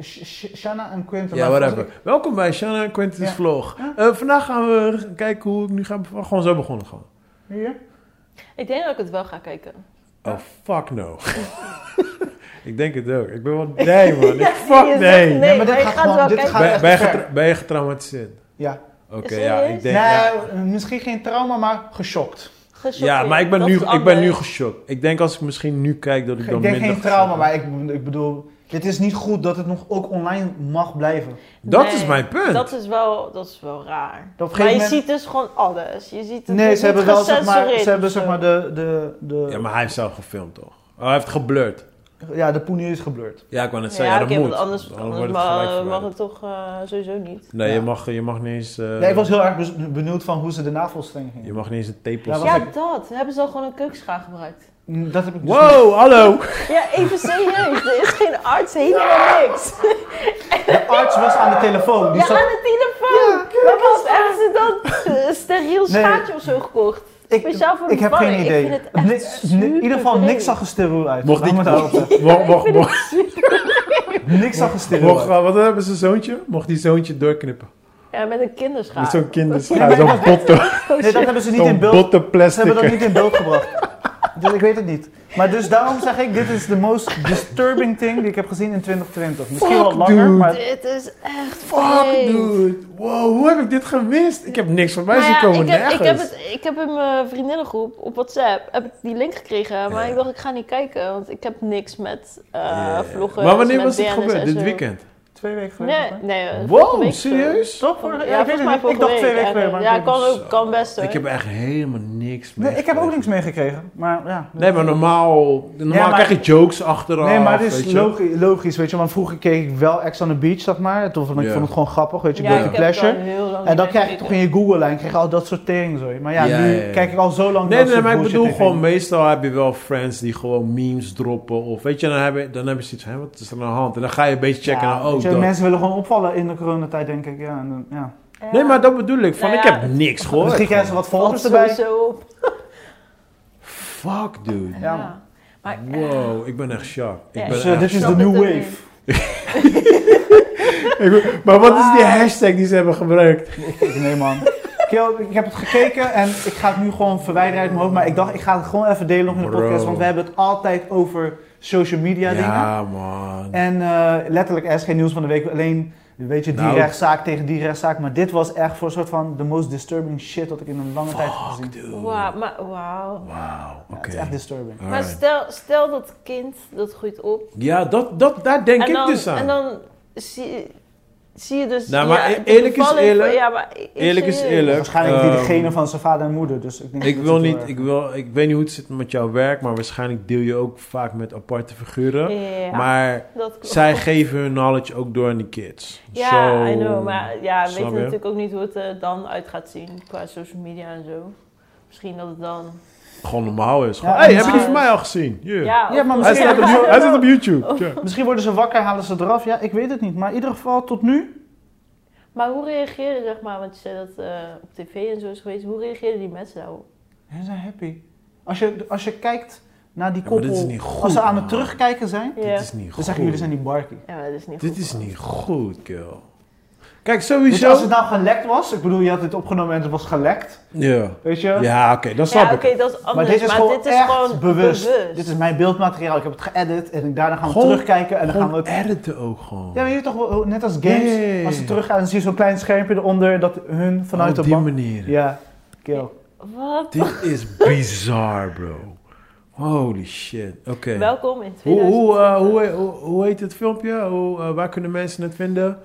Sh- Sh- Shanna en Quentin. Ja, maar whatever. volgens- Welkom bij Shanna en Quentin's Ja. vlog. Ja. Eh, vandaag gaan we kijken hoe ik nu ga... bevallen. Gewoon zo begonnen gewoon. Hier? Ik denk dat ik het wel ga kijken. Oh, fuck no. ik denk het ook. Ik ben wel... Nee, man. Ik, Ja, je fuck zegt nee. nee. maar maar dit je gaat gaat gewoon- wel dit kijken. gaat Ben, echt ben je ver. getra- ben je getraumatiseerd? Ja. Oké, Serieus? ja, ik denk... nee, eh, ja. misschien geen trauma, maar geschokt. Ja, Gechoqueerd. maar ik ben, Dat nu, is ik ben nu anders. geschokt. Ik denk als ik misschien nu kijk dat ik dan Ik denk minder... geen trauma, geschokt maar ik, ik bedoel, dit is niet goed dat het nog ook online mag blijven. ben. Dat Nee, is mijn punt. Dat is wel, dat is wel raar. Dat op een maar je gegeven moment- ziet dus gewoon alles. Je ziet het Nee, niet ze hebben wel zeg maar, gecensureerd ze hebben of zeg zo. maar de, de, de, Ja, maar hij heeft zelf gefilmd toch? Oh, hij heeft geblurred. ja, de poenie is geblurred. Ja, ik wou net Ja, zeggen, ja, oké, dat moet. want anders, Dan anders wordt het gelijk mag, mag verwijderd. het toch eh, sowieso niet. Nee, Ja. je, mag, je mag niet eens... eh, Nee, ik was heel erg bes- benieuwd van hoe ze de navelstreng Je ging. mag niet eens een tape Ja, lossen. wacht Ja, ik- dat. Hebben ze al gewoon een keukenschaar gebruikt? Dat heb ik dus niet. Wow, hallo! Ja, even serieus. Er is geen arts, helemaal niks. De arts was aan de telefoon. Die Ja, zat- aan de telefoon. Maar was hebben ze dan een steriel Nee. schaartje of zo gekocht? Speciaal voor de ik heb ballen. geen idee. Ik vind het echt Ni- ni- in ieder geval, niks zag er supervreemd. steriel uit. Mocht die... Laat me daarop Mocht, zeggen. mocht, mocht, mocht, Niks zag er steriel mocht- uit. wat hebben ze zoontje? Mocht die zoontje doorknippen? Ja, met een kinderschaar. Met zo'n kinderschaar, zo'n botte, Nee, dat hebben ze niet in zo'n beeld. Ze botte hebben dat plastic. niet in beeld gebracht. Dus ik weet het niet. Maar dus daarom zeg ik, dit is de most disturbing thing die ik heb gezien in 2020. Misschien wel Fuck, langer, dude. maar Dit is echt Fuck, vreemd. dude. Wow, hoe heb ik dit gemist? Ik heb niks van mij Maar zien ja, komen, ik, heb, ik, nergens. heb het, ik heb in mijn vriendinnengroep op WhatsApp heb ik die link gekregen. Maar Ja. ik dacht, ik ga niet kijken, want ik heb niks met eh Ja. vloggen. Maar wanneer met was dit DNS en gebeurd? Dit zo. weekend? twee weken geleden. Nee, volgens nee. eh, vorige Wow, week of zo. mij. serieus? Toch? Vorige- Ja, ja, ik weet volgens het mij niet. vorige Ik dacht twee weken week. eh, geleden. Maar dus- Ja, ik weet kan het niet. ook, kan best hoor. Ik heb echt helemaal niks Nee, ik heb ook niks meegekregen. Maar ja. Nee, maar normaal, normaal Ja, maar- krijg je jokes achteraf. Nee, maar het is weet je. logi- logisch, weet je. Want vroeger keek ik wel Ex on the Beach, zeg maar. Toen vond ik Ja. vond het gewoon grappig, weet je. Ja, guilty ik heb pleasure. dan heel lang En dan niet krijg je toch in gekeken. je Google-lijn krijg je al dat soort dingen, zo. Maar ja, Ja, nu ja, ja. kijk ik al zo lang Nee, dat nee, soort maar ik bullshit bedoel tv. gewoon, meestal heb je wel friends die gewoon memes droppen. Of weet je, dan heb je, dan heb je zoiets van, hè, wat is er aan de hand? En dan ga je een beetje checken, Ja, en dan, weet oh, je, dat. Mensen willen gewoon opvallen in de coronatijd, denk ik. Ja, en dan, ja. Nee, maar dat bedoel ik, van Nou ik ja, heb niks gehoord. Misschien krijgen ze gewoon. wat volgers Eh, Valt erbij. sowieso op. Fuck, dude. Ja. Maar eh, Wow, ik ben echt shocked. Ik Ja, ben Dus, eh, echt dit is de snap new het ook wave. shocked. Maar wat is die hashtag die ze hebben gebruikt? Nee, man. Kiel, ik heb het gekeken en ik ga het nu gewoon verwijderen uit mijn hoofd. Maar ik dacht, ik ga het gewoon even delen nog in de Bro. podcast. Want we hebben het altijd over social media dingen. Ja, man. En eh, letterlijk er is geen nieuws van de week. Alleen, weet je, die Nou. rechtszaak tegen die rechtszaak. Maar dit was echt voor een soort van de most disturbing shit dat ik in een lange tijd heb gezien. Fuck, dude. wauw, maar wauw. Wauw, Ja, het is oké. echt dus- disturbing. Maar Alright. stel, stel dat kind, dat groeit op. Ja, dat, dat, daar denk ik dus aan. En dan zie, zie je dus... Nou, maar ja, e- de eerlijk is bevalling van- eerlijk. Ja, maar e- Eerlijk is serieus. eerlijk. Waarschijnlijk die Ehm, degene van zijn vader en moeder. Dus ik, denk Ik dat wil het heel niet, erg- ik, wil, ik weet niet hoe het zit met jouw werk, maar waarschijnlijk deel je ook vaak met aparte figuren. Ja, Maar dat klopt. zij geven hun knowledge ook door aan de kids. Ja, Zo- I know. Maar ja, we Snap weten je? natuurlijk ook niet hoe het er dan uit gaat zien qua social media en zo. Misschien dat het dan... Gewoon normaal is. Gewoon, Ja, hey, normaal heb je die is. van mij al gezien? Yeah. Ja, Oh, Ja, of- maar Hij, misschien- staat op, Yo- hij staat op YouTube. Ja. Misschien worden ze wakker, halen ze eraf. Ja, ik weet het niet. Maar in ieder geval, tot nu. Maar hoe reageerden, zeg maar, want je zei dat eh, op tv en zo is geweest. Hoe reageerden die mensen daarop? Ze zijn happy. Als je, als je kijkt naar die Ja, maar dit koppel. is niet goed, als ze aan het man. terugkijken zijn. Ja. Dit is niet Dan goed. zeggen jullie zijn die barkie. Ja, maar dat is niet Dit goed. is man. niet goed, girl. Kijk, Dus sowieso... als het nou gelekt was. Ik bedoel, je had dit opgenomen en het was gelekt. Ja, Weet je? ja oké, dan Ja, snap oké, ik. het. dat is anders. Maar dit is gewoon echt gewoon bewust. Dit is mijn beeldmateriaal. Ik heb het geëdit. En ik, daarna gaan we Gewoon- terugkijken. En dan gaan Gewoon we het... editen ook gewoon. Ja, maar je weet toch wel, hoe- net als games. Ja, ja, ja, ja. Als ze teruggaan, dan zie je zo'n klein schermpje eronder. Dat hun vanuit Op de die bank... manier. Ja, kill. Wat? Dit is bizar, bro. Holy shit. Oké. Welkom in Hoe, 2000. hoe, eh, hoe, he- hoe, hoe heet het filmpje? Hoe, eh, waar kunnen mensen het vinden?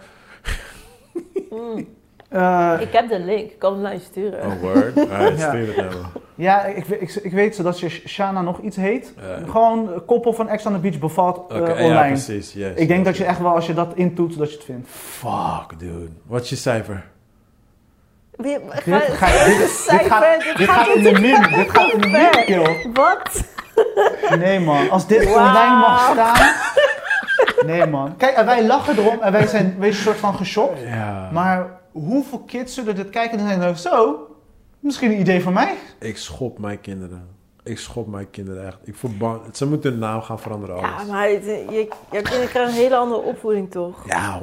Eh, Ik heb de link, ik kan hem naar je sturen. Oh, word. Alright, Ja. stuur het naar me. ja, ik, ik, ik, ik weet zodat je Shana nog iets heet. Eh. Gewoon eh, koppel van Ex on the Beach bevalt eh, Oké, ja, online. precies. Yes, ik denk yes, dat je yes. echt wel, als je dat intoet, dat je het vindt. Fuck, dude. Wat is je cijfer? Wie- ga- Dit, ga, dit, dit cijfer, gaat, dit dit gaat gaat in de min. Dit gaat in de min, ver. kill. Wat? Nee, man. Als dit online mag staan... Nee, man. Kijk, en wij lachen erom en wij zijn wees een soort van geschokt. Ja. Maar hoeveel kids zullen dit kijken en zijn dan zo... Misschien een idee van mij? Ik schop mijn kinderen. Ik schop mijn kinderen echt. Ik verban... Ze moeten hun naam gaan veranderen, Ja, alles. maar het- je, je kinderen krijgen een hele andere opvoeding toch? Ja, 100%.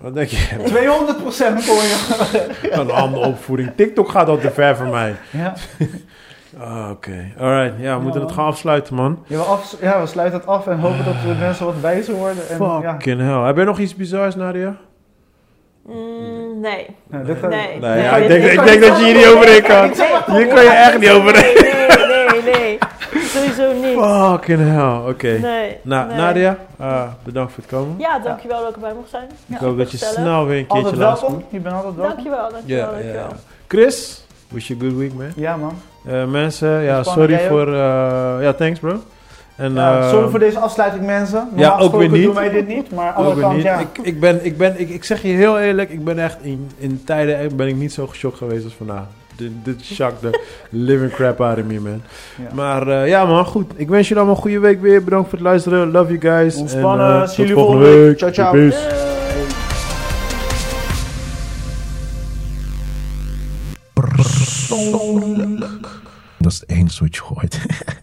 Wat denk je? 200% voor je. Een andere opvoeding. TikTok gaat al te ver voor mij. Ja. Ah, Oké. Alright. Ja, we moeten het man. gaan afsluiten, man. Ja, we, af, ja, we sluiten het af en hopen dat de mensen wat wijzer worden. En, ja. Fucking hell. Heb jij nog iets bizars, Nadia? Mm, nee. Nou, dit, eh, Nee. Nee, ja, ja, ik dit- denk, dit ik kan denk je dat je hier niet overheen kan. Hier kan je echt niet overheen. Nee, nee, nee. Sowieso niet. Fucking hell. Oké. Nee. Nou, nee. Nadia, eh, bedankt voor het komen. Ja, dankjewel dat ik erbij mocht zijn. ik hoop dat je gezellig. snel weer een keertje Altijd laatst welkom. Je bent altijd welkom. Dankjewel, dankjewel, Ja, ja. dankjewel. Chris, wish you a good week, man. Ja, man. Eh, mensen, ja, Ontspannen, sorry jij ook? voor... eh, ja, thanks, bro. En, Ja, eh, sorry voor deze afsluiting, mensen. Normaal ja, ook gesproken weer niet. doen wij dit niet, maar eh, ook alle weer kant, niet. ja. Ik, ik, ben, ik, ben, ik, ik zeg je heel eerlijk, ik ben echt in, in tijden ben ik niet zo geschokt geweest als vandaag. Dit, dit shocked the living crap out of me, man. Ja. Maar eh, ja, man, goed. Ik wens jullie allemaal een goede week weer. Bedankt voor het luisteren. Love you guys. Ontspannen. En, Zie eh, tot jullie volgende week. Ciao, ciao. Peace. Doei. Dat is het enige wat je gooit.